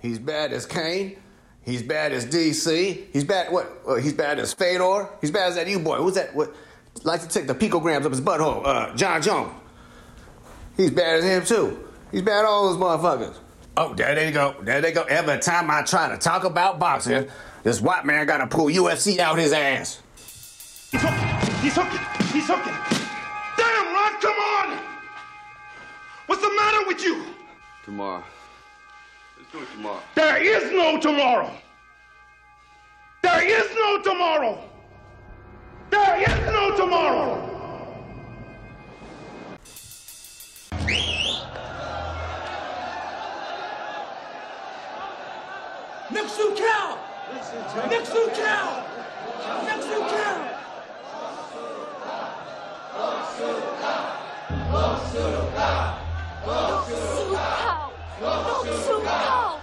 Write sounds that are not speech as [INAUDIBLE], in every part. He's bad as Kane. He's bad as DC. He's bad. What? Uh, he's bad as Fedor. He's bad as that you boy. Who's that? What? Like to take the picograms up his butthole. Uh, John Jones. He's bad as him too. He's bad all those motherfuckers. Oh, there they go. There they go. Every time I try to talk about boxing, this white man gotta pull UFC out his ass. He's hooking. He's hooking. He's hooking. Damn, Rod, come on! What's the matter with you? Tomorrow. Let's do it tomorrow. There is no tomorrow. There is no tomorrow. There is no tomorrow. Next to cow. Next to cow. Next to cow. Cow. Not so cow.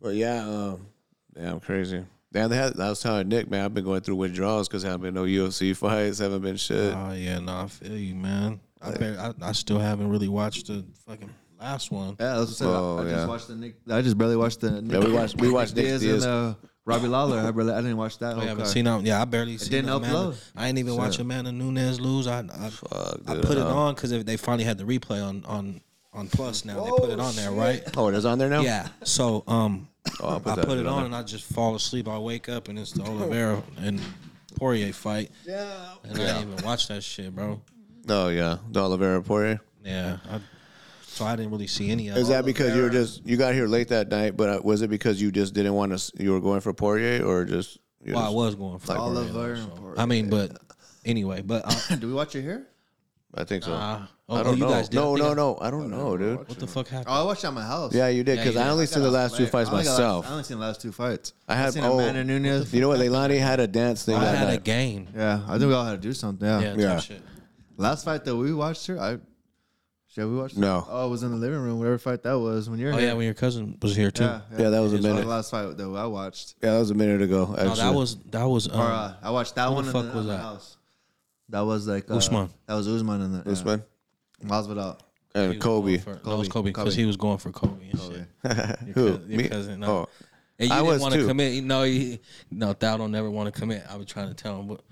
But yeah, um, yeah, I'm crazy. Yeah, they had, I was telling Nick, man, I've been going through withdrawals because I haven't been no UFC fights, haven't been shit. Oh yeah, no, I feel you, man. I, bet, I I still haven't really watched the fucking last one. Yeah, that's what I said. Oh, I, I yeah. just watched the Nick. I just barely watched the Nick. we watched- we watched Nick Diaz, Diaz. and uh, Robbie Lawler. I barely. I didn't watch that. I whole Oh, haven't card. seen out. Yeah, I barely seen. didn't Amanda- upload. I ain't even watch Amanda Nunes lose. I I, I dude, put it no. on because they finally had the replay on on on Plus now. they put it on there, right? Oh, it is on there now. Yeah. So um, Oh, I I'll put, put that Oh. it shit on on, there. and I just fall asleep. I wake up and it's the Oliveira and Poirier fight. Yeah. And I didn't even watch that shit, bro. Oh yeah, the Oliveira Poirier. Yeah. I, so I didn't really see any of. Is that because you were just you got here late that night? But uh, was it because you just didn't want to? You were going for Poirier or just? you Well, I just- was going for all Poirier, of so- our. I mean, but anyway, but [LAUGHS] uh, Oh, [LAUGHS] Do we watch it here? I think so. Nah. Oh, I oh, don't you know. guys did. I no, think no, I- no. I don't know, dude. what the fuck happened? Oh, I watched it at my house. Yeah, you did because you I did. only I got seen the off last two later. fights I only got myself. last- I only seen the last two fights. I had seen oh, Amanda Nunez. You know what? Leilani had a dance thing I that had a night. game. Yeah, I think we all had to do something. Yeah. Yeah, Yeah. yeah. Shit. Last fight that we watched her, I should we watch? No. Oh, it was in the living room. Whatever fight that was when you're Oh here. yeah, when your cousin was here too. yeah, Yeah, that was a That was minute. the last fight that I watched. Yeah, that was a minute ago. No, that actually. was that was um, Or uh, I watched that who one. the in fuck the, was at my that? House. That was like uh, Usman. That was Usman in the this one Yeah. Masvidal. and Kobe. For, that was Kobe because Kobe. he was going for Kobe. and [LAUGHS] shit. Who? Your Me? cousin, no. Oh, And you I didn't was want to too. commit. You know, you, no, Thou don't never want to commit. I was trying to tell him what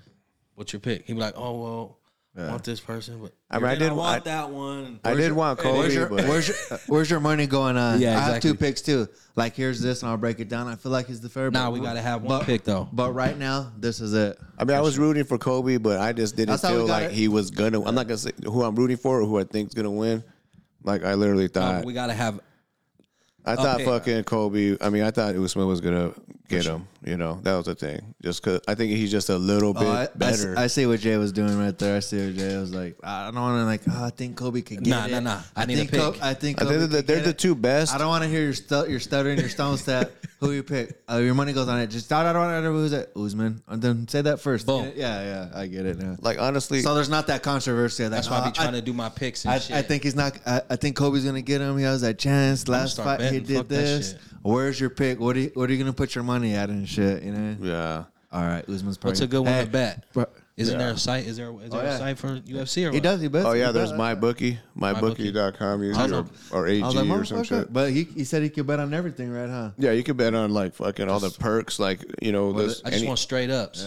what's your pick. He'd be like, oh well, I want this person, but I mean, I then didn't- want I- that one. I did want Where's Kobe, your, but where's your [LAUGHS] where's your money going on? Yeah, I have two exactly. picks too. Like here's this, and I'll break it down. I feel like he's the favorite. Nah, but- we gotta have one pick though. But right now, this is it. I mean, I was rooting for Kobe, but I just didn't That's how we feel got like it. he was gonna. I'm not gonna say who I'm rooting for or who I think's gonna win. Like I literally Uh, thought. we gotta have I thought Okay. fucking Kobe. I mean, I thought Usman was gonna get him. You know, that was the thing. Just cause I think he's just a little bit Oh, I, I s- better. I see what Jay was doing right there. I see what Jay was like. I don't want to like. Oh, I think Kobe could get Nah, it. nah, nah. I need a think pick. Ko- I think I Kobe think that could they're get the it. two best. I don't want to hear your stu- your stuttering, your stomach [LAUGHS] stat. Who you pick? Uh, your money goes on it. Just I don't want to who's that? Usman. And then say that first. Boom. Yeah, yeah. I get it now. like honestly, So there's not that controversy. Like, that's why I oh, be trying to do my picks and I, shit. I think he's not. I, I think Kobe's gonna get him. He has that chance. Last start fight, he betting. did Fuck that this. shit. Where's your pick? What are you, What are you gonna put your money at and shit? You know. yeah. All right, Usman's probably. what's a good one Hey, to bet? bro- Isn't there a site? Is there is there Oh, yeah. a site for UFC or what? He does. He bets. Oh yeah, He [LAUGHS] there's bet. mybookie, mybookie.com usually or, or AG I was like, or motherfucker. some shit. But he, he said he could bet on everything, right? Huh? Yeah, you could bet on like fucking all the perks, like you know, this, I just want straight ups.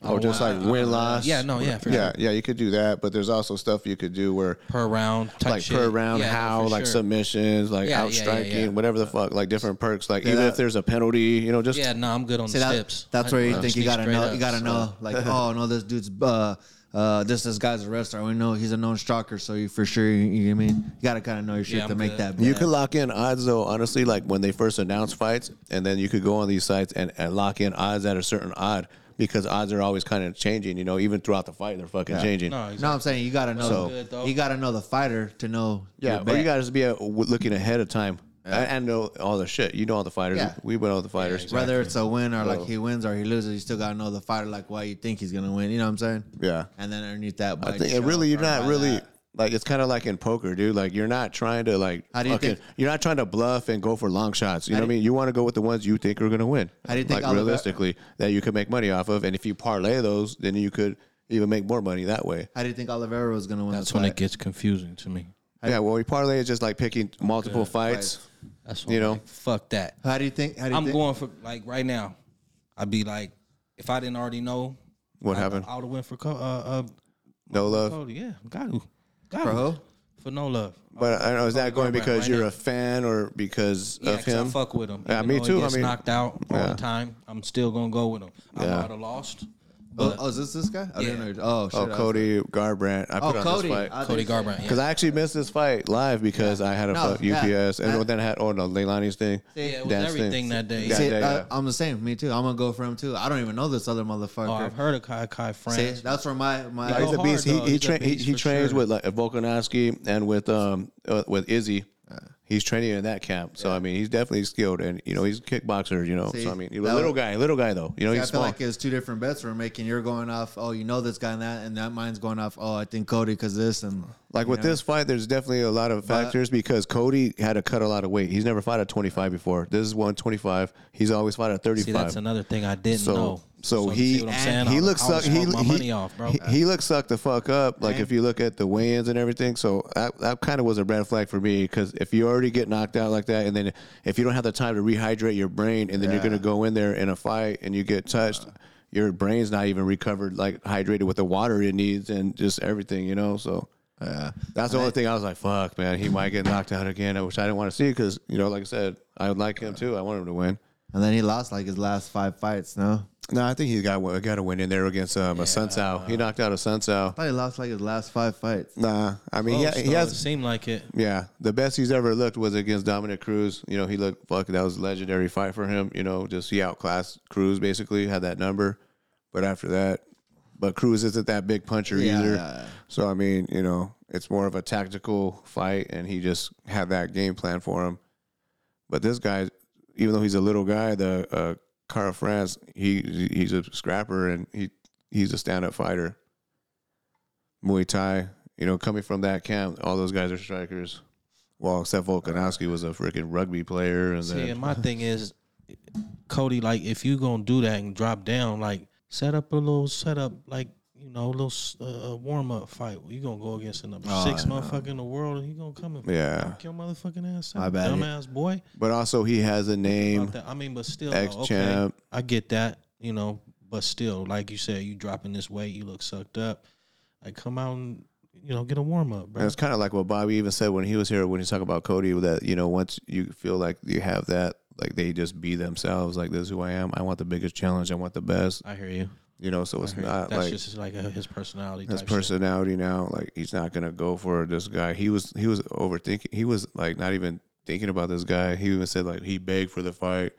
or just like win loss. Uh, Yeah, no, yeah, for sure. yeah, yeah. You could do that, but there's also stuff you could do where Per round, type like shit. per round, Yeah, no, how for like sure. submissions, like Yeah, yeah, yeah, outstriking, yeah. whatever the fuck, like different perks. Like even if there's a penalty, you know, just Yeah, no, I'm good on See, the that- steps. That's I- where you I think just you need gotta [LAUGHS] straight know. You ups. gotta know. Like, oh no, this dude's uh, uh, this this guy's a wrestler. We know he's a known striker, so you for sure. You, you know what I mean you gotta kind of know your shit Yeah, to I'm make good. that. Bet. You could lock in odds though, honestly, like when they first announce fights, and then you could go on these sites and, and lock in odds at a certain odd because odds are always kind of changing. You know, even throughout the fight, they're fucking changing. No, No, I'm saying you gotta know. So- Good, though. you gotta know the fighter to know. yeah, your or bet. you got to be uh, w looking ahead of time. I, I know all the shit. You know all the fighters. Yeah. We know all the fighters. Yeah, whether it's a win or like So- he wins or he loses, you still gotta know the fighter like why you think he's gonna win. You know what I'm saying? Yeah. And then underneath that, I by think yourself and really you're or not by really that. like it's kind of like in poker, dude. Like you're not trying to like How do you fucking- think- you're not trying to bluff and go for long shots. You How know what do I mean? You want to go with the ones you think are going to win. How do you think like all the- realistically that you could make money off of? And if you parlay those, then you could even make more money that way. How do you think Oliveira was gonna win? That's the when fight? it gets confusing to me. yeah, well, we parlay is just like picking multiple fights. Fights. That's when You you know, know? fuck that. How do you think? How do you I'm think? going for like right now. I'd be like, if I didn't already know, What I, happened? I would have went for Co- uh, uh, No love. Cody. Yeah, got who, got For who? who? for no love. But I don't know is that going Goldberg because right you're now. a fan or because Yeah, of 'cause him? I fuck with him. Yeah, Even me though too. He I gets mean- knocked out all Yeah. the time. I'm still gonna go with him. I Yeah. might have lost. Oh, But oh, is this this guy? I Yeah. didn't know. Oh, shit, I Oh, was- Cody Garbrandt. I Oh, put on Cody. this fight. I Cody think- Garbrandt. Because Yeah. I actually missed this fight live because I had a No, fuck yeah. UPS and That- then I had on the Leilani's thing. See, yeah, it was Dan's thing. everything that day. Yeah, see, uh, yeah, yeah. I, am the same. Me too. I'm gonna go for him too. I don't even know this other motherfucker. Oh, I've heard of Kai Kai See, France. that's where my my. Like, He's a hard, beast. he though. he, He's a tra- he, beast he for trains sure. with like Volkanovski and with um uh, with Izzy. He's training in that camp, so I mean he's definitely skilled, and you know he's a kickboxer. You know, See, so I mean he's a that little was- guy, little guy though. You know I he's feel small. like it's two different bets we're making. You're going off, oh, you know this guy and that, and that mine's going off, oh, I think Cody because this and Like with this fight, there's definitely a lot of factors because Cody had to cut a lot of weight. He's never fought at 25 before. This is 125. He's always fought at 35. See, that's another thing I didn't So know. so you he see what I'm saying? he I- looks I suck. was He, throwing my he- money off, bro. He, he looks sucked the fuck up. Like Man. if you look at the wins and everything, so that, that kind of was a red flag for me because if you already get knocked out like that, and then if you don't have the time to rehydrate your brain, and then you're gonna go in there in a fight and you get touched. Your brain's not even recovered, like hydrated with the water it needs, and just everything, you know. So, that's the only thing I was like, "Fuck, man, he might get knocked out again," which I didn't want to see because, you know, like I said, I would like him too. I want him to win. and then he lost like his last five fights. No, No, I think he got one- got a win in there against um, a Sun Tzu. He knocked out a Sun Tzu. I thought he lost like his last five fights. Nah, I mean, Close, yeah, he though. It has. seemed like it. Yeah, the best he's ever looked was against Dominic Cruz. You know, he looked fuck. That was a legendary fight for him. You know, just he outclassed Cruz basically, had that number. But after that, but Cruz isn't that big puncher Yeah. either. So I mean, you know, it's more of a tactical fight, and he just had that game plan for him. But this guy, even though he's a little guy, the uh, Cara France, he he's a scrapper and he he's a stand up fighter. Muay Thai, you know, coming from that camp, all those guys are strikers. Well, except Volkanovski was a freaking rugby player, and See, and then my thing is, Cody, like if you gonna do that and drop down, like set up a little setup, like you know, a little uh, warm up fight. You gonna go against the number six motherfucker in the world, and you gonna come and Oh, yeah. knock your motherfucking ass I out, bet it- dumbass boy. But also, he has a name. About that. I mean, but still, though, okay, Ex-champ. I get that, you know, but still, like you said, you dropping this weight, you look sucked up. Like come out and you know get a warm up, And bro. it's kind of like what Bobby even said when he was here when he's talking about Cody that you know once you feel like you have that like they just be themselves like this is who I am I want the biggest challenge I want the best I hear you. you know so it's not That's like just like uh, his personality. his type shit. personality now like he's not gonna go for this guy he was he was overthinking he was like not even thinking about this guy he even said like he begged for the fight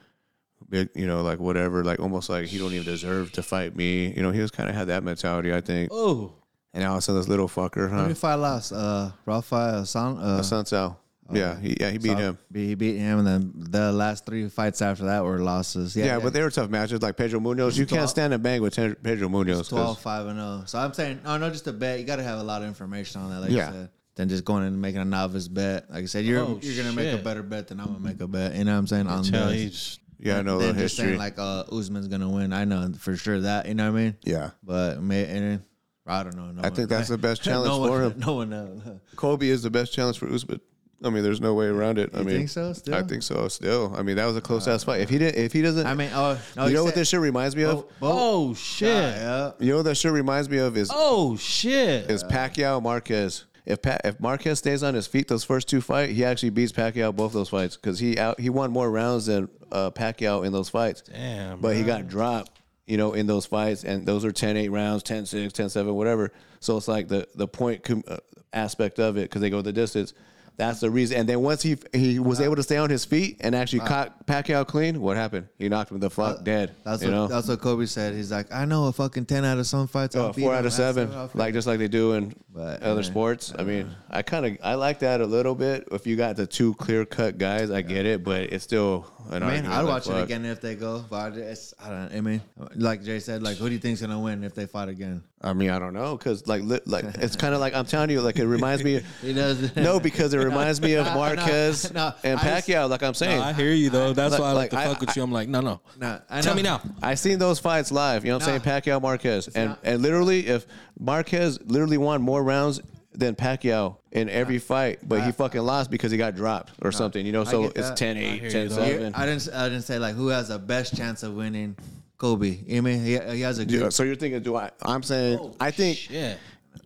big you know like whatever like almost like he don't even deserve to fight me you know he was kind of had that mentality I think Oh, and all of a sudden this little fucker Who huh did he fight last? Uh, Rafael San. Uh, Sun Tzu. yeah he, yeah he beat him. He beat him, and then the last three fights after that were losses. Yeah, Yeah, but they were tough matches. Like Pedro Munoz, you can't stand and bang with Te- Pedro Munoz. 'cause- 12, 5 and 0. So I'm saying, no, no, just a bet. You got to have a lot of information on that, like Yeah. you said. Than just going in and making a novice bet. Like I said, you're Oh, you're gonna make a shit. better bet than I'm gonna make a bet. You know what I'm saying? On tell this. he's yeah, I know the than just history. saying like uh, Usman's gonna win. I know for sure that you know what I mean. yeah, But may, and, I don't know. No I [LAUGHS] think that's the best challenge no for one, him. [LAUGHS] No one knows. Kobe is the best challenge for Usman. I mean, there's no way around it. I You mean, think so, still? Uh, I think so. Still, I mean, that was a close ass fight. If he didn't, if he doesn't, I mean, oh, no, you he know what said- this shit reminds me of? Bo- Bo- Oh shit! yeah. You know what that shit reminds me of is Oh shit! is Pacquiao Marquez. If pa- if Marquez stays on his feet those first two fight, he actually beats Pacquiao both those fights because he out he won more rounds than uh, Pacquiao in those fights. Damn, but he got dropped. you know, in those fights, and those are 10-8 rounds, 10-6, 10-7, whatever. So it's like the the point com- uh, aspect of it because they go the distance. That's the reason. And then once he he Uh, was able to stay on his feet and actually caught Pacquiao clean, what happened? He knocked him the fuck dead. uh, That's you what know? that's what Kobe said. He's like, I know a fucking ten out of some fights. Oh, I'll beat four him. out of I seven, said I'll like just like they do in But, other uh, sports. I mean, I kind of I like that a little bit. If you got the two clear cut guys, I get it, but it's still an Man, argument. I'd like, watch it fuck. again if they go. But it's, I don't. I mean, like Jay said, like who do you think's gonna win if they fight again? I mean, I don't know, cause like li- like [LAUGHS] it's kind of like I'm telling you, like it reminds me. He does. [LAUGHS] no, because it reminds me of No, no, Marquez no, and I just- Pacquiao. like I'm saying, No, I hear you though. That's Like- why I like, like, to I- fuck with you. I'm like, no, no. No, I Tell know. me now. I seen those fights live. You know what I'm No. saying? Pacquiao Marquez. and not- and literally if Marquez literally won more rounds than Pacquiao in every fight, but he fucking lost because he got dropped or something, you know? I So get it's that. 10 I hear 8, you, 10 though. You- 7. I didn't. I didn't say like who has the best chance of winning. Kobe. I mean, he, he has a good. Yeah, so you're thinking, do I? I'm saying, I think, Yeah.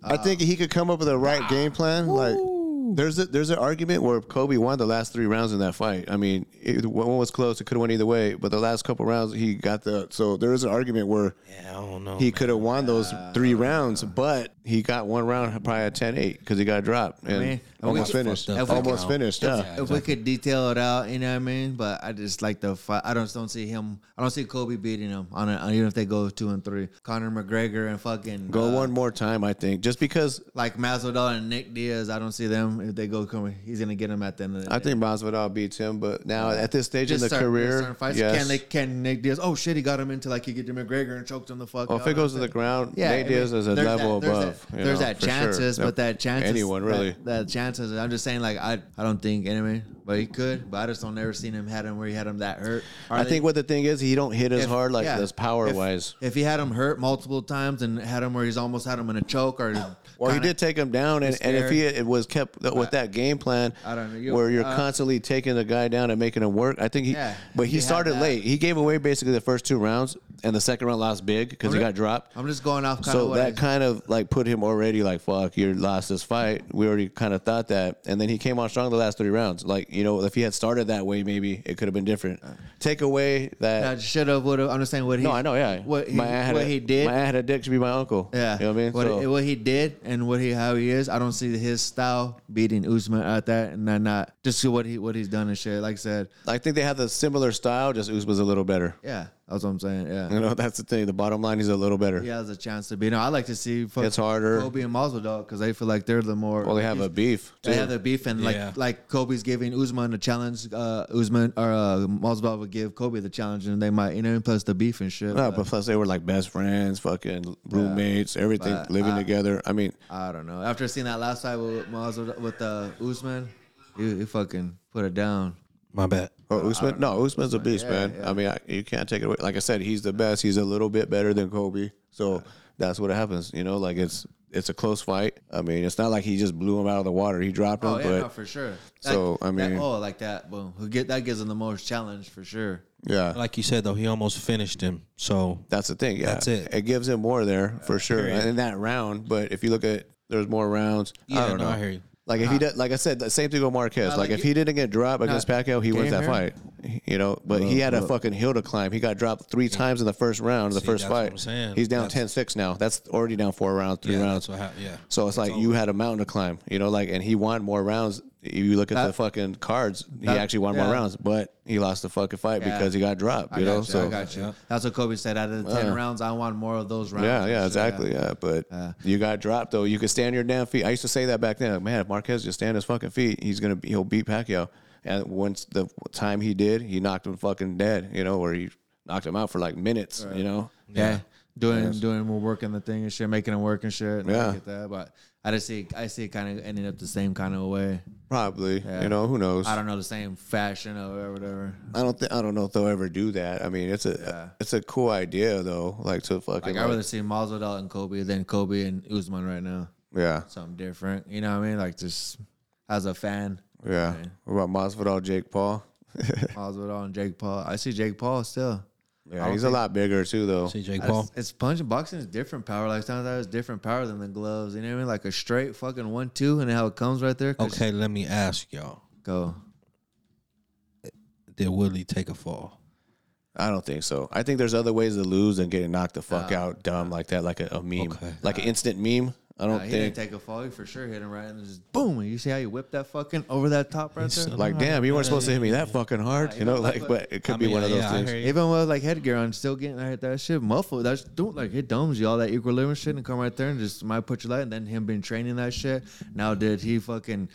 I think he could come up with a right game plan. Like, there's a, there's an argument where Kobe won the last three rounds in that fight. I mean, it, one was close; it could have went either way. But the last couple rounds, he got the. So there is an argument where Yeah, I don't know. he could have won those three rounds, but he got one round probably at 10-8 because he got dropped and mean, almost we- finished. Fucked up. Almost Yeah. finished. Yeah. If we could detail it out, you know what I mean. But I just like the fight. I don't don't see him. I don't see Kobe beating him on a, even if they go two and three. Conor McGregor and fucking Go uh, one more time, I think, just because like Masvidal and Nick Diaz. I don't see them if they go coming. He's gonna get him at the end of the I day. think Masvidal beats him. But now at this stage Just in the certain- career, certain fights. yes. Can they? Can Nick Diaz? Oh shit! He got him into like he get to McGregor and choked him the fuck. Well, if out. it goes to the ground, Yeah, Nate Diaz is a there's level that, there's That, above. you there's know, that for sure. chances, Yeah. but that chances. Anyone that- really? That, chances. I'm just saying, like I, I don't think. You know what I mean? But he could. But I just don't never seen him had him where he had him that hurt. Or I they- think what the thing is, he don't hit as if- hard like yeah, this power if- wise. If he had him hurt multiple times and had him where he's almost had him in a choke [COUGHS] or. Well, he kinda- did take him down, and, and if he it was kept with that game plan, I don't know, you- where you're uh, constantly taking the guy down and making him work. I think he, Yeah, but he he had started that. late. He gave away basically the first two rounds, and the second round lost big because he ju- got dropped. I'm just going off kind of so what that I- kind of like put him already like fuck you lost this fight we already kind of thought that and then he came on strong the last three rounds like you know if he had started that way maybe it could have been different take away I that should have would have understand what Uh, he. no I know yeah What he, my aunt had what a, he did. my aunt had a dick to be my uncle Yeah, you know what I mean What, so, what he did and what he how he is, I don't see his style beating Usman at that, and not not just see what he what he's done and shit. Like I said, I think they have the similar style just Usman's a little better yeah, that's what I'm saying. Yeah, you know that's the thing the bottom line he's a little better he has a chance to beat him. I like to see fuck It's harder. Kobe and Masvidal because they feel like they're the more well they have a beef they too. have the beef and Yeah. like like Kobe's giving Usman a challenge. Uh, Usman or uh, Masvidal would give Kobe the challenge, and they might you know plus the beef and shit. no, but but plus they were like best friends, fucking roommates, everything, But living I- together. I mean, I don't know. After seeing that last fight with Masvidal with uh, Usman, he, he fucking put it down. My bad. Oh, Usman? No, Usman's a beast, man. I mean, I, you can't take it away. Like I said, he's the best. He's a little bit better than Kobe, so that's what happens. You know, like it's it's a close fight. I mean, it's not like he just blew him out of the water. He dropped him, Oh yeah, but no, for sure. That- so, I that- mean- oh, like that. Boom. Who get that gives him the most challenge for sure. yeah, Like you said though, he almost finished him. So that's the thing. Yeah, That's it. It gives him more there for sure Period. in that round. But if you look at there's more rounds. Yeah, I don't no, know. I hear Uh-huh. you. Like if he did, like I said, the same thing with Nah, Marquez. like like, if you- he didn't get dropped against Pacquiao, he wins you that hear fight. You know, but he had a look. fucking hill to climb. He got dropped three times in the first round of the See, first that's what fight. I'm saying. He's down That's- 10-6 now. That's already down four rounds, three yeah, rounds. that's what happened. Yeah. So it's like you had a mountain to climb. You know, like and he won more rounds. If you look at the That- fucking cards, he that- actually won yeah. more rounds, but he lost the fucking fight Yeah. because he got dropped. I You got know, you, so I got you. That's what Kobe said. Out of the ten Yeah. rounds, I want more of those rounds. Yeah, and yeah, shit, exactly. Yeah, but Yeah. you got dropped though. You could stand your damn feet. I used to say that back then. Like, man, if Marquez just stand his fucking feet, he's gonna be, he'll beat Pacquiao. And once the time he did, he knocked him fucking dead. You know, or he knocked him out for like minutes. You know. Yeah. Doing doing more work in the thing and shit, making it work and shit. and Yeah. I get that. But I just see I see it kind of ending up the same kind of way. Probably. Yeah. You know who knows. I don't know the same fashion or whatever. I don't. thi- I don't know if they'll ever do that. I mean, it's a it's a cool idea though. Like to fucking. Like I like- rather see Masvidal and Kobe than Kobe and Usman right now. yeah. Something different. You know what I mean? Like just as a [LAUGHS] fan. Yeah. What about Masvidal, Jake Paul? Masvidal and Jake Paul. I see Jake Paul still. Yeah, he's a lot bigger too though. See Jake I Paul. just- it's punching boxing is different power. Like sometimes that is different power than the gloves. You know what I mean? Like a straight fucking one two and how it comes right there. 'cause- Okay, let me ask y'all. Go. Did Woodley take a fall? I don't think so. I think there's other ways to lose than getting knocked the fuck out dumb like that, like a, a meme, like an instant meme. I don't Nah, he didn't think. take a fall. He for sure hit him right and just boom. You see how you whip that fucking over that top right there? said- like, damn, you weren't supposed to hit me that fucking hard, you know? like, Like, but it could I be mean, one of yeah, those yeah, I things. hear you. Even with like headgear on, still getting that, that shit muffled. That's don't like it dumbs you all that equilibrium shit and come right there and just might put your light. And then him been training that shit. Now did he fucking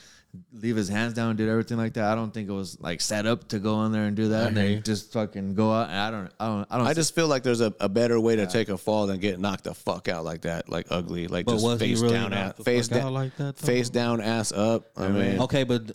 leave his hands down and did everything like that? I don't think it was like set up to go in there and do that and hear you. then just fucking go out. And I don't, I don't, I don't. I see- just feel like there's a, a better way to take a fall than get knocked the fuck out like that, like ugly, like But just was he face really down, ass, knocked the face fuck down, out like that, though? Mm-hmm. face down, ass up. I mean, Okay, but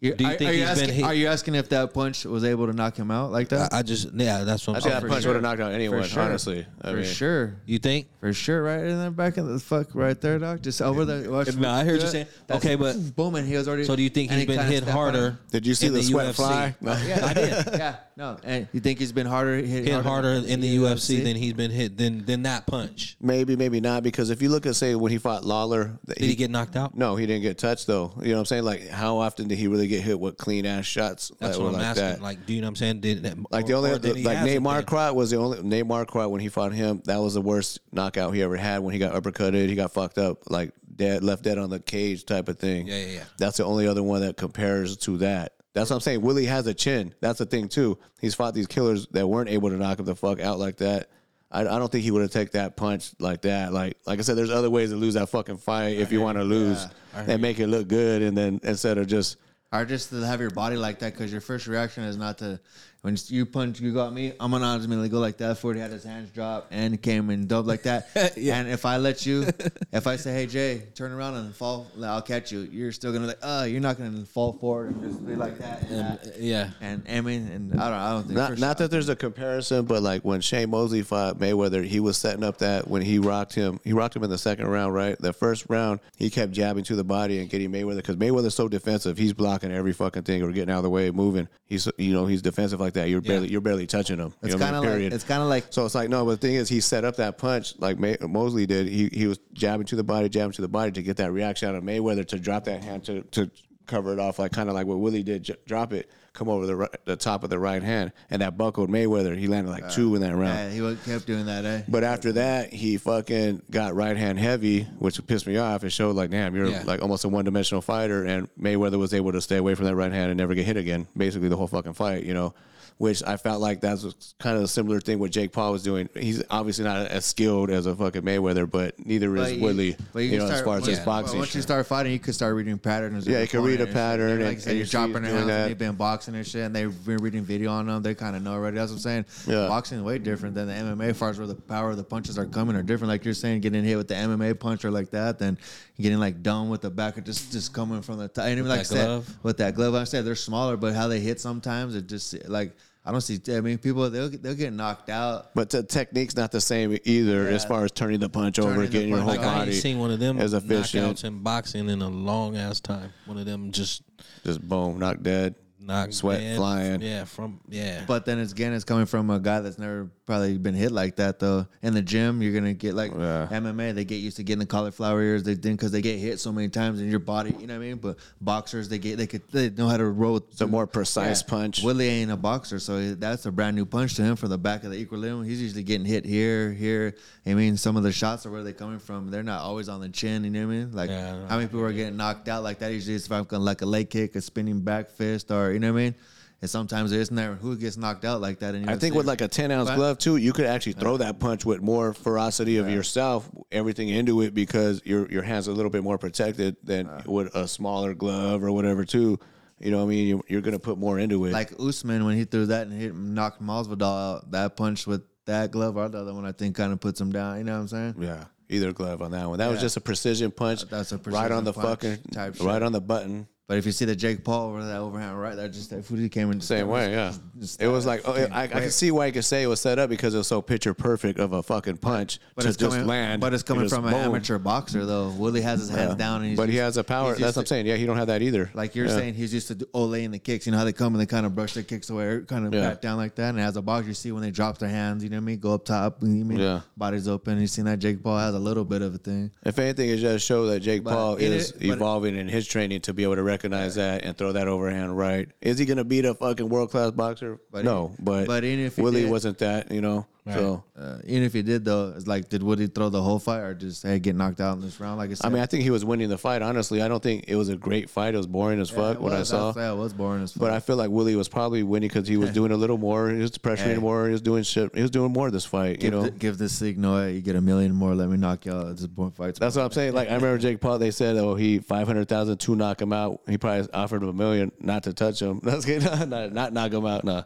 You're- do you are, think are you he's been asking, hit- Are you asking if that punch was able to knock him out like that? I, I just yeah, that's what I I'm think saying. that punch would have knocked out anyone. sure. Honestly, I for mean, sure. You think? For sure, right in the back of the fuck, right there, doc. Just over the. Watch, No, I heard you Yeah. saying- That's- okay, but- [LAUGHS] boom, and he was already. So do you think and he's he been kinda hit stepped on harder? him. [LAUGHS] Did you see in the sweat [LAUGHS] fly? No. Yeah, I did. Yeah, no. And you think he's been harder hit, Hit harder in the UFC than he's been hit than than that punch. maybe, maybe not. Because if you look at say when he fought Lawler, Did he get knocked out? No, he didn't get touched though. You know what I'm saying? Like, how often did he really get hit with clean ass shots? That's that what were I'm like asking. that? Like, do you know what I'm saying? Did that, Like the or- only or did he like hasn't Nate been? Marquardt was the only Nate Marquardt when he fought him. That was the worst knockout he ever had. When he got uppercutted, he got fucked up, like dead, left dead on the cage type of thing. Yeah, yeah, yeah. That's the only other one that compares to that. That's what I'm saying. Willie has a chin. That's the thing too. He's fought these killers that weren't able to knock him the fuck out like that. I, I don't think he would have taken that punch like that. Like like I said, there's other ways to lose that fucking fight if you want to lose and make it look good, and then instead of just Or just to have your body like that because your first reaction is not to. When you punch, you got me. I'm gonna ultimately go like that. Ford had his hands drop and came and dove like [LAUGHS] that. And if I let you, if I say, "Hey Jay, turn around and fall," I'll catch you. You're still gonna like, "Uh, you're not gonna fall forward and just be like that." And, that. Uh, Yeah. And I mean, and I don't, I don't think Not, for not sure. that there's a comparison, but like when Shane Mosley fought Mayweather, he was setting up that when he rocked him, he rocked him in the second round, right? The first round, he kept jabbing to the body and getting Mayweather because Mayweather's so defensive. He's blocking every fucking thing or getting out of the way, moving. He's you know he's defensive like that. You're barely you're barely touching him. It's you know what I kind mean? of like Period. it's kind of like So it's like no, but the thing is, he set up that punch like May- Mosley did. He he was jabbing to the body, jabbing to the body to get that reaction out of Mayweather to drop that hand to to cover it off, like kind of like what Willie did, j- drop it, come over the ri- the top of the right hand, and that buckled Mayweather. He landed like two in that round. Yeah, he wa- kept doing that, eh? But after that, he fucking got right hand heavy, which pissed me off. It showed like, damn, you're Yeah. like almost a one dimensional fighter. And Mayweather was able to stay away from that right hand and never get hit again, basically the whole fucking fight, you know. Which I felt like that's kind of a similar thing what Jake Paul was doing. He's obviously not as skilled as a fucking Mayweather, but neither But is Woodley. but you can know, as start- far as yeah, his boxing. Once you start fighting, you could start reading patterns. of Yeah, your you could read a opponent and shit. pattern Like and- you said, and you're you see dropping he's their doing hands. that. and They've been boxing and shit, and they've been reading video on them. They kind of know already. That's what I'm saying. Yeah. Boxing is way different than the MMA. As far as where the power of the punches are coming, are different. Like you're saying, getting hit with the MMA punch or like that, then getting like done with the back or just just coming from the top. And even like I that said, glove. with that glove, I said they're smaller, but how they hit sometimes, it just like. I don't see. I mean, people they'll they'll get knocked out. but the technique's not the same either as far as turning the punch over, Turning the getting your whole punch Like I body ain't seen one of them as efficient. knockouts in boxing in a long ass time. One of them just Just boom, knocked dead. knocked Sweat dead. flying. Yeah, from yeah. But then it's, again, it's coming from a guy that's never probably been hit like that though. In the gym, you're gonna get like Yeah. MMA. They get used to getting the cauliflower ears. They didn't because they get hit so many times in your body. You know what I mean? But boxers, they get they could they know how to roll. It's a more precise punch. Willie ain't a boxer, so that's a brand new punch to him from the back of the equilibrium. He's usually getting hit here, here. I mean, some of the shots are where they're coming from. They're not always on the chin. You know what I mean? Like Yeah, I know. how many people are getting knocked out like that? Usually it's fucking like a leg kick, a spinning back fist, or you know what I mean. And sometimes it's never who gets knocked out like that. And I think with like a 10 ounce glove too, you could actually throw that punch with more ferocity of yourself, everything into it because your your hands are a little bit more protected than with a smaller glove or whatever too. You know what I mean? You, you're gonna put more into it. like Usman when he threw that and hit knocked Masvidal out. That punch with that glove or the other one, I think, kind of puts him down. You know what I'm saying? yeah, either glove on that one. That was Yeah. just a precision punch. That's a right on precision the punch fucking type shit. right on the button. But if you see the Jake Paul over that overhand right, that just that food came in Same way, yeah. It was like oh, I, I can see why you could say it was set up because it was so picture perfect of a fucking punch But to it's just coming, land. But it's You coming just from an boom. amateur boxer though. Willie has his hands Yeah. down, and he's but he used- has a power. he's That's used what I'm to- saying. Yeah, he don't have that either. Like you're Yeah. saying, he's used to do ole and the kicks. You know how they come and they kind of brush their kicks away, or kind of Yeah. back down like that. And as a boxer, you see when they drop their hands, you know what I mean? Go up top, you know what I mean? Yeah. Body's open. You seen that Jake Paul has a little bit of a thing. If anything, it just shows that Jake But Paul it is is- but- evolving in his training to be able to recognize that and throw that overhand right. Is he gonna beat a fucking world class boxer? But no, he- but but even if he Willie did- wasn't that, you know. So Uh, even if he did though, it's like did Woody throw the whole fight or just hey get knocked out in this round? Like I said, I mean, I think he was winning the fight. Honestly, I don't think it was a great fight. It was boring as fuck. it What I was, saw, was- yeah, it was boring as fuck. But I feel like Willie was probably winning because he was doing a little more. He was pressuring Hey. more. He was doing shit. He was doing more this fight. You give, know, th- give this signal, hey, you get a million more. Let me knock you out. This boring fight. that's what I'm saying. Like I remember Jake Paul. They said, "Oh, he five hundred thousand to knock him out." He probably offered him a million not to touch him. [LAUGHS] That's good. not, not knock him [LAUGHS] out. Nah.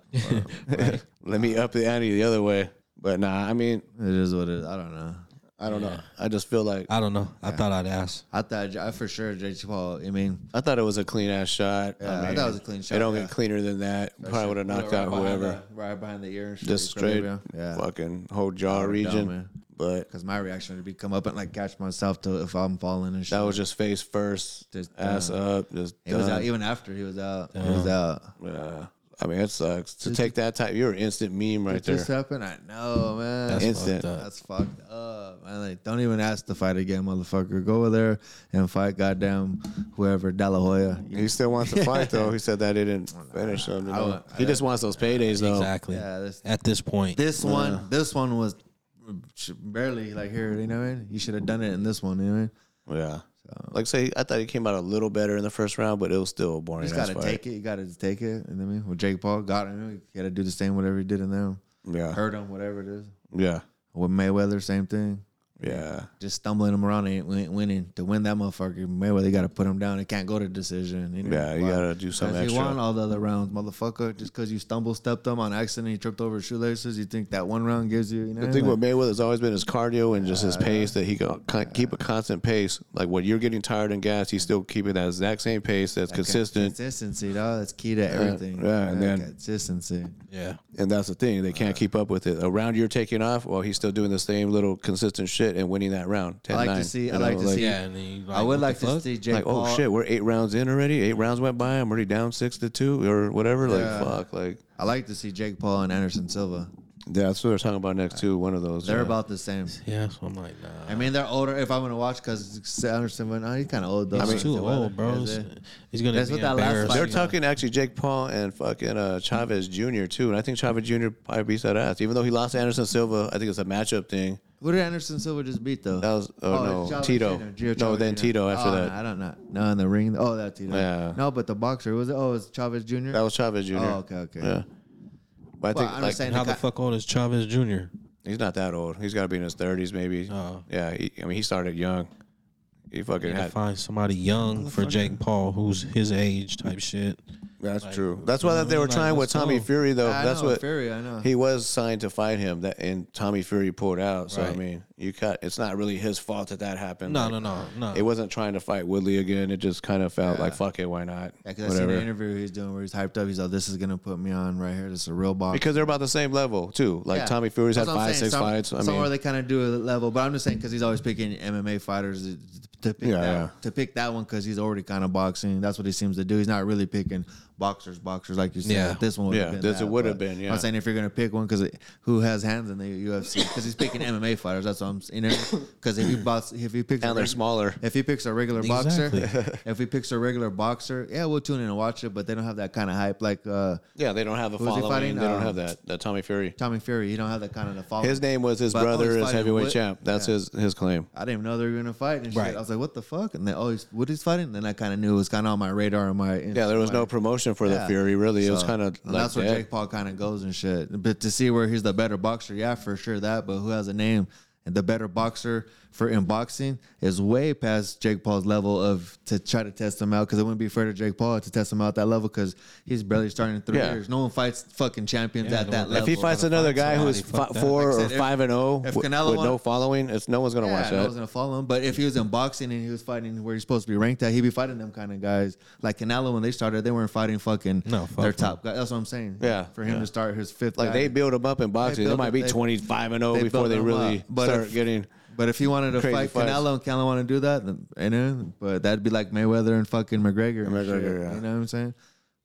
Let me up the ante the other way. But nah, I mean, it is what it is. I don't know. I don't know. I just feel like I, I don't know. I thought I'd ask. I thought I for sure Jake Paul. I mean, thought it was a clean ass shot. Yeah, I mean, thought it was a clean It shot, don't yeah. get cleaner than that. Probably would have knocked right out behind whoever. the- right behind the ear, and Just straight equilibrium. yeah. fucking whole jaw region. man. But Because my reaction would be come up and like catch myself to if I'm falling and shit. That was just face first, Just ass done. up. Just He was done. out even after he was out. He was out. Yeah. I mean, it sucks to take that type. You're an instant meme right Did there. this happen? I know, man. Instant. fucked up. That's fucked up. Man, like, don't even ask to fight again, motherfucker. Go over there and fight, goddamn whoever, De La Hoya. He still [LAUGHS] wants to fight though. He said that didn't finish him. you I know? would- he just wants those paydays though. Exactly. Yeah, this- At this point, This one, this one was uh, barely like here. You know what I mean? You should have done it in this one. You know what I mean? Yeah. Like say, I thought he came out a little better in the first round, but it was still a You boring. just ass gotta fight. take it. You gotta just take it. You know what I mean? Well, Jake Paul got him. You gotta do the same whatever he did in them. Yeah. Hurt him, whatever it is. Yeah. With Mayweather, same thing. Yeah. Just stumbling him around and win- winning to win that motherfucker. Mayweather got to put him down. It can't go to decision. You know? Yeah, you Why? gotta do something If you extra. won all the other rounds, motherfucker, just because you stumble stepped him on accident, you tripped over his shoelaces. You think that one round gives you? you know The what I thing mean? with Mayweather's always been his cardio and Uh, just his pace that he can con- keep a constant pace. Like when you're getting tired and gas, he's still keeping that exact same pace that's consistent. Consistency, dog. That's key to everything. yeah, and then- consistency. yeah. And that's the thing; they Uh. can't keep up with it. A round you're taking off, well, he's still doing the same little consistent shit and winning that round. 10, I like to 9, see- you I like to see- Yeah, and then you like, I what would the like to fuck? see Jake Like, Paul. oh shit, we're eight rounds in already. Eight rounds went by. I'm already down six to two or whatever. Like Yeah. fuck, like I like to see Jake Paul and Anderson Silva. that's what they're talking about next too. One of those. uh, They're yeah. about the same. Yeah, so I'm like, nah. I mean, they're older. If I'm gonna watch, because Anderson went, oh, he's kind of old though. He's Is too it- old, bro. is It's- it? He's gonna That's be what that last embarrassed. They're Yeah. talking actually Jake Paul and fucking uh, Chavez Jr. too, and I think Chavez Jr. probably beats that ass, even though he lost to Anderson Silva. I think it's a matchup thing. Who did Anderson Silva just beat though? That was oh, no Chavez Tito. Jr., Gio no, Chavez then Jr. Tito after Oh, that. no, I don't know. No, in the ring. Oh, that Tito. Yeah. No, but the boxer was it? Oh, it was Chavez Jr. That was Chavez Jr. Oh, okay, okay. Yeah. But I Well, think I'm like, just saying How the the guy- fuck old is Chavez Jr.? he's not that old. He's got to be in his thirties, maybe. Oh. Yeah, he, I mean, he started young. He fucking to had. find somebody young for Jake Paul who's his age type shit. That's like, true. That's you why know that what they I were mean? Like, trying with let's Tommy go. Fury though. I That's know, what Fury. I know. he was signed to fight him. That and Tommy Fury pulled out. So I Right. mean, you cut. It's not really his fault that that happened. No, Like, no, no, no. It wasn't trying to fight Woodley again. It just kind of felt like fuck it, why not? Yeah, 'cause I seen an Whatever. interview he's doing where he's hyped up. He's like, "This is gonna put me on right here. This is a real box." Because they're about the same level too. Like Yeah. Tommy Fury's That's had what I'm five, saying. six Some- fights. I somewhere mean, they kind of do a level, but I'm just saying because he's always picking MMA fighters to pick that Yeah, yeah. to pick that one because he's already kind of boxing. That's what he seems to do. He's not really picking boxers, boxers like you said. Yeah. this one would Yeah, have been this that, would have but been, yeah. I'm saying if you're gonna pick one because who has hands in the UFC because he's picking MMA fighters. That's what I'm saying. Because if he box, if he picks a and they're reg- smaller. If he picks a regular boxer, Exactly. if he picks a regular boxer, yeah, we'll tune in and watch it. But they don't have that kind of hype like uh, Yeah, they don't have a Who's he following. fighting? They don't Um, have that. That Tommy Fury. Tommy Fury. He don't have that kind of the following. His name was his But, oh, he's brother is fighting heavyweight Wood- champ. That's yeah. his his claim. I didn't even know they were gonna fight and shit. Right. I was like, what the fuck? And then oh, he's what he's fighting. And then I kind of knew it was kind of on my radar. And my Yeah, there was no promotion for the Yeah. Fury. Really, it was So, kind of and like that's where that. Jake Paul kind of goes and shit. But to see where he's the better boxer, yeah, for sure that. But who has a name? And the better boxer for in boxing is way past Jake Paul's level of to try to test him out because it wouldn't be fair to Jake Paul to test him out at that level because he's barely starting in three Yeah. years. No one fights fucking champions Yeah, at no that one- level. If he fights gotta another find guy who's somebody, fuck fi- four that. or Like I said, if- five and zero if with, Canelo with no won- following, it's no one's gonna Yeah, watch no that. one's gonna follow him. But if he was in boxing and he was fighting where he's supposed to be ranked at, he'd be fighting them kind of guys. Like Canelo, when they started, they weren't fighting fucking No, fuck their no. top guy. That's what I'm saying. Yeah, for him yeah. to start his fifth, like guy. they build him up in boxing, they, build might him- be they- twenty five and zero they before build they him really up. But start if- getting. But if he wanted to Crazy fight fights. Canelo and Canelo wanted to do that, then, you know, but that'd be like Mayweather and fucking McGregor. and McGregor, shit, yeah. You know what I'm saying?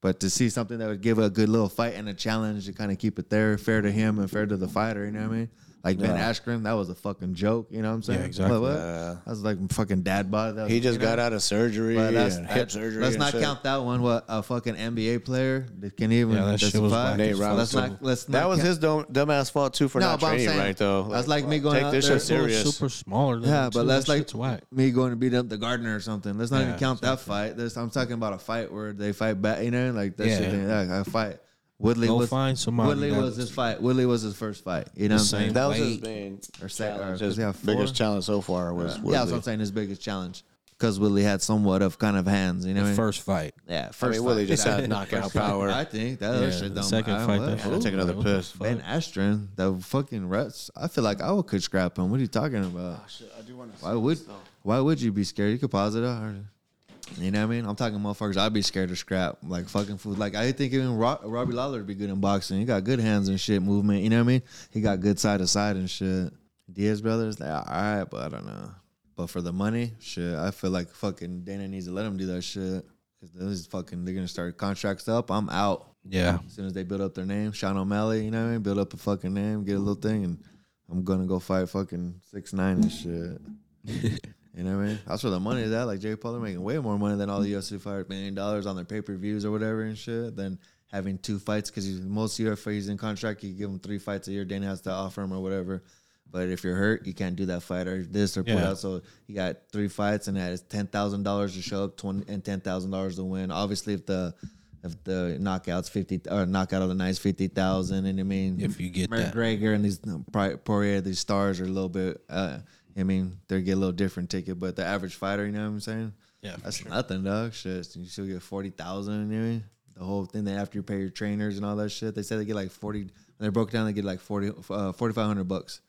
But to see something that would give a good little fight and a challenge to kind of keep it there, fair to him and fair to the fighter, you know what I mean? Like Ben Askren, that was a fucking joke. You know what I'm saying? Yeah, exactly. What, what? Yeah. That was like fucking dad bod. That was, He just you know? got out of surgery, But that's, and hip that's- surgery. Let's and not shit. count that one. What a fucking NBA player that can't even. Yeah, that shit was justify. whack Nate Let's Let's Robinson. not. Let's that not was count- his dumb, dumbass fault too for No, not but I'm training saying, right though. that's like me going take out this there- shit serious. super smaller. than Yeah, him, but too. let's That like shit's whack. me going to beat up the gardener or something. Let's not Yeah, even count that fight. This, I'm talking about a fight where they fight back. You know, like that Yeah. shit. Like a fight. Woodley Go was find somebody Woodley that- was his fight. Woodley was his first fight. You know what I'm same saying? that was his Wait. main Or sec- or- challenge, his does he have four? biggest challenge so far was yeah, Woodley. that's what I'm saying. His biggest challenge because Woodley had somewhat of kind of hands. You know, what I mean? First fight. yeah, first I mean, Woodley fight. just [LAUGHS] had First knockout fight. power. I think that other Yeah, shit the don't. second I- fight. what? That Ooh. shit- I'll take another What the piss. fuck? Ben Astron, the fucking Russ. I feel like I would could scrap him. What are you talking about? Ah, I do want to. Why would Why would you be scared? You could pause it. Or, you know what I mean? I'm talking motherfuckers. I'd be scared to scrap like fucking food. Like I think even Ro- Robbie Lawler would be good in boxing. He got good hands and shit movement. You know what I mean? He got good side to side and shit. Diaz brothers, they all right, but I don't know. But for the money, shit, I feel like fucking Dana needs to let him do that shit. Cause those fucking they're gonna start contracts up. I'm out. Yeah. As soon as they build up their name, Sean O'Malley, you know what I mean? Build up a fucking name, get a little thing, and I'm gonna go fight fucking six nine and shit. you know what I mean? That's where the money is at. Like Jay Paul, they're making way more money than all the UFC fighters, million dollars on their pay per views or whatever and shit. Than having two fights because most UFC he's in contract, you give him three fights a year. Dana has to offer him or whatever. But if you're hurt, you can't do that fight or this or put Yeah. out. So you got three fights and that is ten thousand dollars to show up, twenty and ten thousand dollars to win. Obviously, if the if the knockouts fifty or knockout of the night's fifty thousand, and I mean, If you get that. McGregor and these um, Pri- Poirier, these stars are a little bit. Uh, I mean, they get a little different ticket, but the average fighter, you know what I'm saying? Yeah, for that's sure. nothing, dog. Shit, you still get forty thousand. You know what I mean? the whole thing. Then after you pay your trainers and all that shit, they say they get like forty. When they're broke down, they get like 40, uh, 4,500 bucks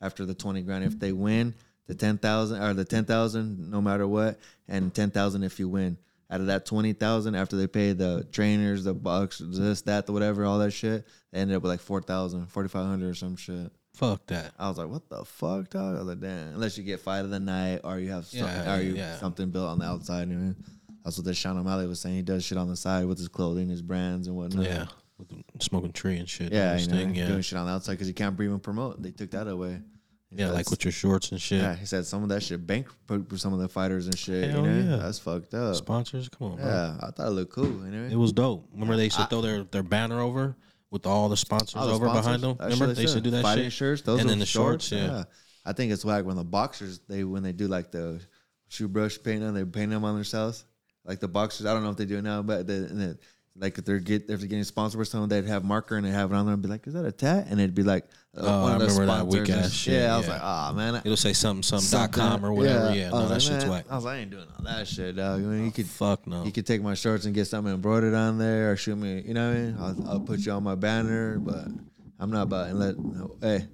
after the twenty grand if they win. The ten thousand or the ten thousand, no matter what, and ten thousand if you win. Out of that twenty thousand, after they pay the trainers, the bucks, this, that, the whatever, all that shit, they ended up with like 4,000, 4,500 or some shit. Fuck that. I was like, "What the fuck, dog?" I was like, "Damn!" Unless you get fight of the night, or you have, some, Yeah, or you yeah. something built on the outside. You know? That's what the Sean O'Malley was saying. He does shit on the side with his clothing, his brands, and whatnot. Yeah. With the smoking tree and shit. yeah, this you know, thing, yeah. doing shit on the outside because you can't even promote. They took that away. Yeah, like with your shorts and shit. Yeah, he said some of that shit bankrupt some of the fighters and shit. Hell you know? yeah. that's fucked up. Sponsors, come on, bro. Yeah, I thought it looked cool. You know? It was dope. Remember they used to throw their, their banner over with all the sponsors All Oh, the over behind them. sponsors, that Remember shit they used to said. do that Fighting shit. shirts, those and are then the shorts. yeah. I think it's whack when the boxers they when they do like the shoe brush paint on they paint them on themselves. Like the boxers, I don't know if they do it now, but the, and the, like if they're get if they're getting sponsored by someone, they'd have marker and they have it on there and be like, "Is that a tat?" And it'd be like, uh, Oh, one I of the remember that sponsors weak and ass sh- shit, Yeah, I was yeah. like, "Oh man." I, It'll say something, something, dot something- Oh, com or whatever. I Yeah, was no, that like, shit's "Man," whack. I was like, "I ain't doing all that shit, dog." I mean, you could Fuck no. you could take my shorts and get something embroidered on there or shoot me, you know what I mean? I'll, I'll put you on my banner, but I'm not about and let. No, hey,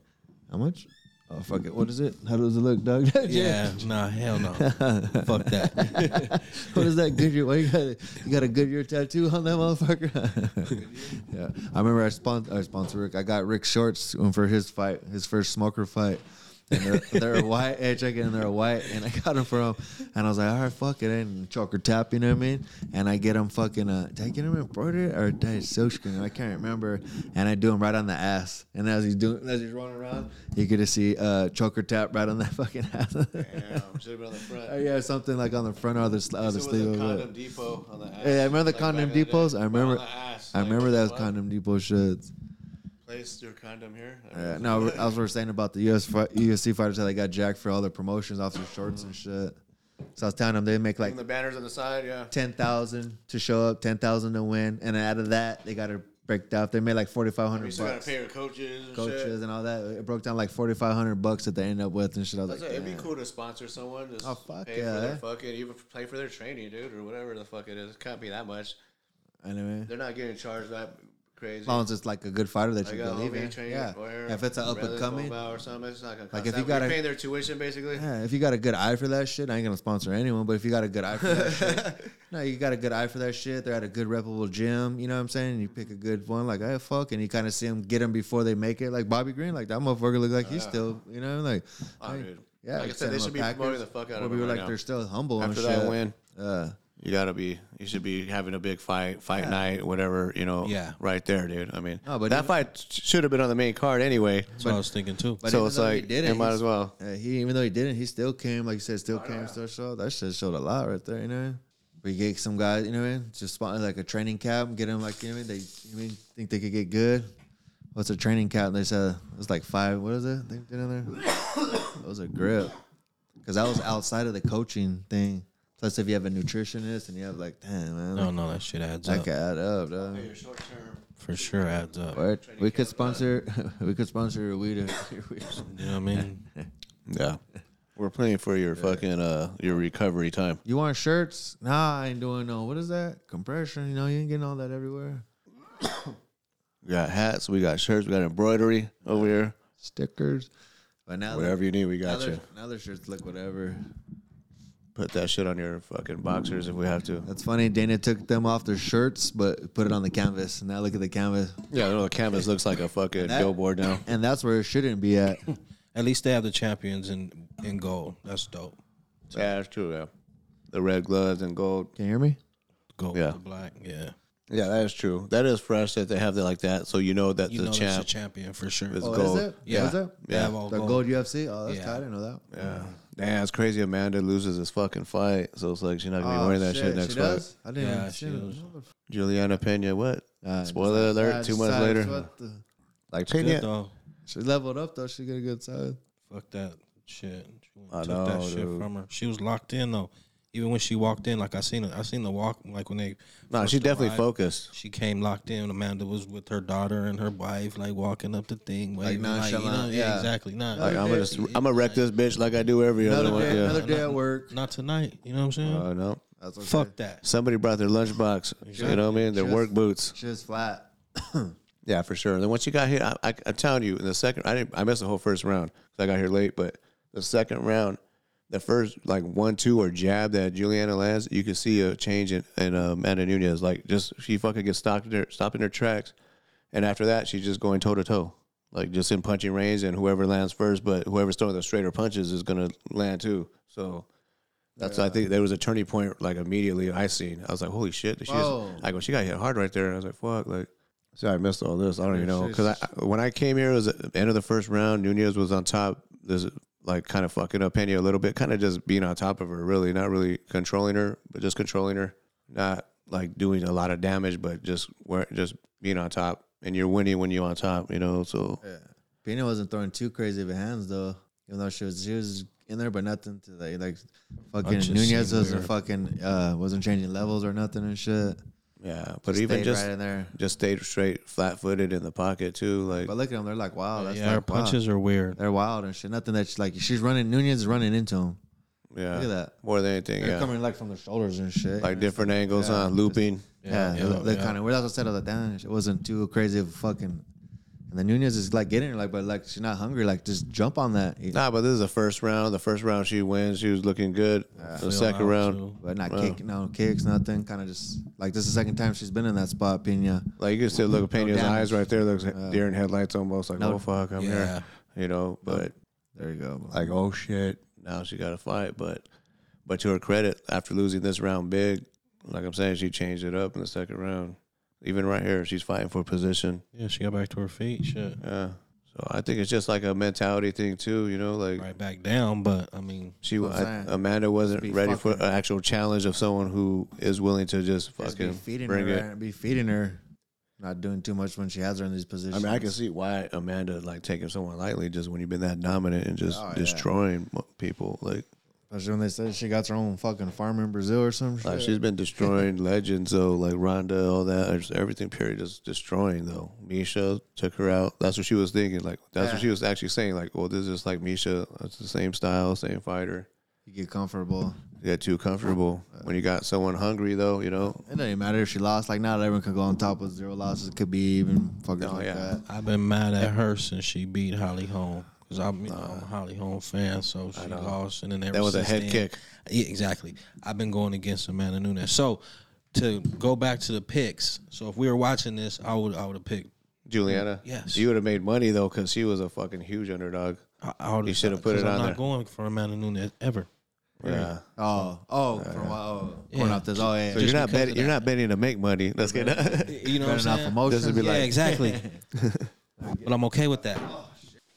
how much? Oh, fuck it. What is it? How does it look, Doug? [LAUGHS] yeah, nah, hell no. Fuck that. what is that Goodyear? Why you got, a- you got a Goodyear tattoo on that motherfucker? [LAUGHS] yeah. I remember I sponsor, I sponsor Rick. I got Rick Shorts um, for his fight, his first smoker fight. And they're, they're white, hey, check it, and they're white. And I got them from, and I was like, all right, fuck it. And choker tap, you know what I mean? And I get them fucking, uh, did I get them embroidered or did I silkscreen? 'em? I can't remember. And I do them right on the ass. And as he's doing, as he's running around, you get to see uh, choker tap right on that [LAUGHS] fucking ass. Uh, yeah, something like on the front or the, sl- or the sleeve of it. depot on the ass. Yeah, I remember the condom depots. I remember. I remember that was condom. condom depot shits. Place your condom here. Yeah, [LAUGHS] no, I was we were saying about the US fi- UFC fighters how they got jacked for all their promotions off their shorts and shit. So I was telling them they make like the banners on the side. Yeah. ten thousand to show up, ten thousand to win, and out of that they got to break down. They made like forty five You hundred still gotta bucks. pay your coaches. And Coaches Shit. and all that. It broke down like forty five hundred bucks that they end up with and shit. I was That's like, it. It'd be "Damn." cool to sponsor someone. Just Oh, fuck pay yeah. for their fucking even pay for their training, dude, or whatever the fuck it is. It can't be that much. Anyway, They're not getting charged that crazy. as long as it's like a good fighter that Like you a Oh, believe homemade in. trainer, Yeah. lawyer, If it's an up and brothers, coming, Bobo or something, it's not gonna cost Like, if that you got much. a- paying their tuition basically. [LAUGHS] Yeah, if you got a good eye for that shit, I ain't gonna sponsor anyone. But if you got a good eye for that shit, no, you got a good eye for that shit. They're at a good reputable gym. You know what I'm saying? You pick a good one, like hey, fuck, and you kind of see them get them before they make it. Like Bobby Green, like that motherfucker look like he's still, you know, like Oh, like, dude. yeah. Like I said, they him should a be promoting the fuck out Where of him people right like now. they're still humble After and that shit. win. Yeah. You You gotta be. You should be having a big fight, fight night, whatever. You know. Yeah. Right there, dude. I mean, No, but that even- fight sh- should have been on the main card anyway. That's what I was thinking too. But so even it's though he like did it, it, might he's- as well. Uh, he even though he didn't, he still came. Like you said, still came, still showed. That shit showed a lot right there. You know, what I mean? we get some guys. You know, what I mean? just spot like a training camp, get them like you know, what I mean? they you know, what I mean think they could get good. What's a training camp? They said it was like five. What is it? They did in there. [COUGHS] it was a grip because that was outside of the coaching thing. Plus, if you have a nutritionist and you have like, damn man, No, no, that shit adds that up could add up. Dog. for sure. Adds up. Or we could sponsor. [LAUGHS] we could sponsor your weed. Your weed. You know what I mean? Yeah. We're playing for your fucking uh your recovery time. You want shirts? Nah, I ain't doing no. What is that? Compression? You know, you ain't getting all that everywhere. We got hats, we got shirts, we got embroidery over here. Stickers. But now, Whatever you need, we now, got their, you. now their shirts look whatever. Put that shit on your fucking boxers if we have to. That's funny. Dana took them off their shirts, but put it on the canvas. Now look at the canvas, Yeah, no, the canvas looks like a fucking That- billboard now. and that's where it shouldn't be [LAUGHS] at. At least they have the champions in in gold. That's dope. Yeah, that's true. Yeah, the red gloves and gold. Can you hear me? Gold Yeah. with the black. Yeah. Yeah, that is true. That is fresh that they have that like that, so you know that You the know that's a champ. champion for sure. is Oh, gold. is it? Yeah. Is it? They have all The gold. gold UFC. Oh, that's Yeah. tight. I didn't know that. Yeah. oh, Damn, it's crazy. Amanda loses this fucking fight, so it's like she's not gonna be Oh, wearing that shit, shit, next she fight. does? I didn't. Yeah, even she see it. does. Juliana Pena, what? Uh, Spoiler just- alert. yeah, two she months size, later, what the- like Good Pena. though. She leveled up though. She got a good size. Fuck that shit. She I took know, that shit dude. from her. She was locked in though. Even when she walked in, like I seen her, I seen the walk. Like when they, No, first she definitely arrived, focused. She came locked in. Amanda was with her daughter and her wife, like walking up the thing, waving, like, you know, nonchalant, yeah, yeah. exactly. Not, Like I'm gonna, s- I'm gonna wreck this bitch like I do every other Another one. day, another Yeah. day at work. not tonight. You know what I'm saying? Oh no. That's okay. Fuck that. Somebody brought their lunchbox. You know what I mean? Their Just- work boots. She was flat. Yeah, for sure. And then once you got here, I, I, I'm telling you, in the second, I didn't, I missed the whole first round because I got here late. But the second round, the first like one, two, or jab that Juliana lands, you could see a change in in uh, Amanda Nunez. Like just she fucking gets stopped in her stopped in her tracks, and after that, she's just going toe to toe, like just in punching range, and whoever lands first, but whoever's throwing the straighter punches is gonna land too. So. That's I think there was a turning point like immediately I seen I was like holy shit she just, Whoa. I go she got hit hard right there and I was like fuck like See, I missed all this. I don't even know because I, when I came here, it was at the end of the first round. Nunez was on top. This like kind of fucking up Pena a little bit, kind of just being on top of her, really not really controlling her, but just controlling her, not like doing a lot of damage, but just where just being on top. And you're winning when you're on top, you know. So Pina wasn't throwing too crazy of a hands though. Even though she was she was in there, but nothing to like like fucking just Nunez seemed wasn't weird. fucking uh wasn't changing levels or nothing and shit. yeah, but even Stayed just right in there. just stayed straight, flat footed in the pocket too. Like But look at them, they're like wow, that's yeah, her like, wow. punches are weird. They're wild and shit. Nothing that's like she's running. Nunez is running into him. yeah, look at that. more than anything, They're yeah, coming like from the shoulders and shit. like different angles Yeah, on looping. yeah, they look- they kind of weird. That's what I said. I was like, damn, it wasn't too crazy of a fucking. And the Nunez is like getting her, like, but like she's not hungry. Like just jump on that. Nah, but this is the first round. The first round she wins. She was looking good. the Feel second out, round, too. But not Wow. kick, no kicks, nothing. Kind of just like this is the second time she's been in that spot, Pena. like you can still look at Pena's damage. eyes right there. Looks like deer in headlights almost. Like oh fuck, I'm Yeah. here. You know, but There you go. like oh shit, now she got to fight. But but to her credit, after losing this round big, like I'm saying, she changed it up in the second round. Even right here, she's fighting for position. Yeah, she got back to her feet. Shit, Yeah. So I think it's just like a mentality thing too. You know, like right back down. But I mean, she what I'm I- saying. Amanda wasn't Be ready for an fucking- actual challenge of someone who is willing to Just just be fucking feeding bring her, it. right? be feeding her, not doing too much when she has her in these I positions. mean, I can see why Amanda like taking someone lightly just when you've been that dominant and just Oh, yeah. destroying mo- people. Like, Especially when they said she got her own fucking farm in Brazil or some shit. like she's been destroying [LAUGHS] legends though, like Ronda, all that, just everything. Period, just destroying though. Misha took her out. That's what she was thinking. Like, that's Yeah. what she was actually saying. Like, well, this is like Misha. It's the same style, same fighter. you get comfortable. You got too comfortable when you got someone hungry though. You know. It doesn't even matter if she lost. Like not everyone could go on top with zero losses. It could be even fucking like Oh, yeah. that. I've been mad at her since she beat Holly Holm because I'm, you know, I'm a Holly Holm fan. So she lost, and then ever That was a since head then- kick. Yeah, exactly. I've been going against Amanda Nunes. So to go back to the picks, so if we were watching this, I would I would have picked. Juliana, Yes. you would have made money though, because she was a fucking huge underdog. I, I would You should have put it I'm on not there. going for Amanda Nunes ever. Yeah. Oh, oh, for a while. Oh, Corn Yeah. off this. Oh, yeah. [LAUGHS] yeah. So Just you're not because betting. of You're that. not betting to make money. Let's get that. You know what I'm Better not saying? for motion. This would be Yeah, like- exactly. [LAUGHS] but I'm okay with that.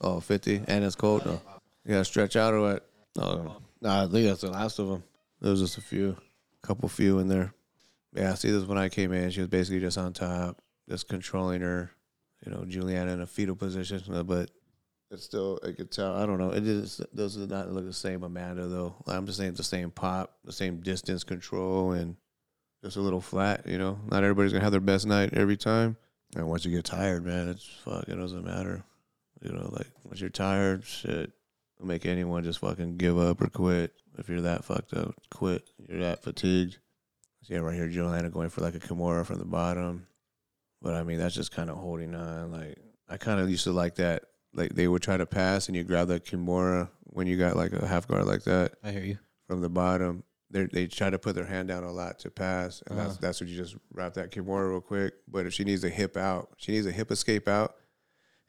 Oh, 50. And it's cold. No. You gotta stretch out or what? No. No, I think that's the last of them. There was just a few, couple few in there. Yeah, see, this when I came in, she was basically just on top, just controlling her, you know, Juliana in a fetal position. uh, But it's still, I could tell. I don't know. It is, does not look the same, Amanda, though. I'm just saying it's the same pop, the same distance control, and just a little flat, you know? Not everybody's gonna have their best night every time. And once you get tired, man, it's fuck, it doesn't matter. You know, like once you're tired, shit, it'll make anyone just fucking give up or quit. If you're that fucked up, quit. You're that fatigued. So yeah, right here, Joanna going for like a Kimura from the bottom. But I mean, that's just kind of holding on. Like I kind of used to like that. Like they would try to pass, and you grab that Kimura when you got like a half guard like that I hear you. from the bottom. They they try to put their hand down a lot to pass, and Uh-huh. that's that's what you just wrap that kimura real quick. But if she needs a hip out, she needs a hip escape out,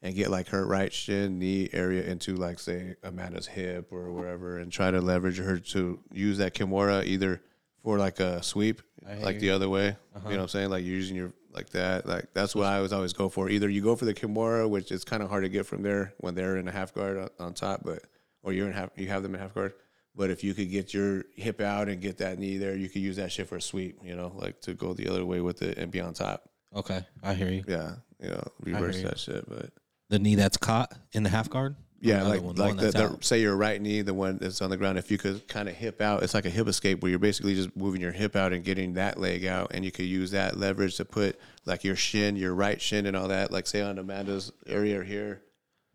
and get like her right shin knee area into like say Amanda's hip or wherever, and try to leverage her to use that kimura either for like a sweep, like the other way. You know what I'm saying? Like using your like that. Like that's what I was always go for. Either you go for the kimura, which is kind of hard to get from there when they're in a half guard on, on top, but or you're in half you have them in half guard. But if you could get your hip out and get that knee there, you could use that shit for a sweep. You know, like to go the other way with it and be on top. Okay, I hear you. Yeah, you know, reverse you. that shit, but. The knee that's caught in the half guard. Yeah, Another like one, like one the, that's the, out. say your right knee, the one that's on the ground. If you could kind of hip out, it's like a hip escape where you're basically just moving your hip out and getting that leg out, and you could use that leverage to put like your shin, your right shin, and all that. Like say on Amanda's area here,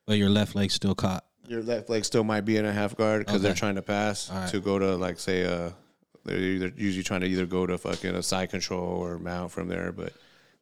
but your left leg's still caught. your left leg still might be in a half guard because they're Okay. trying to pass right. to go to like say uh they're either usually trying to either go to fucking a side control or mount from there, but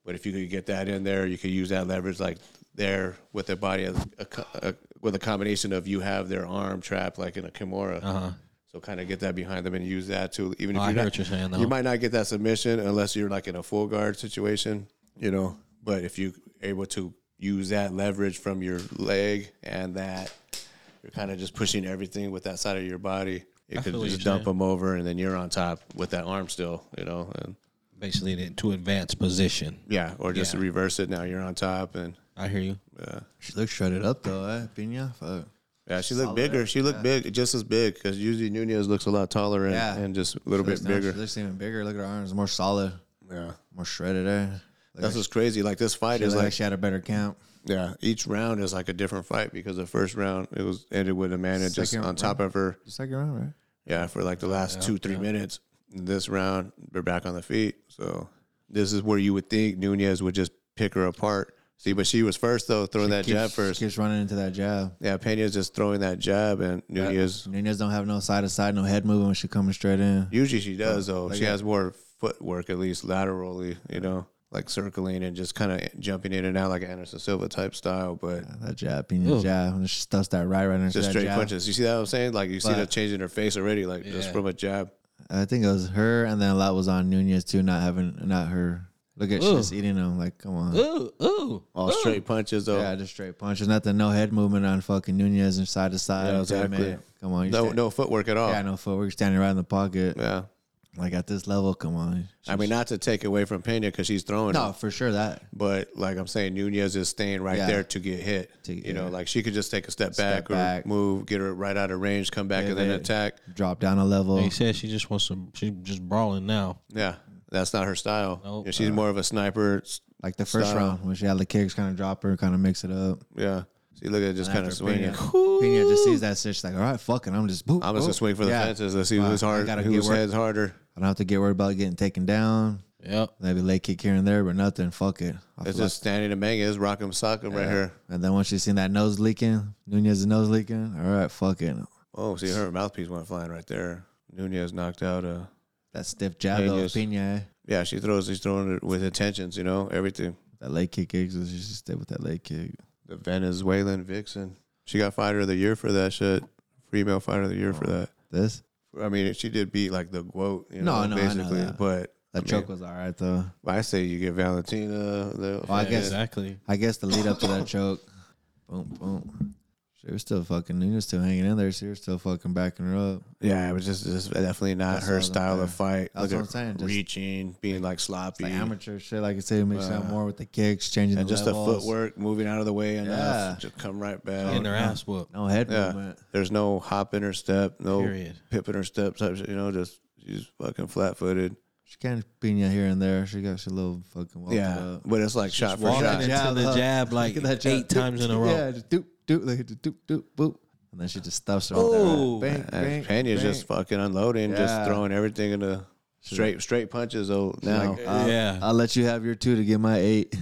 but if you could get that in there, you could use that leverage like there with the body as a, co- a, with a combination of you have their arm trap like in a kimura. So kind of get that behind them and use that too. Even if Uh-huh. Oh, I you're hear not, what you're saying, though. you might not get that submission unless you're like in a full guard situation, you know. But if you're able to use that leverage from your leg and that, you're kind of just pushing everything with that side of your body. It could feel what just you're dump saying. them over, and then you're on top with that arm still, you know. And Basically, the- to advanced position. yeah, or just Yeah. reverse it. Now you're on top, and I hear you. [LAUGHS] She looks shredded up, though, eh? Pina? Fuck. yeah, she looked bigger. She looked big, just as big, because usually Nunez looks a lot taller and, Yeah. and just a little bit Looks nice. bigger. She looks even bigger. Look at her arms. More solid. Yeah, More shredded, eh? Like that's she, what's crazy. Like this fight looked is like, like she had a better count. Yeah, each round is like a different fight because the first round it was ended with Amanda just Second on top of her. Second round, right? Yeah, for like the last two three minutes. This round they're back on the feet, so this is where you would think Nunez would just pick her apart. See, but she was first though, throwing that Keeps- jab first. Keeps running into that jab. yeah, Pena's just throwing that jab, and Nunez Nunez don't have no side to side, no head movement when she coming straight in. Usually she does though. she yeah. has more footwork at least laterally, you know, like circling and just kind of jumping in and out like Anderson Silva type style. But That jab, Pina Ugh. jab, and she stuffs that right right into just that straight jab. punches. You see that what I'm saying? Like you see But- that change in her face already, like just Yeah. from a jab. I think it was her, and then a lot was on Nunez too, not having, not her. Look at she's Ugh. just eating them. Like, come on. Ooh, ooh. Oh, All straight punches though. Yeah, just straight punches. Nothing, no head movement on fucking Nunez and side to side. Yeah, Damn exactly. it. Come on. you no stand- no uh, footwork at all. Yeah, Yeah. no footwork. You're standing right in the pocket. Like at this level, come on. I mean, not to take away from Pena because she's throwing, No, no. for sure that. but like I'm saying, Nunez is staying right Yeah. there to get hit. To- you know, yeah. like she could just take a step, back, back. or move, get her right out of range, come back, and then Pivot. attack. Drop down a level. He said she just wants to. She just brawling now. Yeah, that's not her style. Nope. Yeah, she's Uh-huh. more of a sniper. s- Like the first Style. round when she had the kicks, kind of drop her, kind of mix it up. Yeah, see, look at it, just kind of After swinging. Pena, Pena just sees that shit. She's like, all right, fucking, I'm just boop. I'm just boop. gonna swing for the Yeah. fences. Let's see Wow, who's I hard, gotta whose get work- head's harder. I don't have to get worried about getting taken down. Yep. Maybe leg kick here and there, but nothing. Fuck it. I It's feel just standing and banging. It's rock 'em, sock 'em right here. like- and then once you seen that nose leaking, Nunez's nose leaking, all right, fuck it. Oh, see, her mouthpiece went flying right there. Nunez knocked out. Uh, That stiff jab though, Nunez. Pena. eh? yeah, she throws. She's throwing it with intentions. You know everything. That leg kick kicks. She just stay with that leg kick. The Venezuelan vixen. She got fighter of the year for that shit. Female fighter of the year for that. This I mean, she did beat like the goat. You Oh. No, know, no, I know basically. that. But that I, choke mean, was all right though. I say you get Valentina. The, I guess- Exactly. I guess the lead up to that choke. Boom, boom. So you're still fucking. You're still hanging in there. So you're still fucking backing her up. Yeah, it was just, just definitely not That's all her that style there. of fight. That's Look what at I'm saying, just- reaching, being like sloppy, Like amateur shit, like I say, mix it up Uh, more with the kicks, changing and the just the levels. footwork, moving out of the way enough, Yeah. just come right back. Getting their ass whooped. Oh, No head yeah, movement. there's no hopping or step, no Period. pipping or step type shit. You know, just she's fucking flat footed. She can't pina here and there. She got her little fucking walked Yeah, up. but it's like shot for walking shot. into the [LAUGHS] huh? jab, Look like, at that jab. eight times in a row. Yeah, just doop doop, like just doop doop boop, and then she just stuffs her. Ooh. Oh, bang, bang, And Pena's just fucking unloading, just Yeah. throwing everything into straight straight punches. Oh, now Like, I'll, Yeah. I'll let you have your two to get my eight.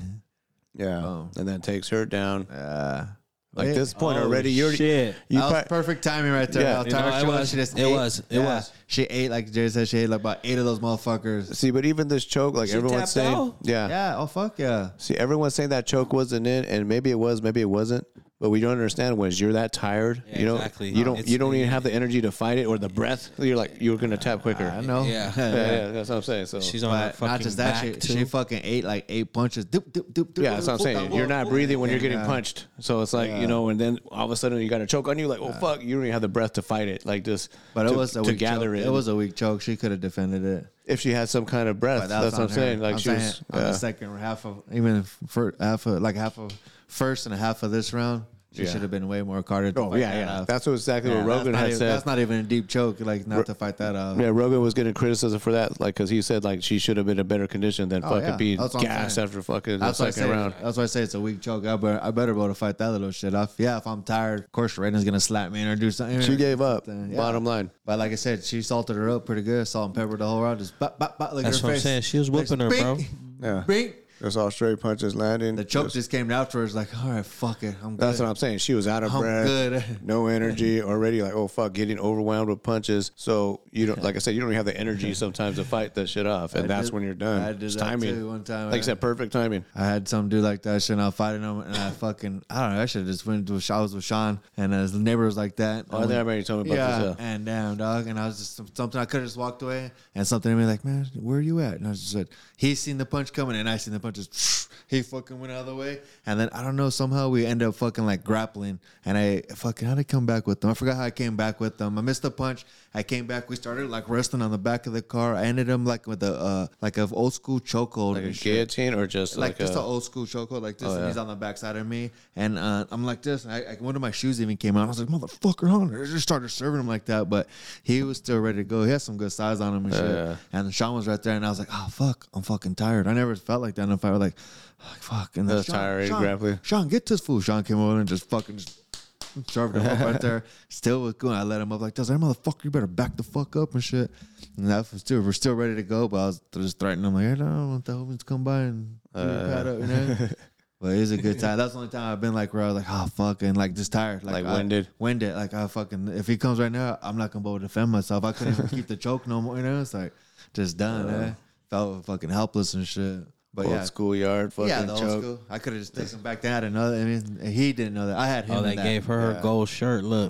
yeah, oh. and then takes her down. Yeah, Like Wait. this point Oh, already, you're shit. you that pri- was perfect timing right there. Yeah. How You tired know, it she was. was. She just It ate. was. It was. She ate like Jerry said. She ate like about eight of those motherfuckers. See, but even this choke, like She everyone's tapped saying, out? yeah. Yeah. Oh fuck yeah. See, everyone's saying that choke wasn't in, and maybe it was, maybe it wasn't. But we don't understand when you're that tired, Yeah, you don't, exactly. you don't, It's- you don't even have the energy to fight it or the breath. You're like, you're gonna tap quicker. I know. Yeah. [LAUGHS] Yeah, yeah, that's what I'm saying. So, She's on her But fucking not just that, back she, too. she fucking ate like eight punches. Doop, doop, doop, doop, yeah, that's what I'm doop, saying. doop, You're doop, not doop. breathing when you're getting Yeah. punched. So it's like you know, and then all of a sudden you got a choke on you, like, oh fuck, you don't even have the breath to fight it. Like just, But it to- was a to weak gather choke. it. It was a weak choke. She could have defended it. if she had some kind of breath. But that was That's what I'm on her. saying. Like I'm she was. saying on yeah. the second half of even for half of like half of first and a half of this round. She Yeah. should have been way more carded. to Oh fight yeah, that yeah. off. That's what exactly Yeah, what that's Rogan not had even- said. That's not even a deep choke. Like not to fight that off. Yeah, Rogan was getting criticism for that, like, because he said like she should have been in better condition than Oh, fucking yeah. be That's what I'm gassed saying. after fucking That's why, the I second say, round. that's why I say it's a weak choke. I better, I better be able to fight that little shit off. Yeah, if I'm tired, of course, Raiden's gonna slap me or do something. She gave up. Something, yeah. Bottom line, But like I said, she salted her up pretty good, salt and pepper the whole round. Just bop, bop, bop, like That's her what I'm face. saying. She was Like, whooping her, bro. bink, Yeah. bink. it's all straight punches landing. The choke just came afterwards. Like, all right, fuck it, I'm good. That's what I'm saying. She was out of I'm breath, good. [LAUGHS] no energy already. Like, oh fuck, getting overwhelmed with punches. So you don't, like I said, you don't even have the energy sometimes to fight that shit off, and I that's did- when you're done. I did It's that timing. too one time, Like I yeah. said, perfect timing. I had some dude like that shit, and I was fighting him, and I fucking, I don't know, I should have just went to, I was with Sean, and his neighbor was like that. Oh, I think I remember you telling me about yeah, this. Yeah. and damn, dog, and I was just, something, I could have just walked away, and something in me like, man, where are you at? And I just said, he seen the punch coming, and I seen the punch, just, [LAUGHS] he fucking went out of the way, and then, I don't know, somehow we end up fucking, like, grappling, and I fucking, how did I come back with them? I forgot how I came back with them. I missed the punch, I came back, we started, like, wrestling on the back of the car, I ended up, like, with a, uh, like, a old school chokehold Like a and shit guillotine or just like, like, just a, an old school chokehold like this, Oh, and yeah. he's on the backside of me, and uh, I'm like this. And I, I, one of my shoes even came out. I was like, "Motherfucker, on!" I just started serving him like that, but he was still ready to go. He had some good size on him and shit. Yeah. And Sean was right there, and I was like, "Oh fuck, I'm fucking tired." I never felt like that in a fight. Like, "Oh, fuck, and then That's tired, grappling. Sean, Sean, get this fool. Sean came over and just fucking. Just, Served him up [LAUGHS] right there. Still was going. I let him up like, "Does that motherfucker? You better back the fuck up and shit." And that was too. We're still ready to go, but I was just threatening him like, "I don't want the homies to come by and give me a Uh. pat up." You know? [LAUGHS] but it was a good time. That's the only time I've been like where I was like, "Ah, fuck," and like just tired, Like I- winded. winded. Like I fucking if he comes right now, I'm not gonna be able to defend myself. I couldn't even keep the choke no more. You know, it's like just done. eh? Felt fucking helpless and shit. But Uh. old yeah, school yard fucking yeah, the old choke. school. I could have just taken back then. I didn't know that. I mean, he didn't know that. I had Oh, him. in they that. gave her her gold shirt. Look,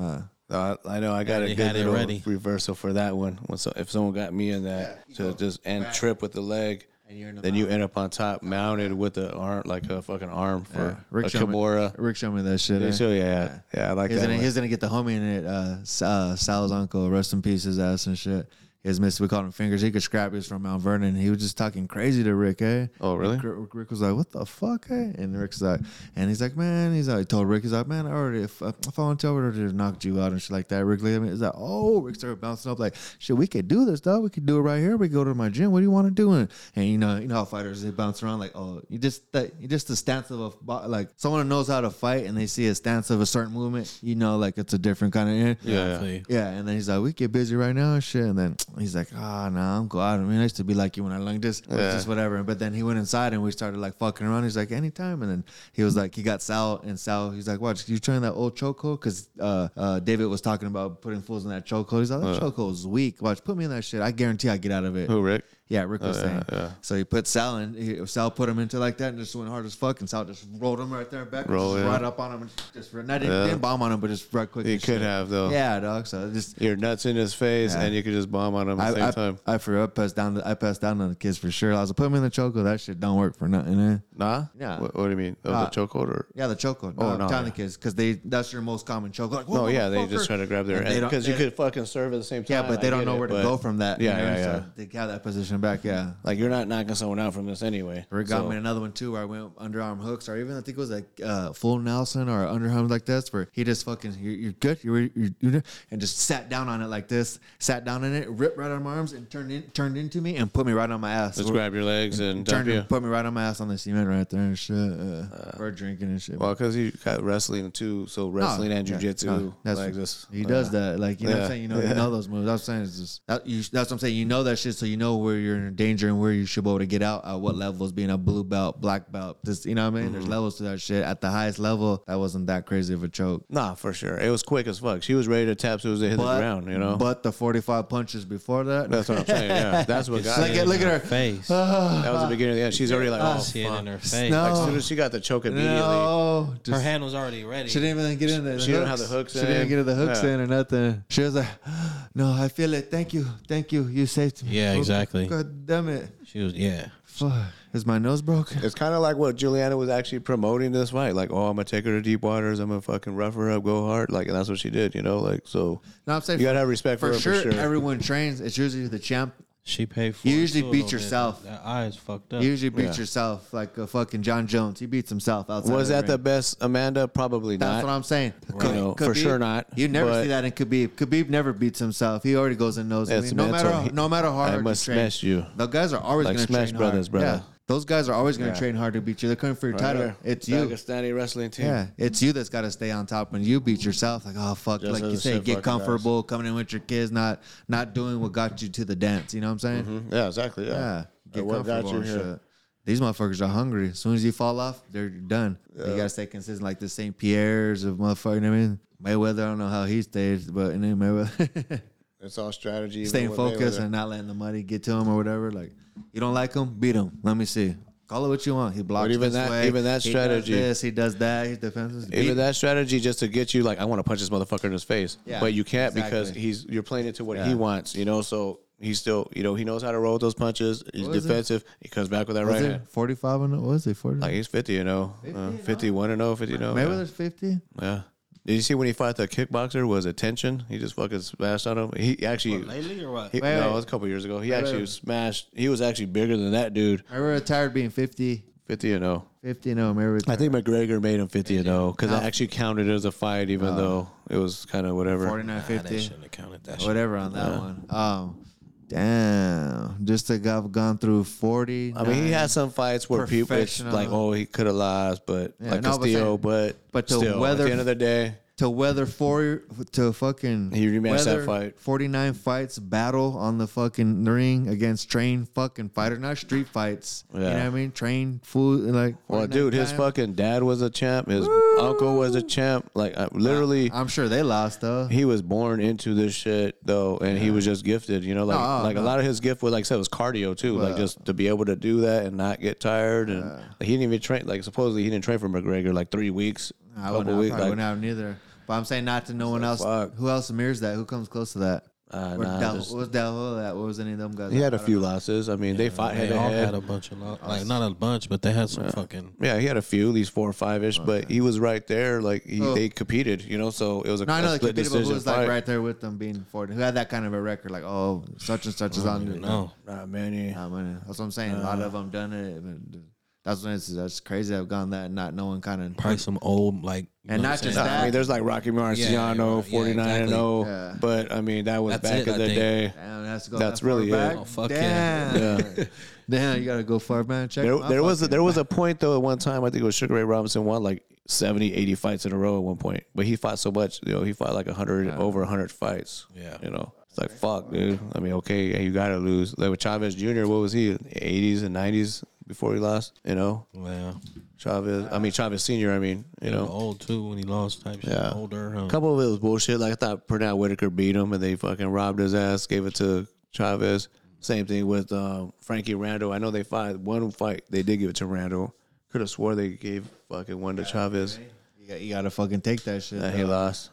Uh, I know I got Already a good had it little ready. reversal for that one. When so, if someone got me in that Yeah, you to go just and back. trip with the leg, And you're in the then you end up on top, mounted with the arm like a fucking arm uh, Yeah. for uh, Rick a showed me- kimura. Rick showed me that shit. eh? So yeah, yeah, yeah, I like He was that. gonna, one. he was gonna get the homie in it. Uh, S- uh, Sal's uncle, rest in peace, his ass and shit. His miss, we called him Fingers. He could scrap. He was from Mount Vernon. He was just talking crazy to Rick, eh? Oh, really? Rick, Rick- Rick was like, "What the fuck?" eh? And Rick's like, and he's like, "Man," he's like, told Rick, he's like, "Man, I already if, if I went over there, just knocked you out and shit like that." Rick looked at me, he's like, "Oh," Rick started bouncing up like, "Shit, we could do this, dog. We could do it right here. We go to my gym. What do you want to do?" And, and you know, you know how fighters they bounce around like, "Oh, you just that you just the stance of a bo- like someone who knows how to fight and they see a stance of a certain movement, you know, like it's a different kind of." yeah, yeah. See? Yeah, and then he's like, "We get busy right now and shit." And then he's like, "Ah, no, nah, I'm cool. I mean, I used to be like you when I lunged this, but it's Yeah. just whatever." But then he went inside and we started like fucking around. He's like, "Anytime." And then he was like, he got Sal and Sal. He's like, "Watch, you trying that old chokehold?" Because uh, uh, David was talking about putting fools in that chokehold. He's like, "That chokehold's weak. Watch, put me in that shit. I guarantee I get out of it." Who Rick? Yeah, Rick was saying. So he put Sal in. He, Sal put him into like that and just went hard as fuck. And Sal just rolled him right there and back, and Roll, just yeah. right up on him, and just not didn't, Yeah. didn't bomb on him, but just right quick. He and could shit. have, though. Yeah, dog. So just Your nuts in his face, Yeah. and you could just bomb on him at the same I, I, time. I for I passed down. The, I passed down on the kids for sure. I was like, put him in the choco. That shit don't work for nothing. Eh? Nah. Yeah. What, what do you mean? Oh, Uh, the chokehold or? Yeah, the choco. No, Oh, I'm no, telling yeah. the kids because they that's your most common choco. Like, No, "Whoa, yeah, they motherfucker." just try to grab their And they head don't- because you they- could fucking serve at the same time. Yeah, but I they don't get know it, where to but- go from that. you Yeah, know? yeah, yeah. So they got that position back. Yeah. Like you're not knocking someone out from this anyway. Or got So- me another one too, where I went underarm hooks, or even I think it was like uh, full Nelson or underarm like this, where he just fucking you're, you're good, you're, you're, you're and just sat down on it like this, sat down in it, ripped right on my arms, and turned in, turned into me and put me right on my ass. Just grab your legs and dump turned you. and put me right on my ass on the cement right there and shit. Uh, we're drinking and shit. Well, because he got wrestling too, so wrestling and yeah, jujitsu. no, that's- like this. He does that, like you know what Yeah. I'm saying. You know, you know those moves. I'm saying it's just that, you, that's what I'm saying. You know that shit, so you know where you're in danger and where you should be able to get out. At what levels, being a blue belt, black belt, this you know what I mean. There's Mm-hmm. levels to that shit. At the highest level, that wasn't that crazy of a choke. Nah, for sure. It was quick as fuck. She was ready to tap so as they hit the ground. You know, but the 45 punches before that, that's what I'm saying. Yeah, [LAUGHS] that's what got Look her. at- look at her. Uh, face. That was the beginning of the end. She's already Ah, like, oh, I see it in her face. no. Like, as soon as she got the choke immediately. Oh. no, just, Her hand was already ready. She didn't even get in the. She didn't have the hooks She didn't in. get the hooks Yeah. in or nothing. She was like, [GASPS] "No, I feel it. Thank you, thank you. You saved me." Yeah, Oh, exactly. God damn it! She was yeah. Fuck. [SIGHS] Is my nose broken? It's kind of like what Juliana was actually promoting this fight. Like, oh, I'm gonna take her to deep waters. I'm gonna fucking rough her up, go hard. Like, and that's what she did. You know, like so. No, I'm saying You gotta have respect for, for, her sure, for sure. Everyone trains. It's usually the champ. She paid for. You it, usually too, a beat little bit. yourself. That eye is fucked up. You usually beats Yeah. yourself like a fucking John Jones. He beats himself outside. was of that the ring. best Amanda? Probably That's not. what I'm saying. Right. No, for sure not, You never but- see that in Khabib. Khabib never beats himself. He already goes and knows. I That's- mean, no that's matter what he- no matter how I hard must you train, smash you. The guys are always Like gonna Smash train Brothers, hard. brother. Yeah. Those guys are always gonna Yeah. train hard to beat you. They're coming for your title. Right here. It's you. Dagestani wrestling team. Yeah, it's you that's got to stay on top when you beat yourself. Like, oh fuck, Just like as you the say, shit get fucking comfortable, coming in with your kids, not not doing what got you to the dance. You know what I'm saying? Yeah, exactly. Mm-hmm. Yeah. Yeah, get Like, what got comfortable you and here? shit. These motherfuckers are hungry. As soon as you fall off, they're done. You gotta stay consistent, like the St. Pierre's of motherfucker. You know what I mean, Mayweather. I don't know how he stays, but you know, Mayweather [LAUGHS] It's all strategy. even staying with focused Mayweather. and not letting the money get to him or whatever. Like, you don't like him, beat him. Let me see. Call it what you want. He blocks even this that- way. even that He does strategy. this, he does that. He defends. this. Beat Even that strategy just to get you like I want to punch this motherfucker in his face, Yeah, but you can't because exactly. he's you're playing it to what Yeah. he wants, you know. So he's still, you know, he knows how to roll with those punches. He's What was it? defensive. He comes back with that Was right it hand. 45 and what was it? 40? Like he's fifty, you know, 50, uh, no? fifty-one and 0, 50 and 0. Maybe there's 50. yeah. yeah. Did you see when he fought the kickboxer? Was it tension? He just fucking smashed on him. He actually lately or what? He, Wait, no, wait. it was a couple years ago. He Wait, actually wait. was smashed. He was actually bigger than that dude. I remember retired being 50, Fifty and oh. zero. 50. No, remember I retired think McGregor made him fifty Uh-huh. and zero because No. I actually counted it as a fight, even though it was kind of whatever. 49, Nah, they 50. shouldn't have counted that. Shit. Whatever on that one. Um, damn. Just to have gone through 40. I mean, he had some fights where people it's Professional. like, oh, he could have lost, but Yeah, like no, but Castillo, saying- but but to still, weather- at the end of the day, to weather four to fucking He rematched weather that fight. 49 fights battle on the fucking ring against trained fucking fighters, not street fights. You know Yeah. what I mean? Trained food like well, 49 dude, his times. fucking dad was a champ, his uncle was a champ. Like, I, literally, I'm sure they lost though. he was born into this shit though, and he was just gifted. You know, like No, oh, like no. a lot of his gift was like I said was cardio too, like just to be able to do that and not get tired. And like, he didn't even train. Like supposedly he didn't train for McGregor like three weeks, I couple wouldn't, I weeks. probably Like, wouldn't have neither. But I'm saying not to no one else. fuck. Who else mirrors that? Who comes close to that? Uh, or nah, Del- just- what was Del that? What was any of them guys? he had I a don't few know. losses. I mean, they fought head They to all head. had a bunch of lo- like not a bunch, but they had some fucking. Yeah, he had a few, these four or five ish, but he was right there. Like he, Oh. they competed, you know. So it was a, No, I a know they split competed, but decision who was fight. like right there with them being 40? Who had that kind of a record? Like, oh, such and such is on. the- No, Not many. Nah, man, That's what I'm saying. a lot of them done it. but That's when it's that's crazy. I've gone that and not knowing kind of. probably some old like. you And know not what I'm just Nah, saying? that. I mean, there's like Rocky Marciano, right, yeah, 49 and exactly. 0. Yeah. But I mean, that was That's back it, in I the think. day. Damn, it has to go That's that far really it. back? Oh, fuck yeah. Damn. Damn, you gotta go far back. Check [LAUGHS] There, my there was a, fucking- there was a point though at one time I think it was Sugar Ray Robinson won like 70, 80 fights in a row at one point, but he fought so much, you know, he fought like hundred over hundred fights. Yeah. you know, it's like fuck, dude. I mean, okay, yeah, you gotta lose. Like with Chavez Jr., what was he? Eighties and nineties before he lost. You know, Well, Chavez. I mean Chavez Senior. I mean, you know, old too when he lost type shit. Yeah. Older, huh? a couple of it was bullshit. Like I thought Pernell Whitaker beat him, and they fucking robbed his ass, gave it to Chavez. Same thing with uh, Frankie Randall. I know they fought one fight. They did give it to Randall. Could have swore they gave fucking one to Chavez. You, got, you gotta fucking take that shit. that he though. lost.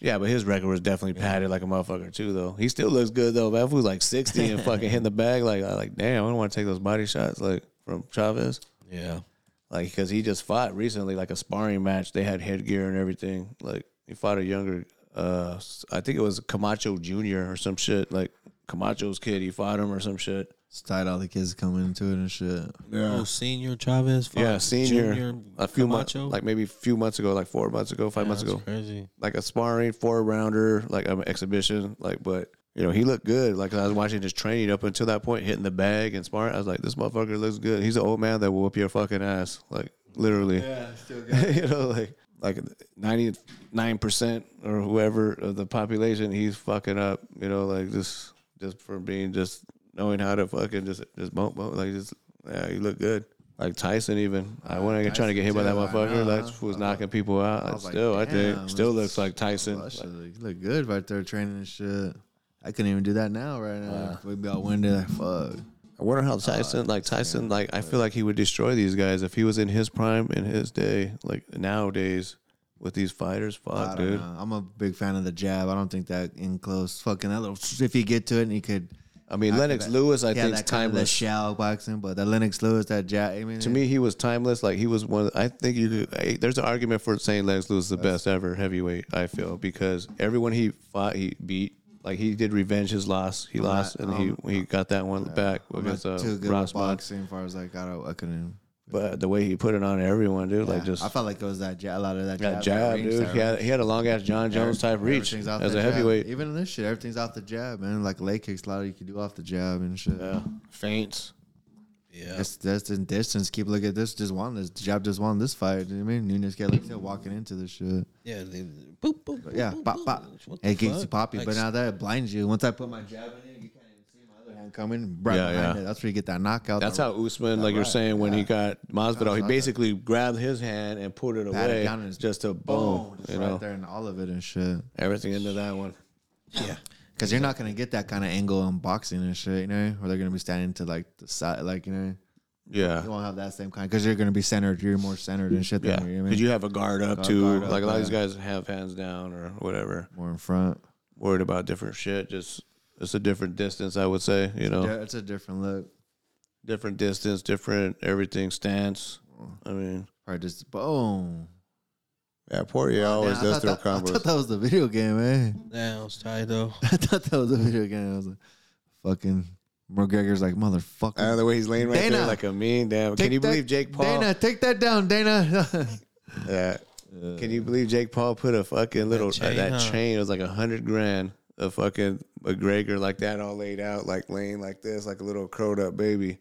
Yeah, but his record was definitely padded like a motherfucker too. Though he still looks good though. That fool's like sixty and fucking hitting the bag. Like, I like damn, I don't want to take those body shots like from Chavez. Yeah. Like, because he just fought recently, like a sparring match. They had headgear and everything. Like, he fought a younger, uh, I think it was Camacho Jr. or some shit. Like, Camacho's kid, he fought him or some shit. It's tight. All the kids coming into it and shit. Oh, senior Chavez. Fox, yeah, senior, Oh, junior a few months, Camacho. like maybe a few months ago, like four months ago, five months That's ago. Crazy. like a sparring four rounder, like an exhibition, like but you know he looked good. Like I was watching his training up until that point, hitting the bag and sparring. I was like, this motherfucker looks good. He's an old man that will whoop your fucking ass, like literally. Yeah, [LAUGHS] still good. you know, like like ninety nine percent or whoever of the population, he's fucking up. You know, like just just from being just knowing how to fucking just just bump, bump like just yeah, he looked good. Like Tyson, even I wasn't trying to get hit by that Uh, too, I know, motherfucker. huh? Like was knocking people out. was like, still, I damn, think still that's- looks like Tyson. Well, shit, you look good right there training and shit. I couldn't even do that now, right now. We'd be out winded, like, fuck. I wonder Uh, how Tyson, like Tyson, like I feel like he would destroy these guys if he was in his prime in his day, like nowadays with these fighters. I Fuck, don't dude. know. I'm a big fan of the jab. I don't think that in close fucking that little. If he get to it, and he could. I mean, Lennox that- Lewis, I yeah, think, is that kind of the timeless. shell boxing, but that Lennox Lewis, that jab. I mean, to me, he was timeless. Like he was one. Of, I think you could. I, there's an argument for saying Lennox Lewis is the best ever heavyweight. I feel because everyone he fought, he beat. Like he did revenge his loss. He lost, and he he got that one back I'm not against uh, too good Ross at Mod. boxing. As far as like, I, don't, I couldn't. But the way he put it on everyone, dude, like just I felt like it was that jab. A lot of that jab. That that jab, range, dude. that He had, he had a long ass John Jones type reach Everything's off as the a jab. heavyweight. Even in this shit, everything's off the jab, man. Like leg kicks, a lot of you can do off the jab and shit. Yeah. Feints. Yeah. That's that's in distance. Keep looking at this. Just won this. Jab just won this fight. You know what I mean? Nunes got like I said, walking into this shit. Yeah. They, boop, boop, boop, Yeah, boop, pop boop. pop. What the It gets you fuck? poppy, Like, but uh, now that it blinds you. Once I put my jab in it, you can't even see my other hand coming right Yeah, behind yeah. it. That's where you get that knockout. That's that how Usman, like you're saying, when he got Masvidal, he basically grabbed his hand and pulled it pat it away down and it's just to boom, boom, just you right know, there and all of it and shit. everything into that one. Because you're not gonna get that kind of angle in boxing and shit, you know, or they're gonna be standing to like the side, like you know, you Yeah. won't have that same kind because you're gonna be centered. You're more centered and shit. Yeah. Than you, know what I Because mean? you have a guard up Guard- too. guard up, like a lot of these yeah. guys have hands down or whatever, more in front. worried about different shit. Just it's a different distance, I would say, you know, Yeah, it's a different look. different distance, different everything stance. Mm. I mean, Or just boom. yeah, Poirier always Man, I does thought throw that- I combos. thought that was the video game, man. Nah, I was tired though. [LAUGHS] I thought that was the video game. I was like, fucking McGregor's like motherfucker. I don't know the way he's laying right Dana. there like a mean damn. Take Can you that- believe Jake Paul? Dana, take that down, Dana. [LAUGHS] Yeah. Can you believe Jake Paul put a fucking little that chain, chain? Uh, that huh? chain it was like a hundred grand of fucking McGregor like that, all laid out, like laying like this, like a little crowed up baby,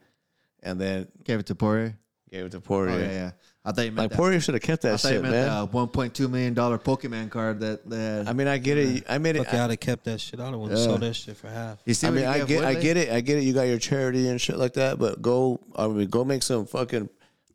and then Gave it to Poirier. gave it to Poirier. Oh yeah, yeah. I thought you meant Like that. Poirier should have kept I that thought you shit, meant man. the uh, one point two million dollar Pokemon card that. that I mean, I get it. I made it. Fuck, I'd have kept that shit. I'd have yeah. sold that shit for half. you see I what mean, you I get get, I Woodley? get it, I get it. You got your charity and shit like that, but go, I mean, go make some fucking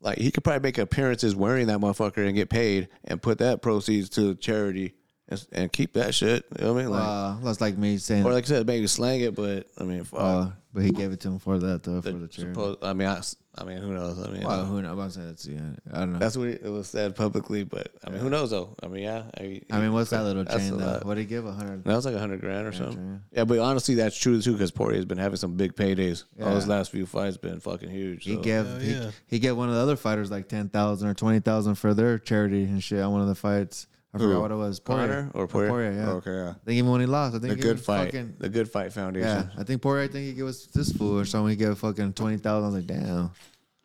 like he could probably make appearances wearing that motherfucker and get paid and put that proceeds to charity and, and keep that shit. You know what I mean? Like, Uh, that's like me saying. or like I said, maybe slang it, but I mean, fuck. uh, but he gave it to him for that though, for the charity. Suppose- I mean, I, s- I mean, who knows? I mean, uh, Well, who knows? I'm saying that's yeah. I don't know. that's what it was said publicly, but I mean, who knows though? I mean, yeah. I, I mean, what's that little That's chain a though? lot. What did he give? A hundred. That was like a hundred grand or something. true. Yeah, but honestly, that's true too because Poirier's been having some big paydays. All his Yeah. last few fights been fucking huge. He so- gave Hell he, yeah. he gave one of the other fighters like ten thousand or twenty thousand for their charity and shit on one of the fights. I forgot Who? what it was. Oh, Connor or Poirier? Oh, yeah. Okay, yeah. I think even when he lost, I think the he good was fight, Fucking, the good fight foundation. yeah, I think Poirier. I think he gave us this fool or someone. He gave fucking twenty thousand. I was like, damn.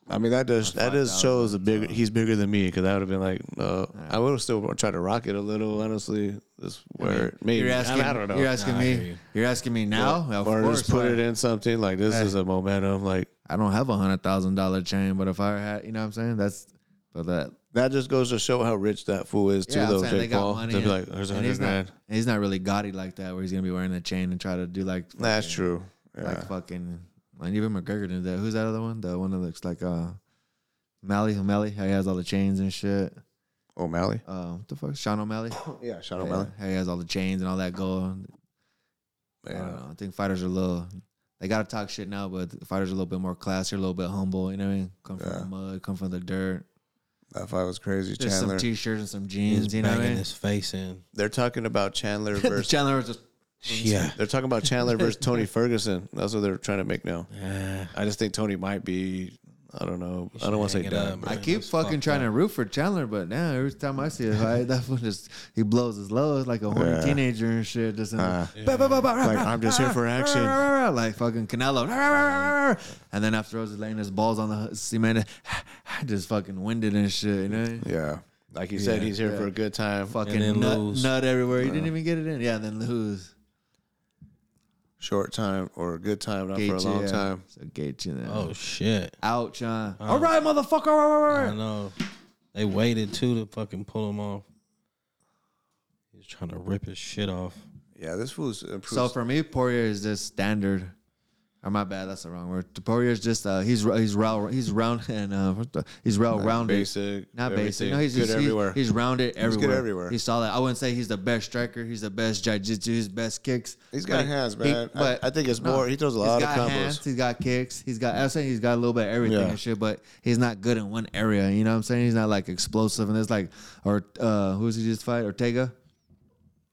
I mean that does that just shows a bigger. He's bigger than me because I would have been like, no, I would have still tried to rock it a little. Honestly, this word maybe You're I mean, asking. I don't know. You're asking Nah, I me. hear you. You. are asking me now. Of or course, just put I- it in something like this is a momentum. Like I don't have a hundred thousand dollar chain, but if I had, you know what I'm saying? That's but that that just goes to show how rich that fool is too. Yeah, I'm though saying Jake Paul, to be like, there's a and hundred he's grand. Not, and he's not really gaudy like that, where he's gonna be wearing a chain and try to do like That's true. like Yeah. fucking. Like even McGregor did that. Who's that other one? The one that looks like uh, Mally O'Malley. How he has all the chains and shit. O'Malley. Uh, what the fuck, Sean O'Malley? Yeah, Sean How he has all the chains and all that gold. I don't know. I think fighters are a little They gotta talk shit now, but the fighters are a little bit more classy, a little bit humble. You know what I mean? Come from the mud, come from the dirt. That fight was crazy. Just Chandler. some t-shirts and some He's jeans. You know what I banging mean? his face in. They're talking about Chandler [LAUGHS] The versus. Chandler was just Yeah. They're talking about Chandler versus Tony Ferguson. That's what they're trying to make now. I just think Tony might be. I don't know. I don't want to say hang it up, done. man. I keep that's fucking fucked trying to root for Chandler, but now every time I [LAUGHS] see it, right, that one just he blows his load like a horny Yeah. teenager and shit. Just in the- Uh, Bah, bah, bah, bah, rah, Like, rah, I'm just here rah, for rah, action. rah, rah, like fucking Canelo, Rah, rah, rah, rah, rah. and then afterwards he's laying his balls on the cement, [LAUGHS] just fucking winded and shit. You know, Yeah. Like you said, Yeah. he's here for a good time. fucking then nut, lose. nut everywhere. He didn't even get it in. Yeah, then lose. Short time or a good time, not for a Gaethje, long yeah. time. Oh. So Gaethje then. Oh shit! Out, John. all right, motherfucker. all right, all right, all I right. know. They waited too to fucking pull him off. He's trying to rip his shit off. Yeah, this fool's improved. So for me, Poirier is just standard. Or my bad, that's the wrong word. Poirier is just uh, he's he's round he's round and uh, what the- he's round rounded. basic, Not basic. everything. No, he's Good he's, he's- everywhere. He's, rounded everywhere. everywhere. He's solid. I wouldn't say he's the best striker. He's the best jiu-jitsu. He's best kicks. He's got he- hands, he- man. I- I think it's more- he throws a lot of he's got combos. Hands, he's got kicks. He's got. I'm saying he's got a little bit of everything Yeah. and shit, but he's not good in one area. You know what I'm saying? He's not like explosive. And it's like or uh, who's he just fight? Ortega.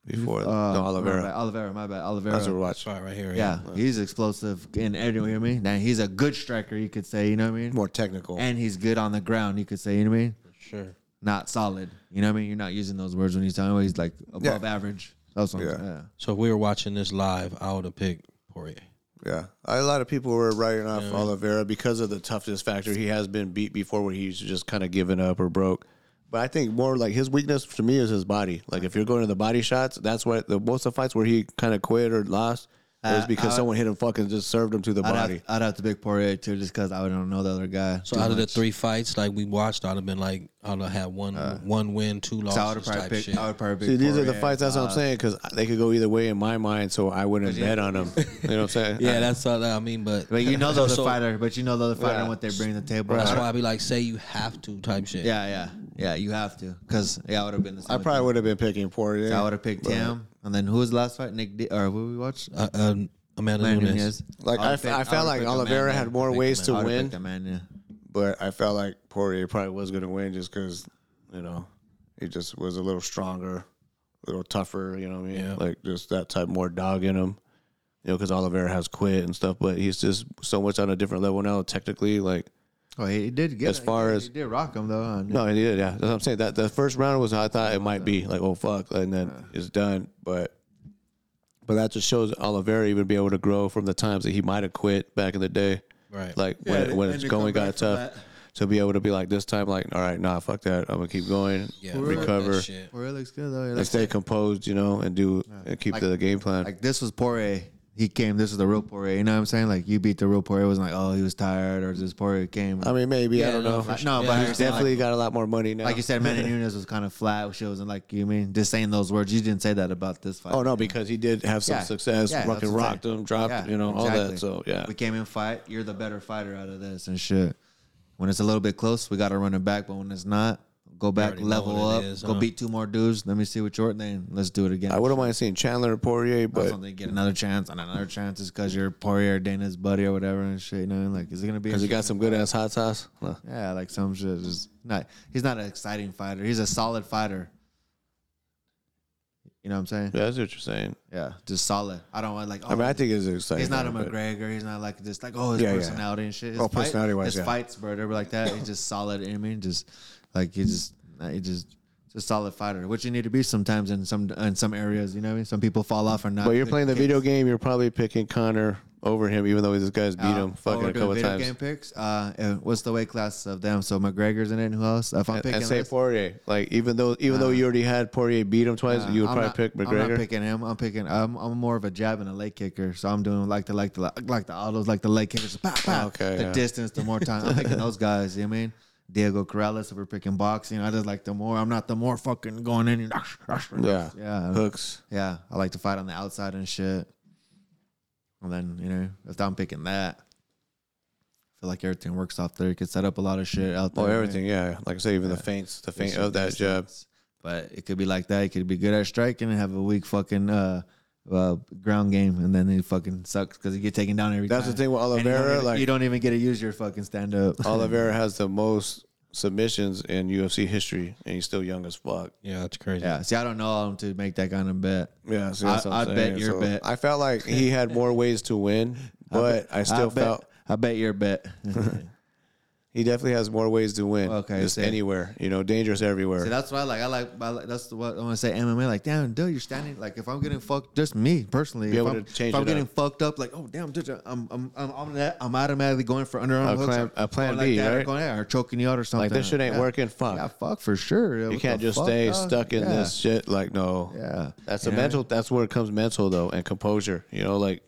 before Uh, no, My bad, Oliveira. Oliveira. My bad. Oliveira. That's what we watch. Right, right here. Yeah, he's explosive in every. You know what I mean? Now he's a good striker. You could say. You know what I mean? More technical. And he's good on the ground. You could say. You know what I mean? sure. Not solid. You know what I mean? You're not using those words when he's talking. about He's like above average. That's what I'm Yeah. saying. Yeah. So if we were watching this live, I would have picked Poirier. Yeah, a lot of people were writing off Oliveira because of the toughness factor. He has been beat before, where he's just kind of given up or broke. But I think more like his weakness to me is his body. Like if you're going to the body shots, that's why the most of the fights where he kind of quit or lost is because someone hit him fucking just served him to the Uh, I'd body. have, I'd have to pick Poirier too, just because I don't know the other guy. So too out of the much. three fights, like we watched, I'd have been like, I'd have had one one win, two losses Uh, so I would have type probably picked. shit. I would probably See, pick these are the Poirier. fights. That's what I'm saying because they could go either way in my mind. So I wouldn't bet on them. You know what [LAUGHS] I'm saying? yeah, that's all that I mean. But [LAUGHS] But you [LAUGHS] know the So- other so fighter. But you know the other fighter and what they bring to the table. That's I don't- why I'd be like, say you have to type shit. Yeah, yeah, yeah. You have to, because yeah, I would have been the I same. probably would have been picking Poirier. I would have picked him, and then who was the last fight? Nick D- or who we watched? Uh, uh, Amanda Man Nunes. Nunez. Like, I would've f- I picked- felt would've like picked Oliveira Amanda. had more Picked ways Amanda. to I would've win. picked Amanda. but I felt like Poirier probably was going to win just because, you know, he just was a little stronger, a little tougher, you know what I mean? Yeah. Like just that type more dog in him, you know, because Oliveira has quit and stuff, but he's just so much on a different level now, technically. Like, Oh, he he did get As far he, as- he did rock him though. huh? no, and he did, yeah. That's what I'm saying. That the first round was how I thought it might be, like, oh fuck, and then it's done. But but that just shows Oliveira even be able to grow from the times that he might have quit back in the day. Right. Like Yeah, when and- when and it's to come going back got from tough. that. To be able to be like this time, like, all right, nah, fuck that. I'm gonna keep going, Yeah, fuck that recover, shit. Poirier looks good though. He and looks- stay composed, you know, and do and keep Like- to the game plan. like this was Poirier. He came. This is the real Poirier. You know what I'm saying? Like you beat the real Poirier. It wasn't like oh he was tired or this Poirier came. I mean, maybe I Yeah, don't no, know. for sure. No, but he's I'm saying, definitely got a lot more money now. like you said, Amanda Nunes was kind of flat. She wasn't like you mean just saying those words. You didn't say that about this fight. oh no, because he did have some Yeah. success, Yeah, fucking that's what I'm rocked saying. him, dropped, Yeah, you know, all exactly. that. So yeah, we came in fight. You're the better fighter out of this and shit. When it's a little bit close, we got to run it back. But when it's not, go back, already know level what up, it is, go huh? beat two more dudes. Let me see what you're. Then let's do it again. I wouldn't mind seeing Chandler and Poirier, I but don't think get another chance and another chance is because you're Poirier, Dana's buddy or whatever and shit. You know, like is it gonna be? because he got some good ass hot sauce. Huh. yeah, like some shit. Is not. He's not an exciting fighter. He's a solid fighter. You know what I'm saying? Yeah, Yeah, that's what you're saying. just solid. I don't want like. Oh, I mean, I think it's exciting. He's not a but- McGregor. He's not like just like oh his Yeah, yeah. personality and shit. His Oh, personality-wise, his yeah. fights, bro, they're like that. He's just solid. You know what I mean, just like he just he just just a solid fighter, which you need to be sometimes in some in some areas. You know what I mean? Some people fall off or not. But you're playing the video game. You're probably picking Connor over him, even though this guy's beat him fucking a couple Ah, Oh, video times. Game picks. Uh, and what's the weight class of them? So McGregor's in it. And who else? If I'm And, picking, and say this- Poirier. Like even though even though you already had Poirier beat him twice, you would I'm probably not- pick I'm not McGregor. picking him. I'm picking. I'm, I'm more of a jab and a leg kicker. So I'm doing like the like the like the autos, like the leg kickers. Pow, pow. Okay, The yeah. distance, the more time. [LAUGHS] I'm picking those guys. You know what I mean? Diego Corrales. If we're picking boxing, I just like the more. I'm not the more fucking going in. And yeah. Yeah. Hooks. yeah. I like to fight on the outside and shit. And then you know, if I'm picking that, I feel like everything works off there. You could set up a lot of shit out there. Oh, you know? everything. Yeah. Like I say, even the feints, the feint It's of that just- jab. it's- But it could be like that. It could be good at striking and have a weak fucking uh, uh, ground game, and then it fucking sucks because you get taken down every That's time. the thing with And you don't Oliveira, even- like- you don't [LAUGHS] even get to use your fucking stand up. Oliveira has the most submissions in UFC history, and he's still young as fuck. Yeah, that's crazy. [LAUGHS] yeah, see, I don't know him to make that kind of bet. Yeah, so I- that's what I'm I bet saying. your So bet. I felt like he [LAUGHS] had more ways to win, but I, still bet, felt I bet your [LAUGHS] bet. see, he definitely has more ways to win. Okay, just see. anywhere, you know, dangerous everywhere. that's what I like. I like. I like that's what I want to say. MMA, like, damn, dude, you're standing. Like, if I'm getting fucked, just me personally. Be if able I'm, to change if I'm it getting up. fucked up, like, oh damn, dude, I'm I'm I'm I'm, that, I'm automatically going for underarm A hooks plan- or a plan going like B, that, Or, right? going there, or choking you out or something. like this shit ain't Yeah. working. Fuck. Yeah, fuck for sure. Yeah, you what can't the just fuck, stay dog? stuck in Yeah. this shit. Like no, Yeah. that's You a know what I mental. That's where it comes mental though, and composure. You know, like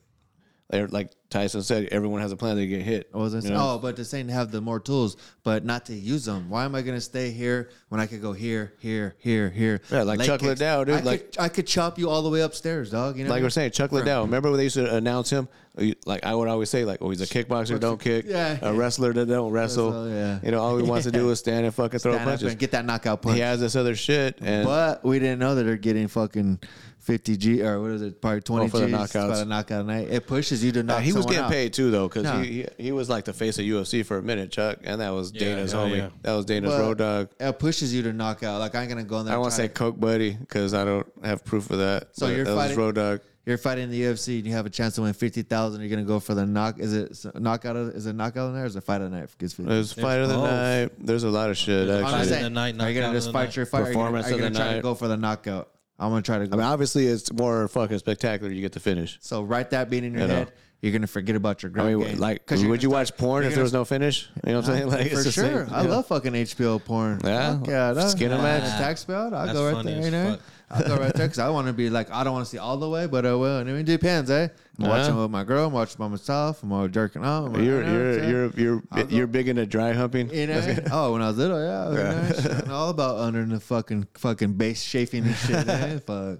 like- like Tyson said, everyone has a plan. They get hit. I wasn't you saying, know? oh, but this ain't have the more tools, but not to use them. Why am I gonna stay here when I could go here, here, here, here? Yeah, like Chuck kicks. Liddell, dude, I like- could, I could chop you all the way upstairs, dog. You know, what I like we're mean? saying, Chuck Liddell. Remember when they used to announce him? Oh, Like I would always say, like, oh, he's a kickboxer, don't kick. Yeah. A wrestler that don't wrestle. Wrestle, [LAUGHS] yeah. You know, all he wants to do is stand and fucking throw Stand up punches. and get that knockout punch. He has this other shit, and but we didn't know that they're getting fucking. 50 G or what is it? Probably 20 Oh, for the G's knockouts. by the knockout a night. It pushes you to knock. Uh, he was someone getting out. paid too though, because No. he, he he was like the face of UFC for a minute, Chuck, and that was Dana's hell homie. yeah. That was Dana's But road dog. It pushes you to knock out. Like I'm gonna go in there. I and want to try say to- Coke Buddy because I don't have proof of that. So but you're that was fighting- road dog. you're fighting the UFC and you have a chance to win fifty thousand. You're gonna go for the knock. Is it s- knockout? Of, is it knockout in there? Or is it fight of the night? Gets 50? There's fight of the both. night. There's a lot of shit There's a lot I'm actually. just of saying, the night, are knockout you gonna of just the fight night. your fight? Are you gonna, Performance are you of the gonna try night. to go for the knockout? I'm gonna try to I go. mean, obviously, it's more fucking spectacular. You get the finish. so write that beat in your You know. head. You're gonna forget about your I ground mean, game. like, 'Cause you're would gonna you watch you're porn if gonna- there was no finish? You know what I'm [LAUGHS] saying? [LAUGHS] Like, for it's the sure. same- I yeah. love fucking HBO porn. Yeah. Fuck yeah, no. Skin a match. tax bill. I'll That's go right funny there. as You know? fuck. I'll go right there because I want to be like I don't want to see all the way, but I will. And it depends, eh? I'm watching Yeah. with my girl. I'm watching by myself. I'm all jerking off. I'm all- You're you know what I'm you're saying? you're you're I'll go- you're big into dry humping. You know? [LAUGHS] oh, when I was little, yeah, you know, shit, all about under the fucking fucking base chafing and shit. [LAUGHS] man. Fuck.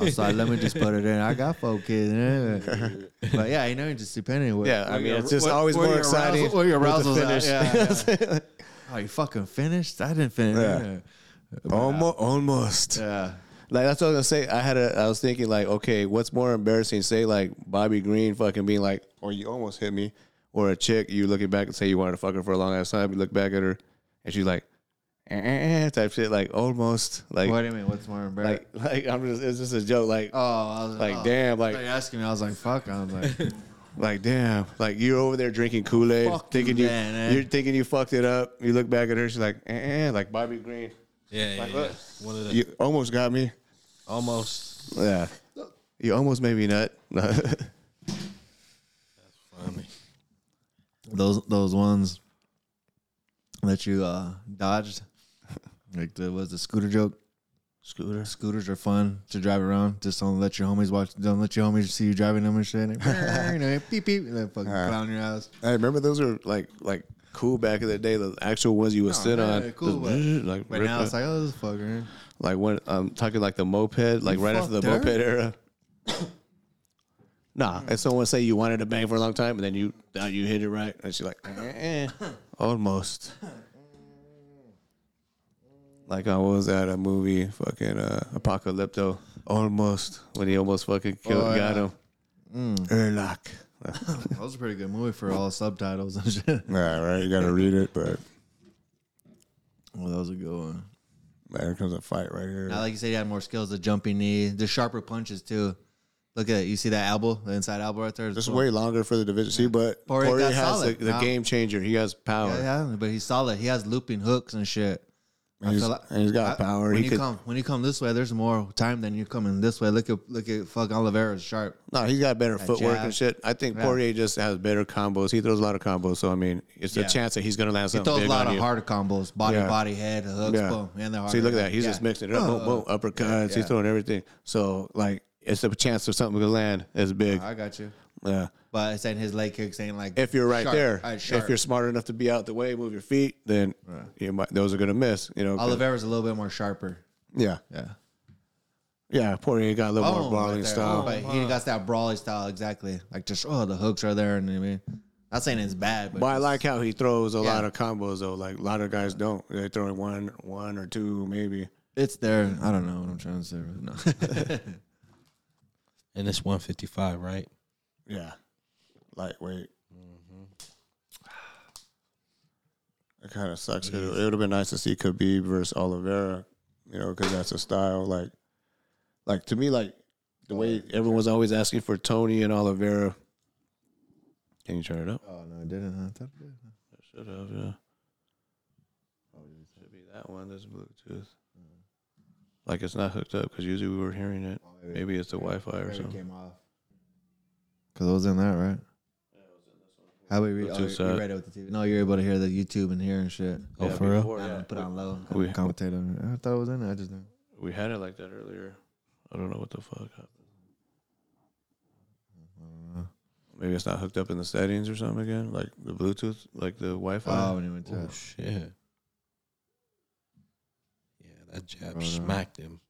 I'm sorry. Let me just put it in. I got four kids. Man. But yeah, you know, it just depending. What, Yeah, I what mean, your- it's just what- always where more your arousal- exciting Where your with the arousal's at. finish. [LAUGHS] Yeah, yeah. oh, you fucking finished? I didn't finish. Yeah. Almost, almost. Yeah. Like that's what I was gonna say. I had a. I was thinking like, okay, what's more embarrassing? Say like Bobby Green fucking being like, or you almost hit me, or a chick you looking back and say you wanted to fuck her for a long ass time. You look back at her, and she's like, eh, eh, eh, type shit, like almost, like, What do you mean? What's more embarrassing? like, like I'm just. It's just a joke. Like, oh, I was like oh. damn, They like, asking me, I was like, "Fuck!" I was like, [LAUGHS] like damn, like you're over there drinking Kool Aid, Fuck thinking you, you, man, eh? you're thinking you fucked it up. You look back at her, she's like, eh, eh, like Bobby Green, Yeah, yeah, yeah. look. One of the you almost got me. almost. Yeah, you almost made me nut. [LAUGHS] [LAUGHS] Funny. "Those those ones that you uh [LAUGHS] dodged, like the was the scooter joke." Scooter. Scooters are fun to drive around. Just don't let your homies watch. Don't let your homies see you driving them and [LAUGHS] shit. you know, beep beep, and then fucking clown your [LAUGHS] ass. I remember those were like like cool back in the day. The actual ones you would sit Oh, yeah, on, they're cool, just but- like But rip now it's it. like, oh, this fucker. like when I'm talking like the moped, like right after the fucked her? moped era. nah, Hmm. if someone say you wanted to bang for a long time and then you now you hit it right, and she's like, [LAUGHS] eh, eh, almost. Like I was at a movie, fucking uh, Apocalypto, almost when he almost fucking killed, Oh, got yeah. Hmm. him. [LAUGHS] Erlock. [LAUGHS] That was a pretty good movie for all subtitles and [LAUGHS] shit. All right, you gotta read it, but Well, that was a good one. man, here comes a fight right here. Now, like you said, he had more skills. The jumping knee, the sharper punches too. Look at it. You see that elbow, the inside elbow right there. This is way longer for the division. See, but Poirier Poirier, got has the, solid. the Now- game changer. He has power. Yeah, yeah, but he's solid. He has looping hooks and shit. I He's- feel like- and he's got I- power. When He you could- come, when you come this way, there's more time than you coming this way. Look at look at fuck Oliveira's sharp. No, he's got better footwork jab. and shit. I think Yeah. Poirier just has better combos. He throws a lot of combos, so I mean, it's Yeah. a chance that he's gonna land He something throws a big lot on of you. hard combos, body, Yeah. body, head, hooks, yeah. boom, and they're hard. Uh, See, look at that. He's Yeah. just mixing it up. boom, boom, uppercuts. yeah. He's throwing everything. So like, it's a chance of something to land as big. I got you. Yeah. But it's saying his leg kicks ain't like If you're right sharp. there, All right, if sharp. you're smart enough to be out the way, move your feet, then you might. Those are gonna miss. You know. 'cause- Oliveira's a little bit more sharper. Yeah. Yeah. Oh, Yeah. Poirier got a little more brawling right there. style. but he ain't got that brawly style exactly. Like just oh, the hooks are there, and I mean, not saying it's bad, but But I just- like how he throws a Yeah. lot of combos though. Like a lot of guys don't. They throw in one, one or two maybe. [LAUGHS] it's there. I don't know what I'm trying to say. Right now. and it's 155, right? Yeah. Lightweight. It kind of sucks. 'cause It would have been nice to see Khabib versus Oliveira, you know, because that's a style. Like, like to me, like The way everyone's always asking for Tony and Oliveira. Can you turn it up? Oh no, it didn't. Huh? I thought it did. Should have, yeah. Oh, Should be that one. There's Bluetooth. Mm-hmm. Like it's not hooked up because usually we were hearing it. maybe- Maybe it's the Wi-Fi or Oh, Maybe it something. came off. Cause it was in that, right? How we read? Bluetooth Oh, you set. read it with the TV. No, you're able to hear the YouTube and hear and shit. Oh, for real? I don't put it on low. We- commentate on it. I thought it was in there. I just didn't. We had it like that earlier. I don't know what the fuck happened. Mm-hmm. Maybe it's not hooked up in the settings or something again, like the Bluetooth, like the Wi-Fi. Oh, when it went to Oh shit. Yeah, that jab smacked him.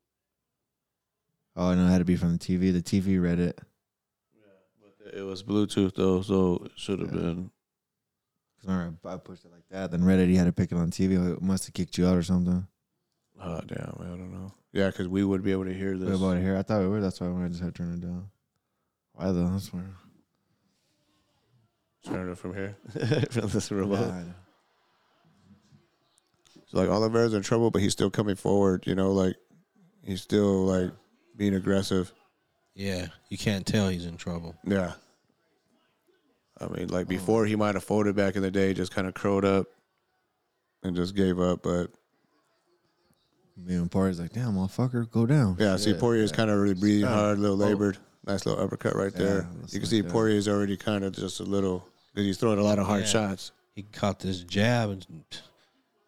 Oh no, it had to be from the TV. The TV read it. it was Bluetooth though, so it should have Yeah. been. Cause remember, I I pushed it like that, then read it. He had to pick it on TV. It must have kicked you out or something. Oh damn, I don't know. Yeah, because we would be able to hear What this. about here? I thought we were. That's why I just had to turn it down. Why though? That's weird. Turn it from here [LAUGHS] from this remote. Yeah, I know. So like Oliveira's in trouble, but he's still coming forward. You know, like he's still like being aggressive. Yeah, you can't tell he's in trouble. Yeah. I mean, like before he might have folded back in the day, just kind of curled up And just gave up, but Me and Party's like, damn, motherfucker, go down. yeah, see Poirier's kind of really breathing hard, a little labored. Nice little uppercut right there. looks You can like see that. Poirier's already kind of just a little because he's throwing a lot of hard Yeah. shots. He caught this jab and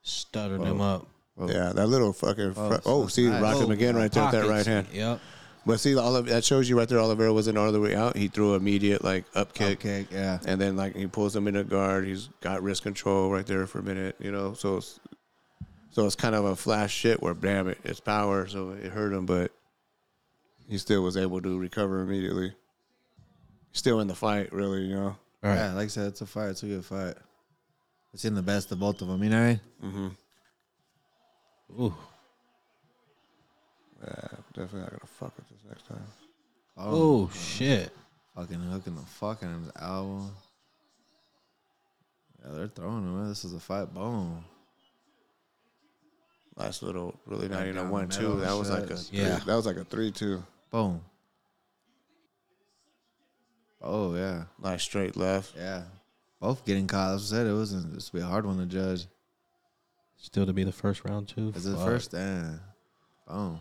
stuttered him up. Yeah, that little fucking. fr- it's oh, not see, nice. rock Oh, him again right there with that right Pockets. hand. Yep. But see, Olive, that shows you right there. Oliveira wasn't all the way out. He threw immediate like up kick, Cupcake, yeah. and then like he pulls him into guard. He's got wrist control right there for a minute. You know, so it's, so it's kind of a flash shit where damn it, it's power. So it hurt him, but he still was able to recover immediately. Still in the fight, really. You know, All right. Yeah, like I said, it's a fight. It's a good fight. It's in the best of both of them. You know what I mean? Ooh. definitely not gonna fuck with this next time. Oh shit. Fucking hooking the fucking his elbow. Yeah, they're throwing him. man. This is a fight. Boom. Last little, really not even a down the one two. middle, That was like a shots. three, Yeah. that was like a three two. Boom. Oh, yeah. Nice straight left. Yeah. Both getting caught. That's what I said. It wasn't. It's be a hard one to judge. Still to be the first round too. Is it Fuck. first? Damn. Boom.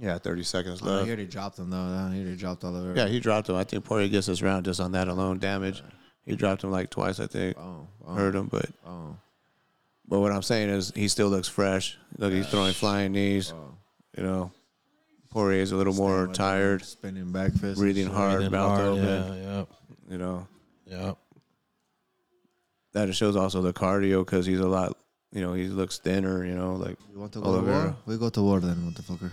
Yeah, thirty seconds Oh, left. I heard he dropped him though. I heard he dropped all over. Yeah, he dropped him. I think Poirier gets this round just on that alone damage. He dropped him like twice, I think. Boom. Boom. Hurt him, but Boom. but what I'm saying is he still looks fresh. Look, he's throwing flying knees. You know, Poirier's a little more Staying with him, tired, Spinning back fists. breathing hard, Breathing mouth hard, open. Yeah. Yep. You know, Yep. that shows also the cardio because he's a lot. You know, he looks thinner. You know, like You want to go to war? Oliveira. We go to war then, motherfucker.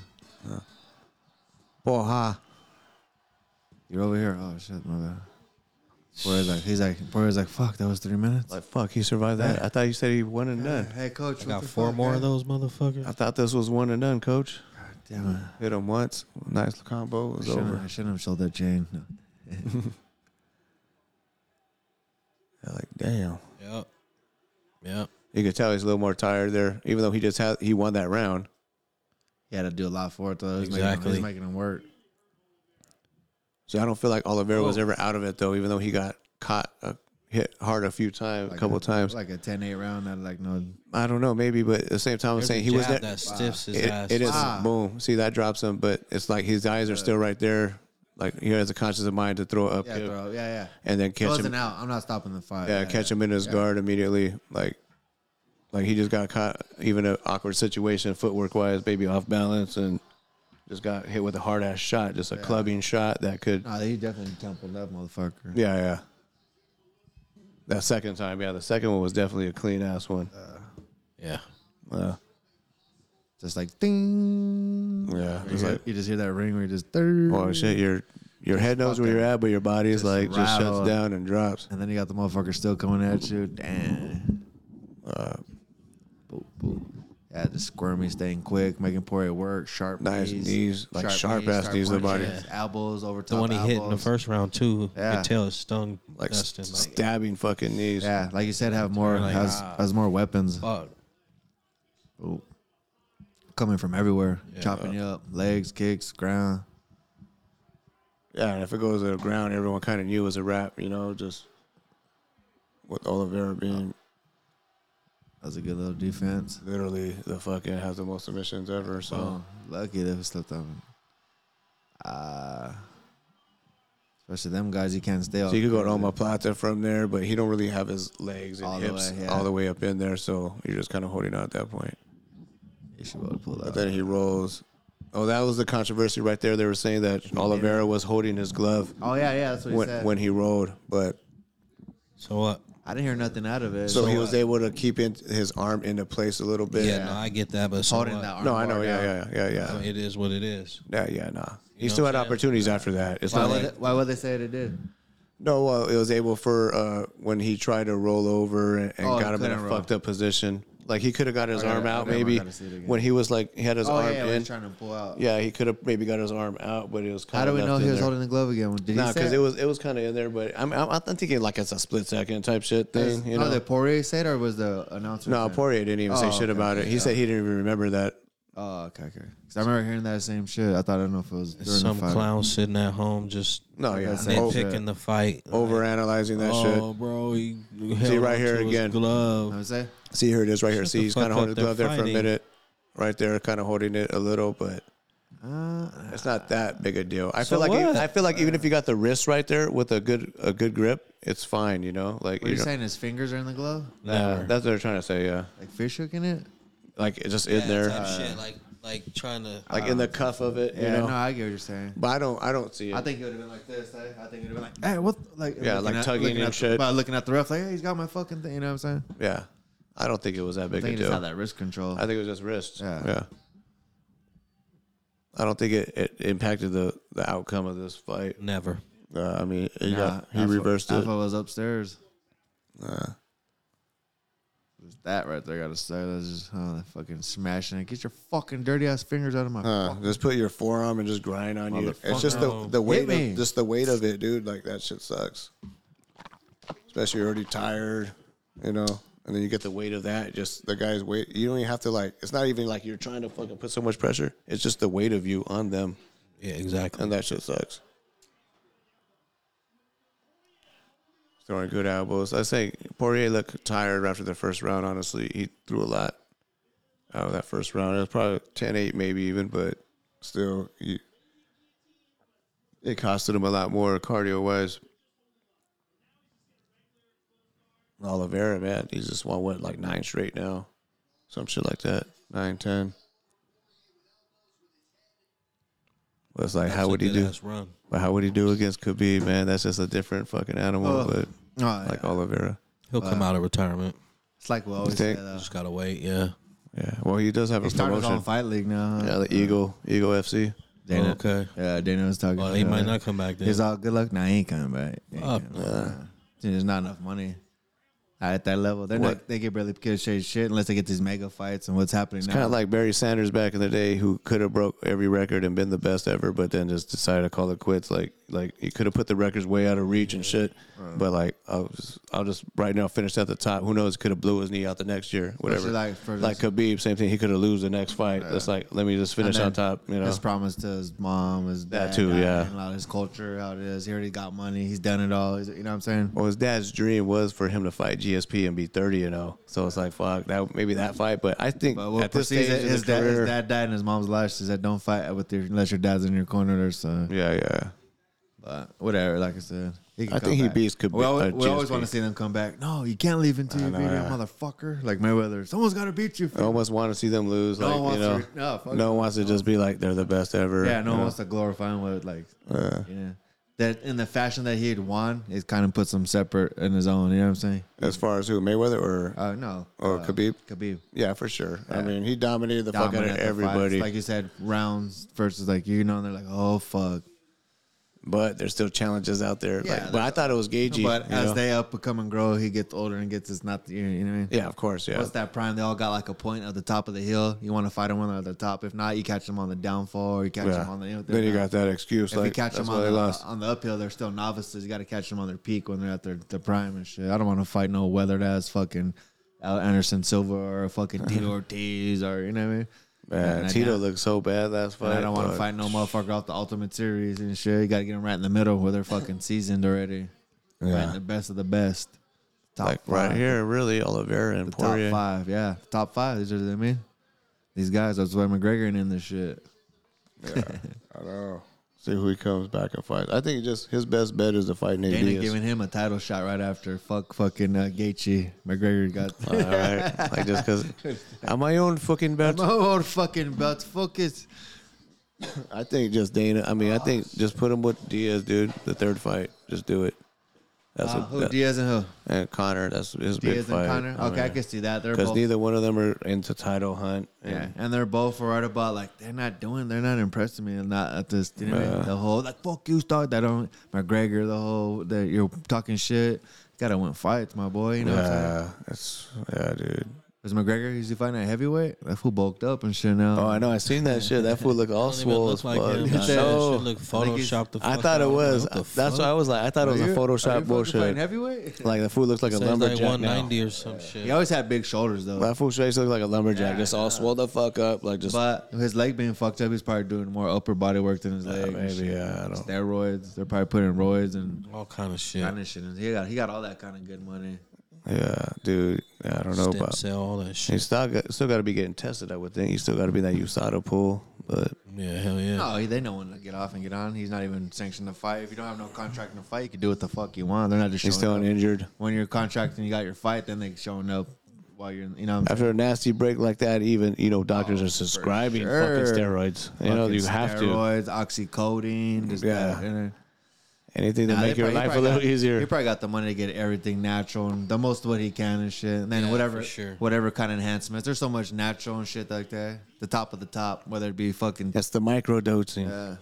Poha. You're over here. Oh shit, my bad. Poirier's like, he's like, Poirier's like, fuck, that was three minutes. Like fuck, he survived that. I thought you said he one and done. hey coach, Got four more of those motherfuckers. I thought this was one and done, coach. Damn it. Hit him once, nice combo. It was Shouldn't- over. I shouldn't have sold that chain. No. Like damn. Yep. Yep. You could tell he's a little more tired there, even though he just had he won that round. He had to do a lot for it though. He's making him, Exactly. he's making him work. So I don't feel like Oliveira was ever out of it though, even though he got caught uh, hit hard a few times, a couple times. Like a 10-8 round. That like no. I don't know, maybe, but at the same time, I'm There's saying a he was jab there. That stiffs his It, ass. it is Ah. boom. See that drops him, but it's like his eyes are still right there. Like he has a conscious of mind to throw up Yeah, kick bro. Yeah, yeah. and then It catch him. wasn't out. I'm not stopping the fight. Yeah, catch him in his guard immediately. Like, like he just got caught, even an awkward situation, footwork wise, baby off balance, and just got hit with a hard ass shot, just a clubbing shot that could. Nah, he definitely templed that motherfucker. Yeah, yeah. That second time, yeah, the second one was definitely a clean ass one. Yeah. Uh, Just like ding. yeah, You, it's hear- like, you just hear that ring where you just third. oh shit, your your head knows where you're at, but your body is like just rattled. shuts down and drops. And then you got the Uh, motherfucker still coming at you. Damn. Boop, boop. Yeah, just squirming, staying quick, making Poirier work, sharp Nice knees, like sharp ass knees to the body. punches, elbows over top. The one he hit in the elbows. first round too. Yeah. Yeah. Could tell it stung like Dustin. Like, stabbing fucking knees. Yeah, like you said, have more like, has ah. has more weapons fuck. coming from everywhere, chopping you up, legs, kicks, ground. Yeah, and if it goes to the ground, everyone kind of knew it was a wrap, you know, just with Oliveira being That was a good little defense. literally the fucking has the most submissions ever. So Oh, lucky they slipped on. Uh, especially them guys, you can't stay. So you could go to Oma Plata from there, but he don't really have his legs and All the hips way, yeah. all the way up in there, so you're just kind of holding out at that point. You should be able to pull But that. then he rolls. Oh, that was the controversy right there. They were saying that Oliveira was holding his glove Oh yeah, yeah, that's what he when, said. when he rolled, but So what? I didn't hear nothing out of it. so, he was able to keep in, his arm into place a little bit. Yeah, no, I get that, but so holding what? that arm. no, I know. bar Yeah, down. yeah, yeah, I yeah, mean, It is what it is. yeah, yeah. Nah, he know still what had I'm saying? opportunities after that. It's Why not would, like it, why would they say they did? no, well, it was able for uh, when he tried to roll over and, and Oh, he got him in a couldn't roll. fucked up position. Like he could have got his Okay, arm okay, out okay, I maybe gotta see it again. when he was like he had his Oh arm yeah, when in. he's trying to pull out. yeah, he could have maybe got his arm out, but it was kind How of. do we know he was holding the glove again? Did he Nah, say because it was it was kind of in there, but I'm I'm, I'm thinking like it's a split second type shit Is- thing. You no, know, that Oh, Poirier said, or was the announcer? no, saying? Poirier didn't even Oh, say okay, shit about it. okay, He yeah. said he didn't even remember that. Oh, okay, okay. 'Cause I remember hearing that same shit. I thought I don't know if it was during Some the fight. clown sitting at home just No, yeah, that's it. over, nitpicking the fight. overanalyzing that oh, bro, he held right on here to his again. You know what Glove. I'm saying? shit. See here it is right here. Shut See the he's fuck kind of holding up, the glove they're there for a fighting. minute, right there, kind of holding it a little, but. Uh, it's not that big a deal. I So feel like what? I feel like even if you got the wrist right there with a good a good grip, it's fine. You know, like What are you you know- saying? His fingers are in the glove, Nah, that's what they're trying to say. Yeah, like fish hooking it. like it's just in there, Uh, shit, like like trying to. like in the cuff of it. you Uh, Yeah, know, no, I get what you're saying. but I don't I don't see it. I think it would have been like this. Eh? I think it would have been like, hey, what? Like, Yeah, looking like at- tugging looking and at the- shit. By looking at the ref, like, hey, he's got my fucking thing. You know what I'm saying? yeah, I don't think it was that I big think a he just deal. had that wrist control. I think it was just wrist. Yeah. yeah. I don't think it, it impacted the, the outcome of this fight. Never. Uh, I mean, he, Nah, got, he Alpha- reversed it. Alpha was upstairs. It's that right there, I gotta say. That's just oh, that fucking smashing it. Get your fucking dirty ass fingers out of my. Oh, Uh, just put your forearm and just grind on you. It's just the, the weight me. of just the weight of it, dude. Like that shit sucks. Especially you're already tired, you know, and then you get the weight of that. Just the guy's weight. You don't even have to like. It's not even like you're trying to fucking put so much pressure. It's just the weight of you on them, Yeah, exactly. and that shit sucks. Throwing good elbows. I say Poirier looked tired after the first round. Honestly, he threw a lot out of that first round. It was probably 10-8 maybe even, but still, he, it costed him a lot more cardio wise. Oliveira, man, he's just won what like nine straight now, some shit like that, nine ten. Well, it's like how would he do? Run. But how would he do against Khabib, man? That's just a different fucking animal. Oh. but Oh, yeah. like Oliveira, He'll come Uh, out of retirement. It's like we always say think- though. Just gotta wait. Yeah. yeah. Well, he does have He a started his promotion. own fight league now. huh? Yeah, the Eagle, Eagle FC. Dana. Okay. Yeah, Dana was talking. Well, uh, shit he might about not it. come back then. Uh. He's all good luck. Nah, he ain't coming back. He ain't Fuck, coming back. Nah. Dude, There's not enough money. At that level, they're What? not, they can barely get shit shit unless they get these mega fights and what's happening now. Kind of like Barry Sanders back in the day, who could have broke every record and been the best ever, but then just decided to call it quits. Like, like he could have put the records way out of reach and shit. But like, I'll just, I'll just right now finish at the top. Who knows? Could have blew his knee out the next year. Whatever. Especially like for like this- Khabib, same thing. He could have lose the next fight. It's like, let me just finish on And then top. You know, his promise to his mom, his That dad, too, God, yeah. and a lot of his culture, how it is. He already got money. He's done it all. He's, you know what I'm saying? Well, his dad's dream was for him to fight GSP and be thirty and zero. So it's like fuck that maybe that fight, but I think But what at this proceeds stage it, in his, his dad, career, his dad died and his mom's life. She said, "Don't fight with your unless your dad's in your corner or something." yeah, yeah. But whatever, like I said, he can I come think he back. beats Khabib- We always, uh, we always GSP. want to see them come back. No, you can't leave until you know, beat him, yeah. motherfucker. Like Mayweather, someone's got to beat you. I almost want to see them lose. No Like one wants you know, to re- no, fuck no no. one wants to just be like they're the best ever. yeah, no you one know? wants to glorify him with like, yeah, that in the fashion that he had won, it kind of puts him separate in his own. You know what I'm saying? As far as who Mayweather or Uh, no, Or uh, Khabib? Khabib. yeah, for sure. I mean, he dominated the fuck out dominant of the fights. everybody. Like you said, rounds versus like you know, and they're like, oh fuck. but there's still challenges out there. Yeah, like, but I thought it was Gagey. But you as know? they up and come and grow, he gets older and gets his not. You know what I mean? yeah, of course, yeah, What's that prime? They all got like a point at the top of the hill. You want to fight them when they're at the top. If not, you catch them on the downfall or you catch yeah. them on the. You know, then you they're got that excuse. If like, you catch that's them why on they the, uh, lost. on the uphill, they're still novices. You got to catch them on their peak when they're at their, their prime and shit. I don't want to fight no weathered ass fucking Al Anderson Silva or [LAUGHS] fucking Tito Ortiz or you know what I mean. Man, And I- Tito looked so bad last and fight. I don't want to but- fight no motherfucker off the Ultimate Series and shit. You got to get them right in the middle where they're [LAUGHS] fucking seasoned already. Right in the best of the best. Top Like right five. here, really, Oliveira and The top Poirier. five, yeah. Top five. These are I mean. These guys, that's why McGregor ain't in this shit. I know. See who he comes back and fights. I think just his best bet is to fight Nate Dana Diaz. giving him a title shot right after. Fuck fucking uh, Gaethje. McGregor got [LAUGHS] All [LAUGHS] right, like just because I'm my own fucking [LAUGHS] bet. my own fucking belt. Focus. I think just Dana. I mean, I think just put him with Diaz, dude. The third fight, just do it. That's Uh, a, who that- Diaz and who? and Connor. That's his big Diaz fight. and Connor. Okay, I can see that. They're Because both. neither one of them are into title hunt. yeah, And and they're both right about like they're not doing, they're not impressing me. and Not at this, you know, what I mean? the whole like fuck you, dog. That don't McGregor. The whole that you're talking shit. Gotta win fights, my boy. You know what I'm saying? yeah, that's yeah, dude. Is McGregor he's fighting at heavyweight? That fool bulked up and shit now. Oh, I know. I seen that shit. That fool looked [LAUGHS] all Don't even swole look as like [LAUGHS] fuck. him. I That shit know. look think he's- photoshopped. the I fuck thought it out. was. What the That's fuck? why I was like, I thought it was Are a you- are you Photoshop fucking Fighting bullshit. heavyweight. Like the fool looks like a So he's like lumberjack now. 190 or some shit. [LAUGHS] He always had big shoulders though. That fool face looks like a lumberjack, just all swole the fuck up, like just But his leg being fucked up, he's probably doing more upper body work than his leg. and maybe. shit. Yeah, I don't. Steroids. They're probably putting roids and All kind of shit. kind of shit. in. He got he got all that kind of good money. Yeah, dude. I don't know Stem about. cell, all that He shit. still got, still got to be getting tested. I would think he still got to be in that USADA pool, but Yeah, hell yeah. No, he- they know when to get off and get on. He's not even sanctioned to fight. If you don't have no contract to fight, you can do what the fuck you want. They're not just showing he's still up. injured. When you're contracting, you got your fight, then they showing up while you're, in- you know, what I'm After a nasty break like that, even you know doctors are Oh, subscribing sure. fucking steroids. You know Fucking you have to steroids, oxycodone, just Yeah. that, you know. anything to Nah, they make your probably- he life a probably little got- He easier. probably got the money to get everything natural and the most of what he can and shit. And then Yeah, whatever, for sure. whatever kind of enhancements. There's so much natural and shit like that. The top of the top, whether it be fucking That's the micro dosing. yeah,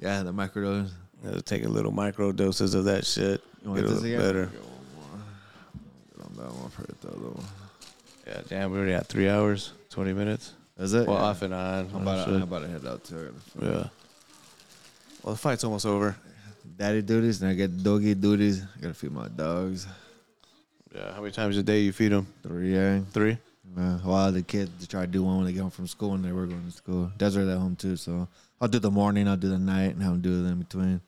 yeah, the microdose. Uh, Taking little micro doses of that shit. You want It'll this look again? better. I'm not one for it, though, though. Yeah, damn, we already at three hours, twenty minutes. Is it? Well, Yeah. off and on. Oh, I'm about, to, I'm about to head out to her. yeah. Well, the fight's almost over. Daddy duties, and I get doggy duties. I gotta feed my dogs. Yeah. How many times a day you feed them? Three, yeah. Three. Uh, while the kids try to do one when they get home from school and they were going to school. Desiree's at home too, so I'll do the morning, I'll do the night, and I'll do it in between.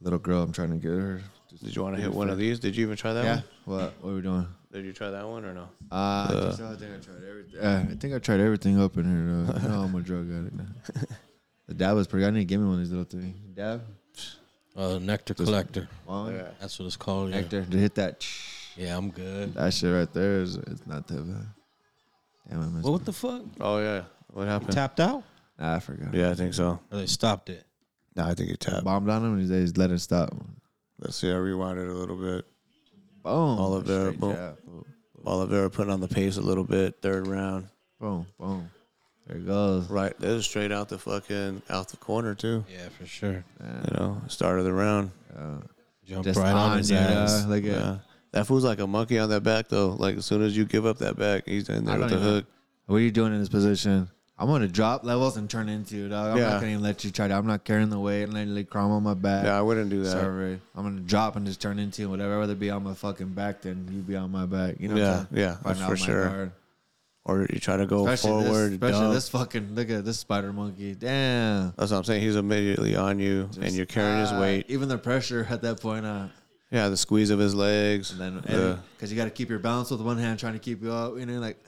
Little girl, I'm trying to get her. Did you want to hit one of these? Did you even try that Yeah. one? What? What are we doing? Did you try that one or no? Uh, I, think so. I think I tried everything. Uh, I think I tried everything up in here. Though. You know [LAUGHS] I'm a drug addict. Now. the dab was pretty. I need to give me one of these little things. Dab. Uh, nectar collector. One. That's what it's called. Yeah. Hector, to hit that. Yeah, I'm good. That shit right there is it's not that bad. Damn, I missed. Well, what the fuck? Oh yeah. What happened? Tapped out? Nah, I forgot. Yeah, I think so. Or they stopped it? No, I think you tapped. Bombed on him and they just let it stop. Boom. Let's see. I rewound it a little bit. Oliveira, Oliver. boom. boom. Oliveira putting on the pace a little bit. Third round. Boom, boom. There it goes. Right. This is straight out the fucking out the corner too. Yeah, for sure. You know, start of the round. Jumped Just uh, right on his you, ass. dog. Like, Yeah. yeah. That fool's like a monkey on that back though. Like as soon as you give up that back, he's in I there with the don't even- hook. What are you doing in this position? I'm gonna drop levels and turn into you, dog. I'm Yeah. not gonna even let you try to. I'm not carrying the weight and letting you crom on my back. Yeah, I wouldn't do that. Sorry. I'm gonna drop and just turn into you. Whatever. I'd rather be on my fucking back than you be on my back. You know? Yeah, what I'm saying? yeah, Fighting for off my sure. guard. Or you try to go Especially forward. this, especially dunk. this fucking look at this spider monkey. Damn. That's what I'm saying. He's immediately on you, and you're carrying his Uh, weight. Even the pressure at that point. Uh, Yeah, the squeeze of his legs. And then then, because you got to keep your balance with one hand, trying to keep you up. You know, like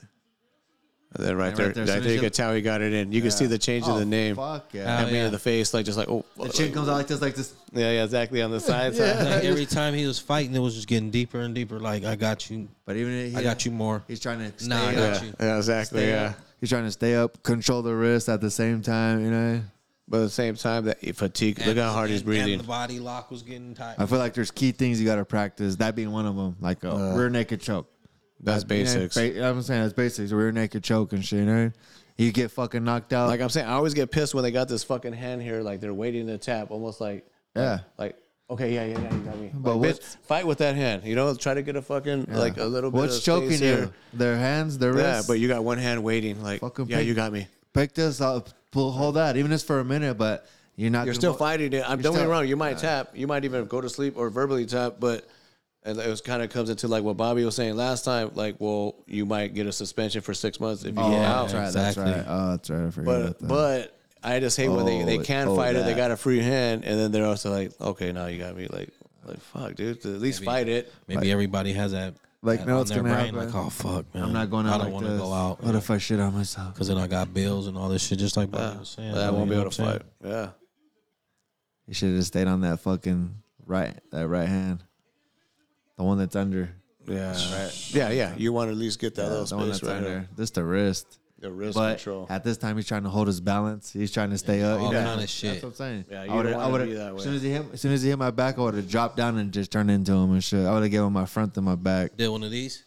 and then right, and there, right there, as right soon as there, you you- could tell he got it in. You can see the change oh, in the name. Fuck Oh, I yeah. mean, yeah. in the face, like just like oh, The chin comes out like this, like this. yeah, yeah, exactly on the side. side. [LAUGHS] Like every time he was fighting, it was just getting deeper and deeper. Like I got you, But even if he, I got you more. He's trying to stay Nah, I up. got Yeah, you. yeah, exactly. stay yeah, up. He's trying to stay up, control the wrist at the same time. You know, but at the same time, that fatigue. look how hard he's And- and breathing. the body lock was getting tight. I feel like there's key things you got to practice. That being one of them, like a rear naked choke. That's You know, Uh, basics. ba- I'm saying that's basics. Rear naked choke and shit. You know, you get fucking knocked out. Like I'm saying, I always get pissed when they got this fucking hand here, like they're waiting to tap, almost like Yeah. Like, okay, yeah, yeah, yeah, you got me. But But like, bitch, what's- fight with that hand. You know, try to get a fucking like a little bit. What's of choking space you? here. Their hands, their Yeah, wrists. but you got one hand waiting. Like, Fucking yeah, pick- you got me. pick this up, pull hold that, even just for a minute. But you're not. gonna You're still mo- fighting it. I'm you're don't get me still- wrong. You might tap. You might even go to sleep or verbally tap. But and it was kind of comes into like what Bobby was saying last time. Like, well, you might get a suspension for six months if you Oh, go Yeah, out. that's right. exactly. That's right. Oh, that's right. I forgot about But that. but I just hate when they, they Oh, can oh, fight it. They that. got a free hand, and then they're also like, okay, now you got me. Like like fuck, dude. At least fight it. Maybe everybody has that. Like, that no, on it's their gonna brain, happen. Like, oh fuck, man. I'm not going out. I don't like wanna this. go out. What if I shit on myself? Because then I got bills and all this shit, just like Bobby was saying. But I bro, won't you be know able to what I'm fight. Yeah. You should have just stayed on that fucking right, that right hand, the one that's under. Yeah, right. Yeah, yeah. You want to at least get that little the one that's space right under. there. Just the wrist. The wrist But control. at this time, he's trying to hold his balance. He's trying to stay up. all He- kinda that's shit. what I'm saying. Yeah, you I would've- don't wanna I would've- be that way. As soon as he hit, as soon as he hit my back, I would have dropped down and just turned into him and shit. I would have given him my front to my back. Did one of these?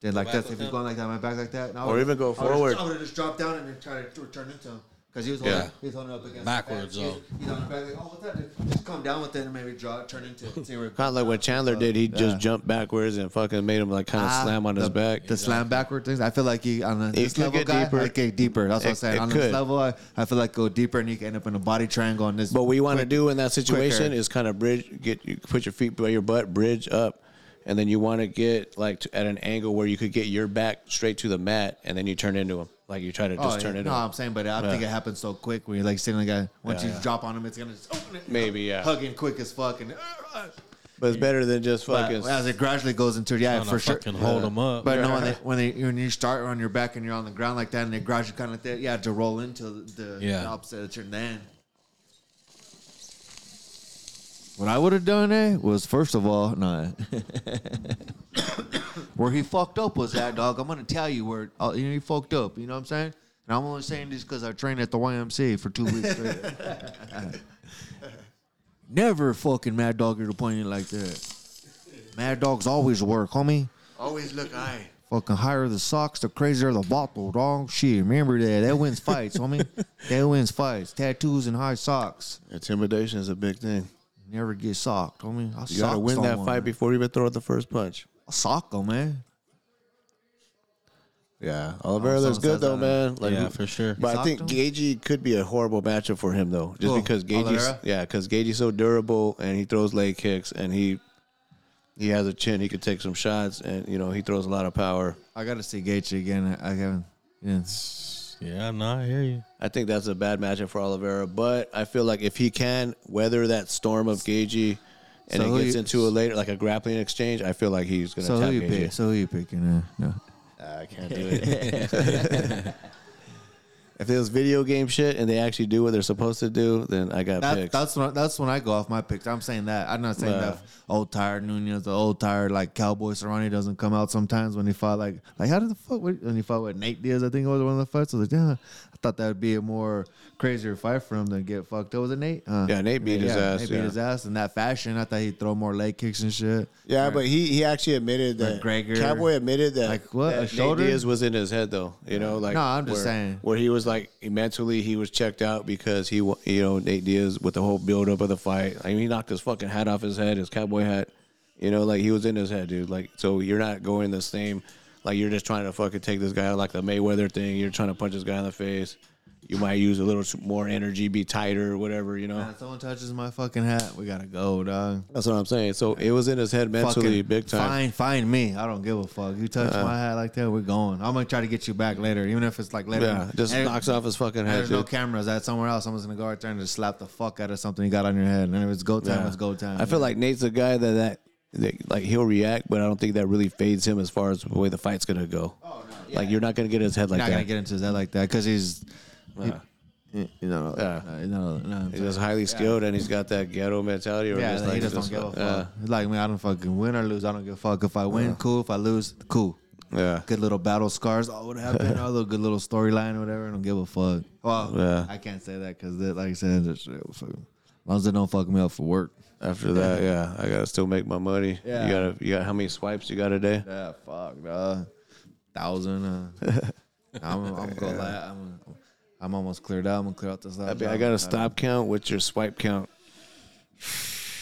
Then like back that's with if he's him? going like that, my back like that, and I Or would've- even go I would've- forward. I would have just dropped down and then tried to turn into him because he was holding, Yeah. he was holding up against the Backwards, back. He's- though. He's on the back like, oh, what's that? Just come down with it and maybe draw, turn into it. See where it [LAUGHS] Kind of like what Chandler did. He Yeah. just jumped backwards and fucking made him like kind of Ah, slam on his the- back. The slam backward things. I feel like he on a, this could level get guy, deeper. It get deeper. That's what I'm It- saying. it on could. this level, I, I feel like go deeper and you can end up in a body triangle on this. But what we want to quick- do in that situation quicker. is kind of bridge, get you put your feet by your butt, bridge up, and then you want to get like to, at an angle where you could get your back straight to the mat, and then you turn into him. Like you try to Oh, just yeah. turn into no, him. I'm saying, but I think it happens so quick when you're like sitting on the guy. Once Yeah, you yeah. drop on him, it's gonna just open it. Maybe, yeah. Hugging quick as fuck, and uh, But it's better than just but fucking. as it gradually goes into yeah, Trying to for sure. fucking hold 'em up. But no, when, they, when they when you start on your back and you're on the ground like that, and they gradually kind of like that, yeah, to roll into the, the Yeah. opposite of your then. What I would have done eh, was first of all, no. [LAUGHS] where he fucked up was that dog. I'm gonna tell you where uh, you know, he fucked up. You know what I'm saying? And I'm only saying this because I trained at the YMCA for two weeks straight. [LAUGHS] Never fucking mad dog at a point like that. Mad dogs always work, homie. always look high. Fucking higher the socks, the crazier the bottle, dog. Shit, remember that. That wins fights, [LAUGHS] homie. That wins fights. Tattoos and high socks. Intimidation is a big thing. Never get socked, homie. I You gotta win that fight before you even throw out the first punch. I sock 'em, man. Yeah, Oliveira Oh, looks someone says good though, that. man. Like, Yeah, for sure. But I He's think soft, Gagey could be a horrible matchup for him though, just Who? because Gagey's Oliveira? yeah, because Gagey's so durable and he throws leg kicks and he he has a chin. He could take some shots and you know he throws a lot of power. I gotta see Gaethje again. I, I haven't. Yeah. Yeah, no, I hear you. I think that's a bad matchup for Oliveira, but I feel like if he can weather that storm of Gagey and So who it gets you- into a later like a grappling exchange, I feel like he's gonna So tap who you Gagey. pick? So who you picking? Uh, no. I can't do it. [LAUGHS] if it was video game shit and they actually do what they're supposed to do, then I got That, picks. that's when that's when I go off my picks. I'm saying that. I'm not saying that Nah. old tired Nunez, the old tired like Cowboy Cerrone doesn't come out sometimes when he fought like like how did the fuck when he fought with Nate Diaz? I think it was one of the fights. I was like, yeah, I thought that would be a more crazier fight for him than get fucked. up. Was it Nate? Uh, Yeah, Nate beat his ass, Nate beat yeah. his ass in that fashion. I thought he'd throw more leg kicks and shit. Yeah, but he he actually admitted that McGregor. Cowboy admitted that Like what? That a Nate shoulder? Diaz was in his head though, you know, like No, I'm just where- saying. where he was like mentally he was checked out because he wa- you know Nate Diaz with the whole build up of the fight. I mean, he knocked his fucking hat off his head, his cowboy hat. You know, like he was in his head, dude. Like so, you're not going the same. Like you're just trying to fucking take this guy out, like the Mayweather thing. You're trying to punch this guy in the face. You might use a little more energy, be tighter, whatever. You know, Man, someone touches my fucking hat, we gotta go, dog. that's what I'm saying. So it was in his head mentally, Fucking big time. Find, find me. I don't give a fuck. You touch my hat like that, we're going. I'm gonna try to get you back later, even if it's like later. [LAUGHS] Yeah, just And- knocks off his fucking and head. There's no dude. cameras. That's somewhere else. Someone's gonna go out there and just slap the fuck out of something you got on your head. And if it's go time, Yeah. it's go time. I feel like Nate's a guy that, that that like he'll react, but I don't think that really fades him as far as the way the fight's gonna go. Like you're not gonna get his head you're like Oh, not that. gonna get into that like that because he's, you, you know, Yeah. uh, you know, no, he's just highly skilled and he's got that ghetto mentality. Or yeah, just he like just don't just- give a fuck. yeah. He's like me. I don't fucking win or lose. I don't give a fuck. If I win, cool. If I lose, cool. Yeah. Good little battle scars. Oh, what happened? oh, little good little storyline or whatever. I don't give a fuck. Well, Yeah. I can't say that because, like I said, it's- it's fucking- as long as they don't fuck me up for work. After that, yeah, I gotta still make my money. Yeah. You gotta, you got how many swipes you got a day? Yeah, fuck, dog. Thousand. Uh, [LAUGHS] I'm, I'm gonna lie. I'm, I'm almost cleared out. I'm gonna clear out this. I, mean, I got a stop count. What's your swipe count?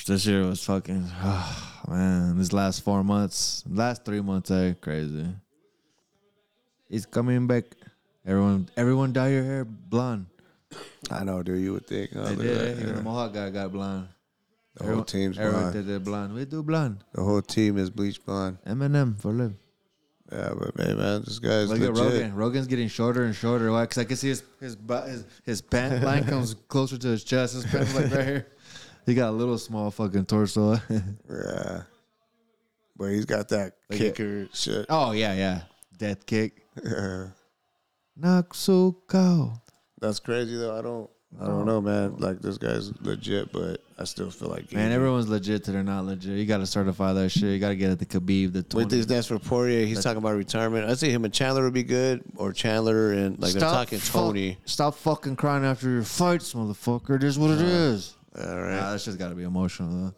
This year was fucking [SIGHS] man. These last four months, last three months, eh? Crazy. He's coming back. Everyone, everyone dye your hair blonde. I know, dude. You would think. Oh, They look at did. that Even the hair. Mohawk guy got blonde. The whole team's Everyone blonde. did it blonde. We do blonde. The whole team is bleach blonde. Eminem for live. Yeah, but man, man this guy's Look legit. at Rogan. Rogan's getting shorter and shorter. Why? Because I can see his his butt, his his [LAUGHS] pant line comes closer to his chest. His pants like right here. He got a little small fucking torso. [LAUGHS] Yeah. But he's got that kicker shit. oh yeah, yeah. Death kick. [LAUGHS] Yeah. Naksuko. That's crazy though. I don't I don't know, man. Like this guy's legit, but I still feel like Man, everyone's legit till they're not legit. You got to certify that shit. You got to get at the Khabib, the Wait, 20. this next for Poirier, he's talking about retirement. I see him and Chandler would be good, or Chandler and like they're talking fuck- Tony. stop fucking crying after your fights, motherfucker. This is what it is. All right, Nah, that's just got to be emotional,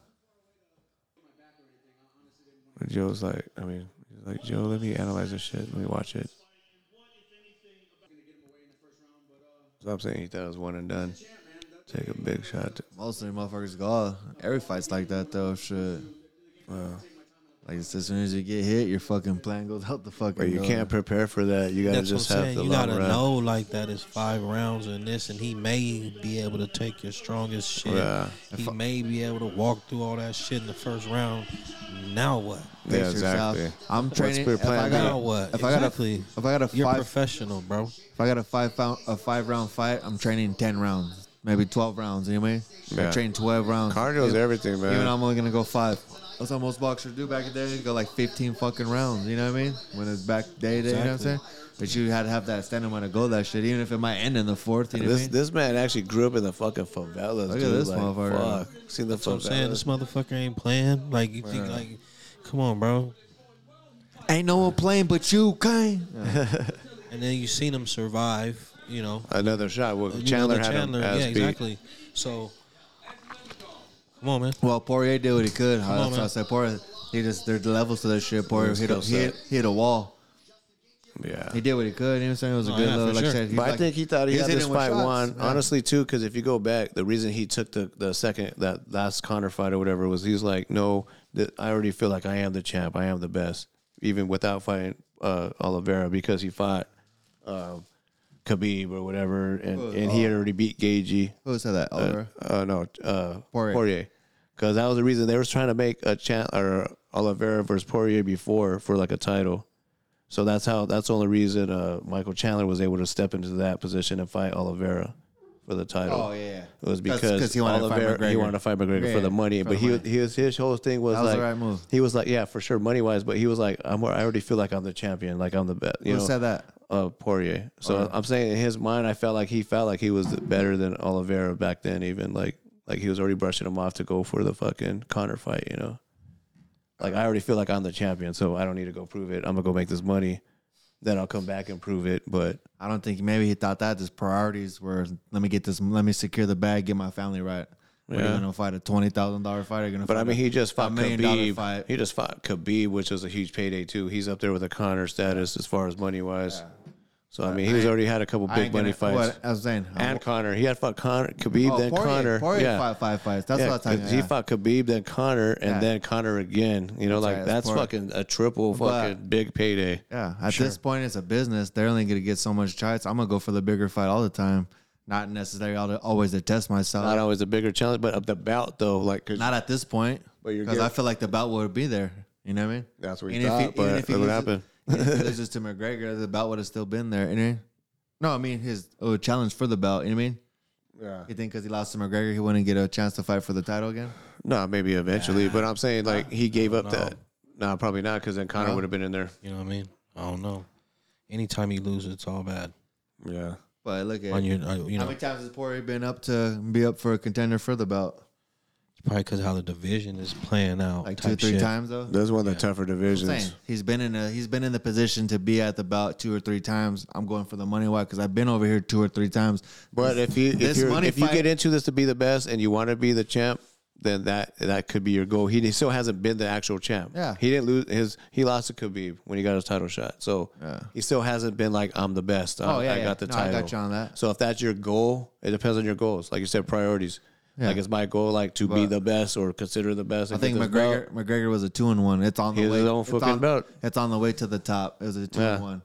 And Joe's like, I mean, he's like Joe, let me analyze this shit. Let me watch it. So I'm saying he thought it was one and done. Take a big shot. though. Most of the motherfuckers go, "Oh, every fight's like that, though. Shit. Wow. Like, it's as soon as you get hit, your fucking plan goes out the fucking But you door. can't prepare for that. You gotta That's just what I'm have saying. the You long gotta run. know like that is five rounds and this, and he may be able to take your strongest shit. Yeah. He may be able to walk through all that shit in the first round. Now what? Yeah, Fix yourself. exactly. I'm What's training. your If I plan got, Now what? If Exactly. I got a, if I You're got a five, professional, bro. if I got a five pound, a five round fight, I'm training ten rounds, maybe twelve rounds. You know what I mean? I Yeah. train twelve rounds. Cardio's Even- everything, man. Even I'm only gonna go five. That's how most boxers do back in the day. Go like fifteen fucking rounds. You know what I mean? When it's back day, day. You know what I'm saying? But you had to have that stamina to go that shit, even if it might end in the fourth. You know what I This mean? this man actually grew up in the fucking favelas. Look at dude. this like, motherfucker. Fuck. See the That's what I'm saying. This favelas. motherfucker ain't playing. Like you think, like, come on, bro. Ain't no one playing but you, Kane. And then you seen him survive. You know, Another shot. Well, You know, Chandler the had Chandler. him ass yeah, beat. exactly. So, come on, man. Well, Poirier did what he could. Huh? on, That's why I man. said Poirier. He just there's levels to this shit. Poirier His hit a, skill he hit, he hit a wall. Yeah. He did what he could. You know what I'm saying? It was a Oh, good yeah, little, for like I sure. said. he But I like- think he thought he was had this hitting with fight shots, won, yeah. honestly, too, because if you go back, the reason he took the, the second, that last Connor fight or whatever was he's like, no, th- I already feel like I am the champ. I am the best, even without fighting uh, Oliveira because he fought um, Khabib or whatever, and, and he uh, had already beat Gagey. Who said that? Oliver? Uh, no, uh, Poirier. Poirier. Because that was the reason they was trying to make a chant or Oliveira versus Poirier before for like a title. So that's how that's the only reason uh, Michael Chandler was able to step into that position and fight Oliveira for the title. Oh, yeah. It was That's because 'cause he wanted to fight Oliveira- he McGregor. wanted to fight McGregor Yeah, for the money, for but the he money. he was his whole thing was That was like the right move. he was like yeah for sure money wise, but he was like I'm I already feel like I'm the champion, like I'm the best. You Who know? said that? uh, Poirier. So Uh-huh. I'm saying in his mind, I felt like he felt like he was better than Oliveira back then. Even like like he was already brushing him off to go for the fucking Connor fight. You know, like I already feel like I'm the champion, so I don't need to go prove it. I'm gonna go make this money, then I'll come back and prove it. But I don't think maybe he thought that his priorities were let me get this, let me secure the bag, get my family right. We're Yeah. gonna fight a twenty thousand dollar fight. We're gonna but fight I mean, a- he just a fought million dollar Khabib. fight. He just fought Khabib, which was a huge payday too. He's up there with a Connor status as far as money wise. So I mean, he's already had a couple I big ain't money gonna- fights. What I was saying, uh, And Connor, he had fought Connor, Khabib, oh, then Poirier, Connor. Poirier yeah. fought five fights. That's Yeah, what I'm talking. 'cause about. He fought Khabib, then Connor, and Yeah. then Connor again. You know, like right, that's that's poor. fucking a triple But- fucking big payday. Yeah, at this point, it's a business. They're only going to get so much shots. I'm going to go for the bigger fight all the time. Not necessarily all to, always to test myself. Not Not, always a bigger challenge, but of the bout though, like 'cause- at this point, But you're because I getting- feel like the bout would be there. You know what I mean? that's what he And if thought. he- but even if he look what loses- happened. And if he loses to McGregor, the bout would have still been there. You know? No, I mean his oh, challenge for the bout. You know what I mean? Yeah. You think because he lost to McGregor, he wouldn't get a chance to fight for the title again? No, maybe eventually, but I'm saying like he gave up that. No, probably not, because then Connor would have been in there. You know what I mean? I don't know. Anytime you lose, it's all bad. Yeah. But look at On your, uh, you how know, many times has Poirier been up to be up for a contender for the bout? probably because how the division is playing out. Like two, type three shit. times though. That's one of the tougher saying divisions. he's been in a he's been in the position to be at the bout two or three times. I'm going for the money why because I've been over here two or three times. But if you if, This you're, money if you fight- get into this to be the best and you want to be the champ, then that that could be your goal. He still hasn't been the actual champ. Yeah. he didn't lose his. He lost to Khabib when he got his title shot. So he still hasn't been like I'm the best. I- Oh, yeah, I yeah. got the No, I title. got you on that. So if that's your goal, it depends on your goals. Like you said, priorities. Yeah. Like it's my goal, like to be But- the best or consider the best. I and think get this McGregor belt. McGregor was a two and one. It's on the He has way. his own it's fucking on, belt. It's on the way to the top. It was a two Yeah. and one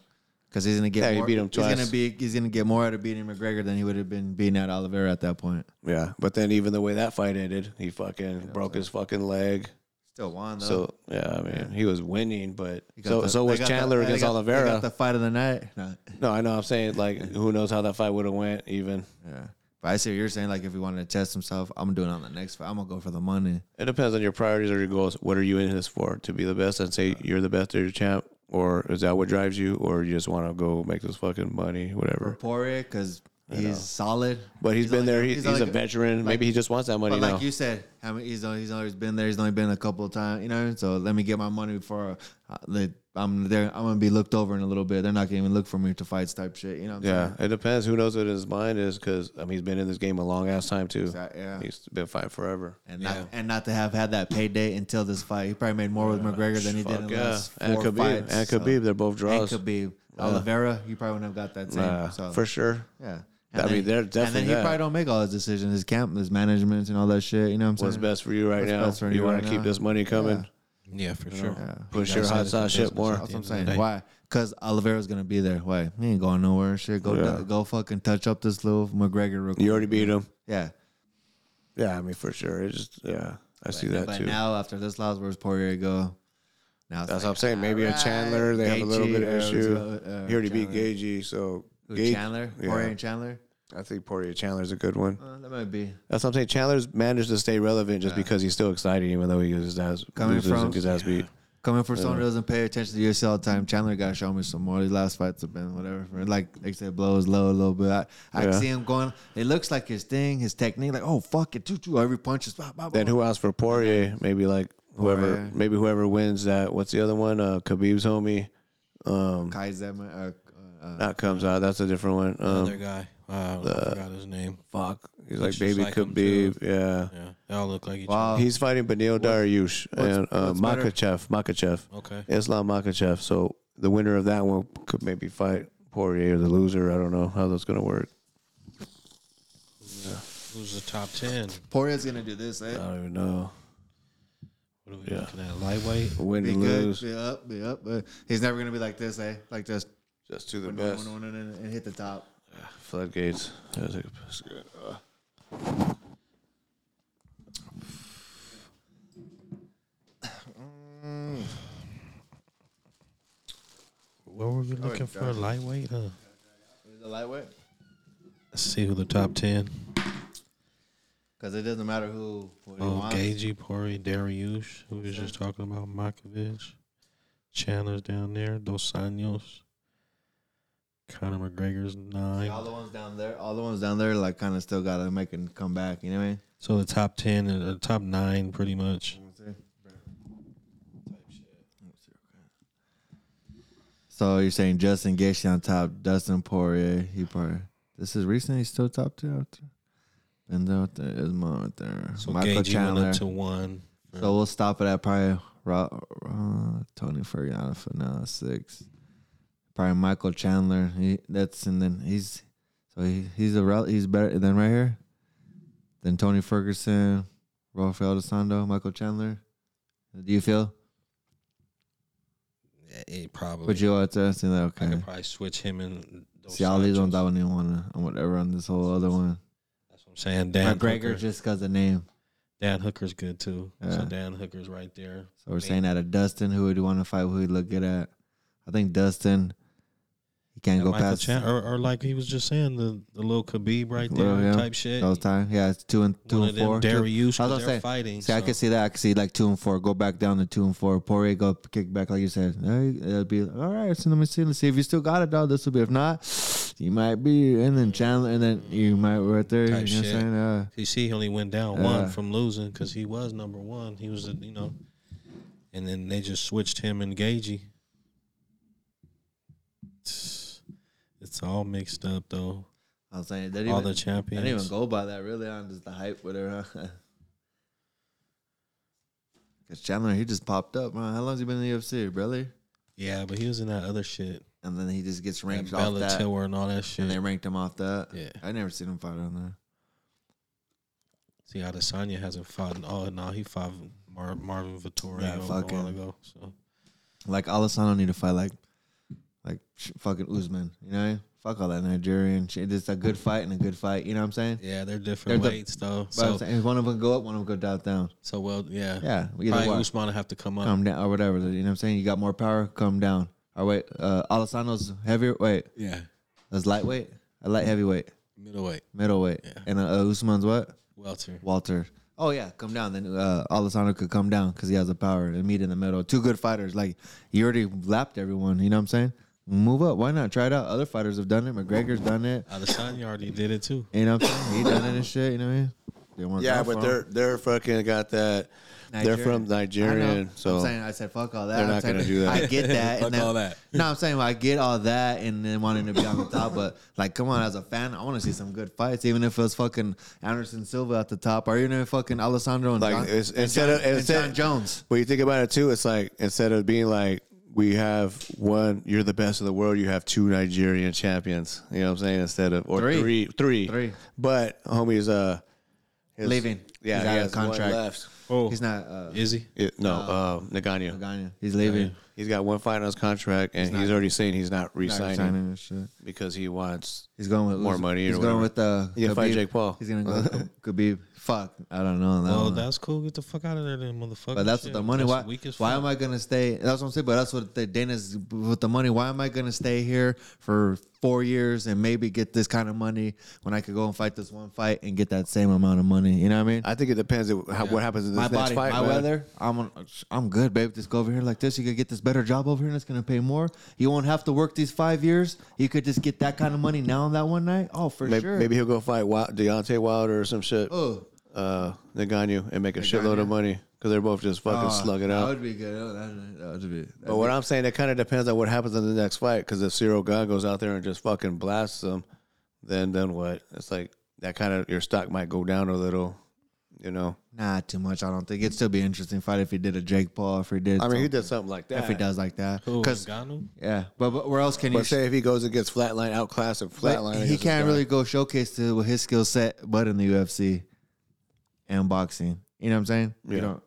because he's gonna get. Yeah, he more, beat him He's twice. gonna be. He's gonna get more out of beating McGregor than he would have been beating out Oliveira at that point. Yeah, but then even the way that fight ended, he fucking broke his fucking leg. Still won though. So yeah, I mean he was winning, but He got so the- so they was got Chandler the, they against got- they Oliveira. got the fight of the night. No, no, I know. I'm saying like who knows how that fight would have went even. yeah. But I see what you're saying. Like if he wanted to test himself, I'm doing it on the next fight. I'm gonna go for the money. It depends on your priorities or your goals. What are you in this for? To be the best and say you're the best or you're champ, or is that what drives you, or you just want to go make this fucking money, whatever? Poirier because he's solid. But he's been only- there. He- he's only a good- veteran. Maybe he just wants that money But like now. you said, how many, he's only, he's always been there. He's only been a couple of times, you know. what I mean? So let me get my money before uh, the, I'm there. I'm gonna be looked over in a little bit. They're not gonna even look for me to fights type shit. You know? What I'm yeah, Saying? it depends. Who knows what his mind is? Because I mean, he's been in this game a long ass time too. Exact- yeah. he's been fighting forever. And not and not to have had that payday until this fight. He probably made more with McGregor than he did in Fuck the yeah. last four And Khabib, fights. and so- Khabib, they're both draws. And Khabib, Oliveira, you probably wouldn't have got that same. Nah, so for sure. yeah. I mean, they're And then definitely he that. probably don't make all his decisions. His camp, his management, and all that shit. You know what I'm saying? What's best for you right What's now? best for you you want right to keep now? this money coming? Yeah, for sure. Push your hot sauce shit more. That's what I'm saying. Why? Because Oliveira's gonna be there. Why? He ain't going nowhere. and Shit, go go fucking touch up this little McGregor real quick. You already beat him. Yeah. Yeah, I mean for sure. It's just yeah, I see that but too. now after this loss, where's Poirier go? Now it's That's what I'm like, saying. Maybe a alright, Chandler, they have a little Gaethje bit of or- issue. uh, he already beat Chandler. Gagey, so Who, Gage- Chandler, Yeah, Poirier, and Chandler. I think Poirier Chandler's a good one. Uh, that might be That's what I'm saying. Chandler's managed to stay relevant just because he's still exciting, even though he was his ass Coming loses from- and gets ass beat. coming from someone who doesn't pay attention to the UFC all the time. Chandler got to show me some more. These last fights have been whatever. For, like they said, blows low a little bit. I, I can Yeah. see him going. It looks like his thing, his technique. Like oh fuck it, two two every punch is. Blah, blah, Then blah. who else for Poirier? Maybe like whoever, Poirier. maybe whoever wins that. What's the other one? Uh, Khabib's homie. Kaiser, uh, uh, That comes out. That's a different one. Other Um, guy, uh, I forgot his name. fuck. He's like just baby like him too. Khabib. Yeah. Yeah, they all look like each Wow. other. He's fighting Benil Dariush and uh, what's better? Makachev. Makachev. Okay. Islam Makachev. So the winner of that one could maybe fight Poirier or the loser. I don't know how that's going to work. Who's the top ten? Poirier's gonna do this. Eh? I don't even know. What are we looking at? Lightweight. Win be and good, lose. be up, be up. But he's never gonna be like this, eh? Like just Just to the win, win, best. win, win, win, and hit the top. Floodgates. Yeah, take a piss. Uh, What were we looking for? Lightweight. Huh? Is it lightweight? Let's see who the top ten. Because it doesn't matter who. What he Oh, wants. Gagey, Poirier, Dariush, who we was just talking about, Makovich, Chandler's down there, Dos Anjos, Conor McGregor's nine. All the ones down there, all the ones down there, like kind of still gotta make it come back. You know what I mean? So the top ten and the top nine, pretty much. So you're saying Justin Gaethje on top, Dustin Poirier, he probably. This is recent. He's still top two out there. And out there is mom out there. So Gagey went up to one. So we'll stop it at probably Ro- uh, Tony Ferguson for now six. Probably Michael Chandler. He, that's and then he's so he, he's a rel- he's better than right here. Then Tony Ferguson, Rafael Dos Santos, Michael Chandler. Do you feel? Oh, Yeah, it Eh, probably. Put you out there. See that I okay? could probably switch him and. Dos See all these Anjos. ones I wouldn't even want to on whatever on this whole other one. That's what I'm saying. Dan Hooker. McGregor just cause the name. Dan Hooker's good too. Yeah. So Dan Hooker's right there. So we're saying out of Dustin, who would you want to fight? Who would look good at? I think Dustin. He can't And go Michael past Chan- or, or like he was just saying, the, the little Khabib right there Little, yeah. type shit. Those time, yeah, it's two and two One and of them four. Two- Dariush, I was 'cause gonna they're say, fighting, See, I so. could see that. I could see like two and four. Go back down to two and four. Poirier go p- kick back like you said. There you- It'll be all right. So let me see. Let's see if you still got it, dog. This will be. If not, you might be. And then Chandler, and then you might right there. You know Type what I'm shit. saying? Uh, You see, he only went down one Yeah. from losing because he was number one. He was, you know, and then they just switched him and Gagey. It's all mixed up though. I was saying it didn't all even, the champions. didn't even go by that really on just the hype, whatever. [LAUGHS] Cause Chandler, he just popped up. Man. How long's he been in the UFC, brother? Yeah, but he was in that other shit, And then he just gets that ranked off that. Bellator and all that shit. And they ranked him off that. Yeah. I never seen him fight on there. See, Adesanya hasn't fought. Oh no, he fought Mar- Marvin Vittori Yeah, a fuck while him. ago. So Like Alisano need to fight like, like sh- fucking Usman. You know, fuck all that Nigerian shit. It's a good fight and a good fight. You know what I'm saying? yeah, they're different They're the- weights though. But I'm So saying, if one of them go up, one of them go down, down. so well, yeah, Yeah, either Probably way. Usman will have to come up. Come down or whatever. You know what I'm saying? You got more power, come down. Or wait, uh, Alessandro's heavier. Wait, Yeah, that's lightweight, a light heavyweight, middleweight, middleweight, Yeah. and uh, uh, Usman's what? welter. Walter. Oh yeah, come down. Then uh, Alessandro could come down because he has the power to meet in the middle. Two good fighters. Like you already lapped everyone. You know what I'm saying? Move up. Why not try it out? Other fighters have done it. McGregor's done it. Adesanya already did it too. You know what I'm saying? He done it and shit. You know what I mean? Didn't work Yeah, out but for him. they're they're fucking got that. They're Nigerian. from I Nigerian, know. so I'm saying I said fuck all that. they're I'm not saying- gonna do that. I [LAUGHS] get that. Fuck and then- all that. No, I'm saying I get all that and then wanting to be on the top, but like, come on, as a fan, I want to see some good fights, even if it was fucking Anderson Silva at the top, or even if fucking Alessandro and Like, John, it's- and instead John- of- and instead- John Jones. When you think about it too, it's like instead of being like we have one, you're the best in the world. You have two Nigerian champions. You know what I'm saying? Instead of or Three. three, three, three. Three. But homie's uh his- Leaving. Yeah, He's he out of has one contract. left. Oh, He's not. Uh, is he? It- no, uh, Nagano. Ngannou. He's leaving. He's got one fight on his contract, and he's, already saying he's not Not re-signing signing and shit. because he wants. He's going with More Uz- money or He's going whatever. with uh, He's gonna fight Khabib. Jake Paul. He's gonna go with Khabib. Fuck, I don't know. on that Oh, one. that's cool. Get the fuck out of there, then, motherfucker. But that's Shit, what the money. that's Why? weak as Why fuck. am I gonna stay? That's what I'm saying. But that's what the Dana's with the money. Why am I gonna stay here for four years and maybe get this kind of money when I could go and fight this one fight and get that same amount of money? You know what I mean? I think it depends on how, what happens in this my next body, fight. my man. weather. I'm on, I'm good, babe. Just go over here like this. You could get this better job over here, and it's gonna pay more. You won't have to work these five years. You could just get that kind of money now on that one night. Oh, for Maybe, sure. maybe he'll go fight Wild, Deontay Wilder or some shit. Oh. Uh, Ngannou and make a shitload of money because they're both just fucking Oh, slug it That out. would be good. Oh, that, that would be. that'd But what I'm saying, it kind of depends on what happens in the next fight. Because if Cyril Gunn goes out there and just fucking blasts him, then then what? It's like that kind of your stock might go down a little, you know. Nah, too much. I don't think it'd still be an interesting fight if he did a Jake Paul, if he did. I mean, he some- did something like that. if he does like that, Who? because Ngannou? yeah. But, but where else can you? But say if he goes against Flatline, outclass and but Flatline, he against this can't guy. really go showcase to with his skill set, but in the UFC and boxing, you know what I'm saying? You Yeah. don't.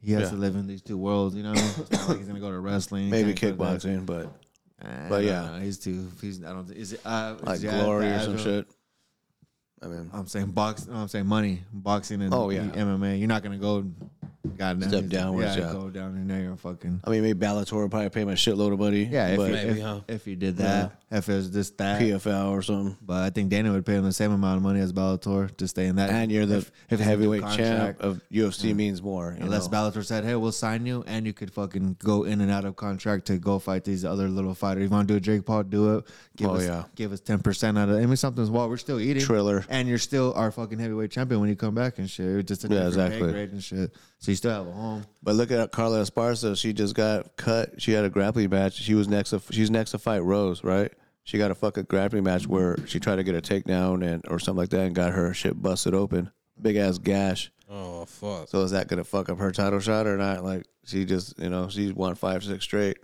He has Yeah. to live in these two worlds, you know. What I mean? It's not like he's gonna go to wrestling, He maybe can't go to that. kickboxing, but I but don't yeah. know. he's too. He's I don't. Is it uh, like is he at Glory the or some agile- shit. I mean, I'm saying box. no, I'm saying money, boxing and Oh, yeah. MMA. You're not gonna go. God Step downwards, Yeah, yeah. go down and now you're fucking. I mean, maybe Bellator would probably pay him a shitload of money. Yeah, if but you, if, Maybe, huh? if you did that, if it was just that. PFL or something. But I think Dana would pay him the same amount of money as Bellator to stay in that. And you're the if, if it's a new heavyweight champ contract. of UFC means more. you Unless know? Bellator said, "Hey, we'll sign you, and you could fucking go in and out of contract to go fight these other little fighters. You want to do a Jake Paul? Do it. Give Oh, us, yeah. give us ten percent out of. I mean, something's while we're still eating. Triller. and you're still our fucking heavyweight champion when you come back and shit. It was just a Yeah, yeah, exactly. exactly. grade and shit. So you still have a home. But look at Carla Esparza. She just got cut. She had a grappling match. She was next to she's next to fight Rose, right? She got a fucking grappling match where she tried to get a takedown and or something like that and got her shit busted open. Big ass gash. Oh fuck. So is that gonna fuck up her title shot or not? Like she just you know, she's won five, six straight.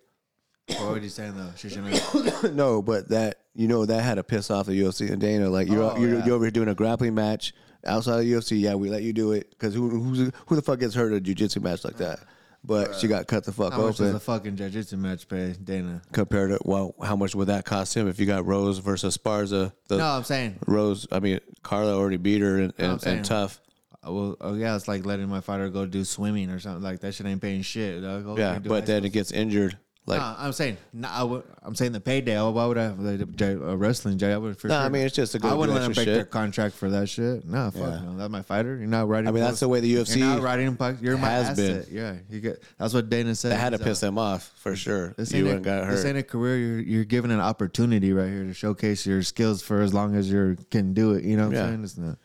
What were you saying though? She shouldn't have- [COUGHS] [LAUGHS] no, but that you know that had to piss off the UFC and Dana. Like you're Oh, you're, yeah. you're over here doing a grappling match outside of the UFC. Yeah, we let you do it because who who's, who the fuck gets hurt in a jujitsu match like that? But she got cut the fuck How much does open. a fucking jiu-jitsu match pay, Dana? compared to well, how much would that cost him if you got Rose versus Sparza? The No, I'm saying. Rose, I mean Carla already beat her and, I'm and, saying. and tough. Oh, Well, oh yeah, it's like letting my fighter go do swimming or something like that. Shit ain't paying shit. dog. Go Yeah, and do but ice- then it gets injured. Like Nah, I'm saying, nah, I would, I'm saying the payday. Oh, why would I have the, the- uh, wrestling? Jay, I would for Nah, sure. I mean, it's just to go I do wouldn't let him extra break their shit. contract for that shit. Nah, fuck Yeah. no, that's my fighter. You're not riding. I mean, that's post- the way the UFC You're not riding. po- You're my has asset. been. Yeah, you get. That's what Dana said. that had to He's, uh, piss them off for sure. This You ain't, wouldn't a, got this ain't hurt. a career. You're, you're given an opportunity right here to showcase your skills for as long as you can do it. You know what Yeah. I'm saying? It's not.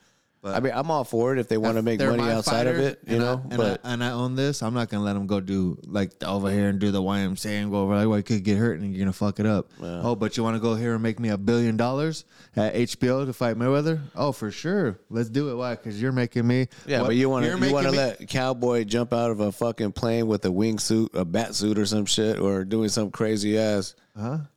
I mean, I'm all for it if they want to If make they're money my outside of fighters it, you and know. I, and but I, and I own this. I'm not gonna let them go do like over here and do the YMCA and go over like, well, you could get hurt and you're gonna fuck it up. Oh, but you want to go here and make me a billion dollars at HBO to fight Mayweather? Oh, for sure. Let's do it. Why? Because you're making me. Yeah, what- but you want to you're you making want to me- let cowboy jump out of a fucking plane with a wingsuit, a bat suit, or some shit, or doing some crazy ass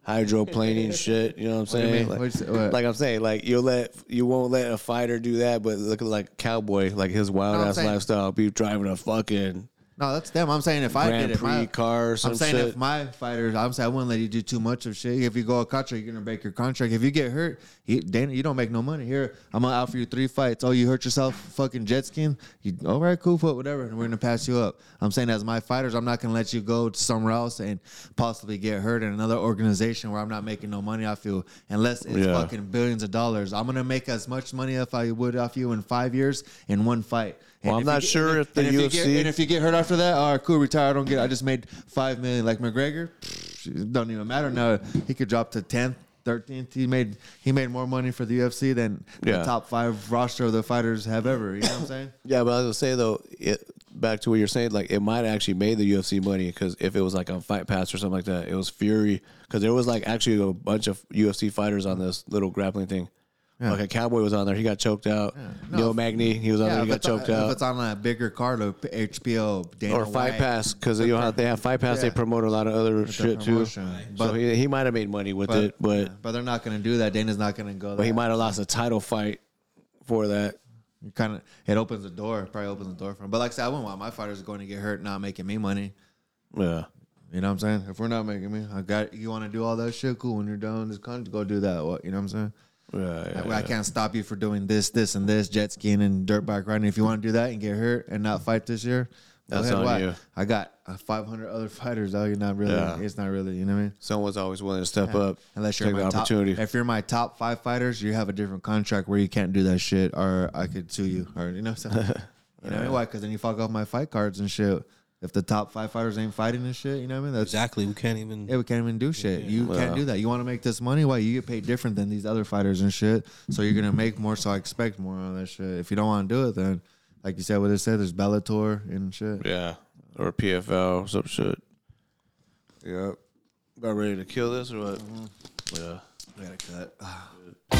hydroplaning shit. You know what I'm do you mean? saying? Like, What'd you say- what? like I'm saying, like you'll let you won't let a fighter do that, but look at like cowboy, like his wild No, I'm ass saying- lifestyle, be driving a fucking No, that's them. I'm saying if I Grand did it, Prix my, car or some I'm saying shit. if my fighters, I'm saying I wouldn't let you do too much of shit. If you go a contract, you're gonna break your contract. If you get hurt, you, then you don't make no money. Here, I'm gonna offer you three fights. Oh, you hurt yourself, fucking jet skiing. You, all right, cool, foot, whatever. And we're gonna pass you up. I'm saying as my fighters, I'm not gonna let you go to somewhere else and possibly get hurt in another organization where I'm not making no money off you, unless it's Yeah. fucking billions of dollars. I'm gonna make as much money if I would off you in five years in one fight. And Well, I'm if not you- sure and if the you get- UFC and if you get hurt after that, all right, cool, retire. I don't get. I just made five million. Like McGregor, pfft, don't even matter now. He could drop to tenth, thirteenth. He made he made more money for the UFC than Yeah. the top five roster of the fighters have ever. You know what I'm [LAUGHS] saying? Yeah, but I was gonna say though, it back to what you're saying, like it might actually made the UFC money because if it was like on Fight Pass or something like that, it was Fury because there was like actually a bunch of UFC fighters on this little grappling thing. Like a cowboy was on there, he got choked out. Neil Magny, he was on there, he if got it's choked on, out. If it's on a bigger card, like HBO, Dana or Fight White, Pass because you know how they have Fight Pass, they Yeah. promote a lot of other the shit too. promotion. so he, he might have made money with it, but but they're not going to do that. Dana's not going to go. but he that. might have lost a title fight for that. kind of it opens the door. Probably opens the door for him. But like I said, I wouldn't want my fighters going to get hurt, not making me money. Yeah. You know what I'm saying? If we're not making me, I got you. Want to do all that shit? Cool. When you're done, just kind of go do that. What you know what I'm saying? Yeah, yeah, Like, I can't stop you for doing this, this, and this jet skiing and dirt bike riding. If you want to do that and get hurt and not fight this year, go That's on Why? you. I got uh, 500 other [LAUGHS] fighters. Oh, you're not really. Yeah. It's not really. You know what I mean? Someone's always willing to step up, Unless you're take my the opportunity. Top, if you're my top five fighters, you have a different contract where you can't do that shit, or I could sue you, or you know what I'm [LAUGHS] saying? you know what I mean? why? Because then you fuck off my fight cards and shit. If the top five fighters ain't fighting and shit, you know what I mean? That's Exactly. We can't even. yeah, we can't even do shit. You can't do that. You want to make this money? Why you get paid different than these other fighters and shit? So you're gonna make more. So I expect more on that shit. If you don't want to do it, then like you said, what they said, there's Bellator and shit. Yeah. Or PFL, some shit. Yep. About ready to kill this or what? Yeah. We gotta cut.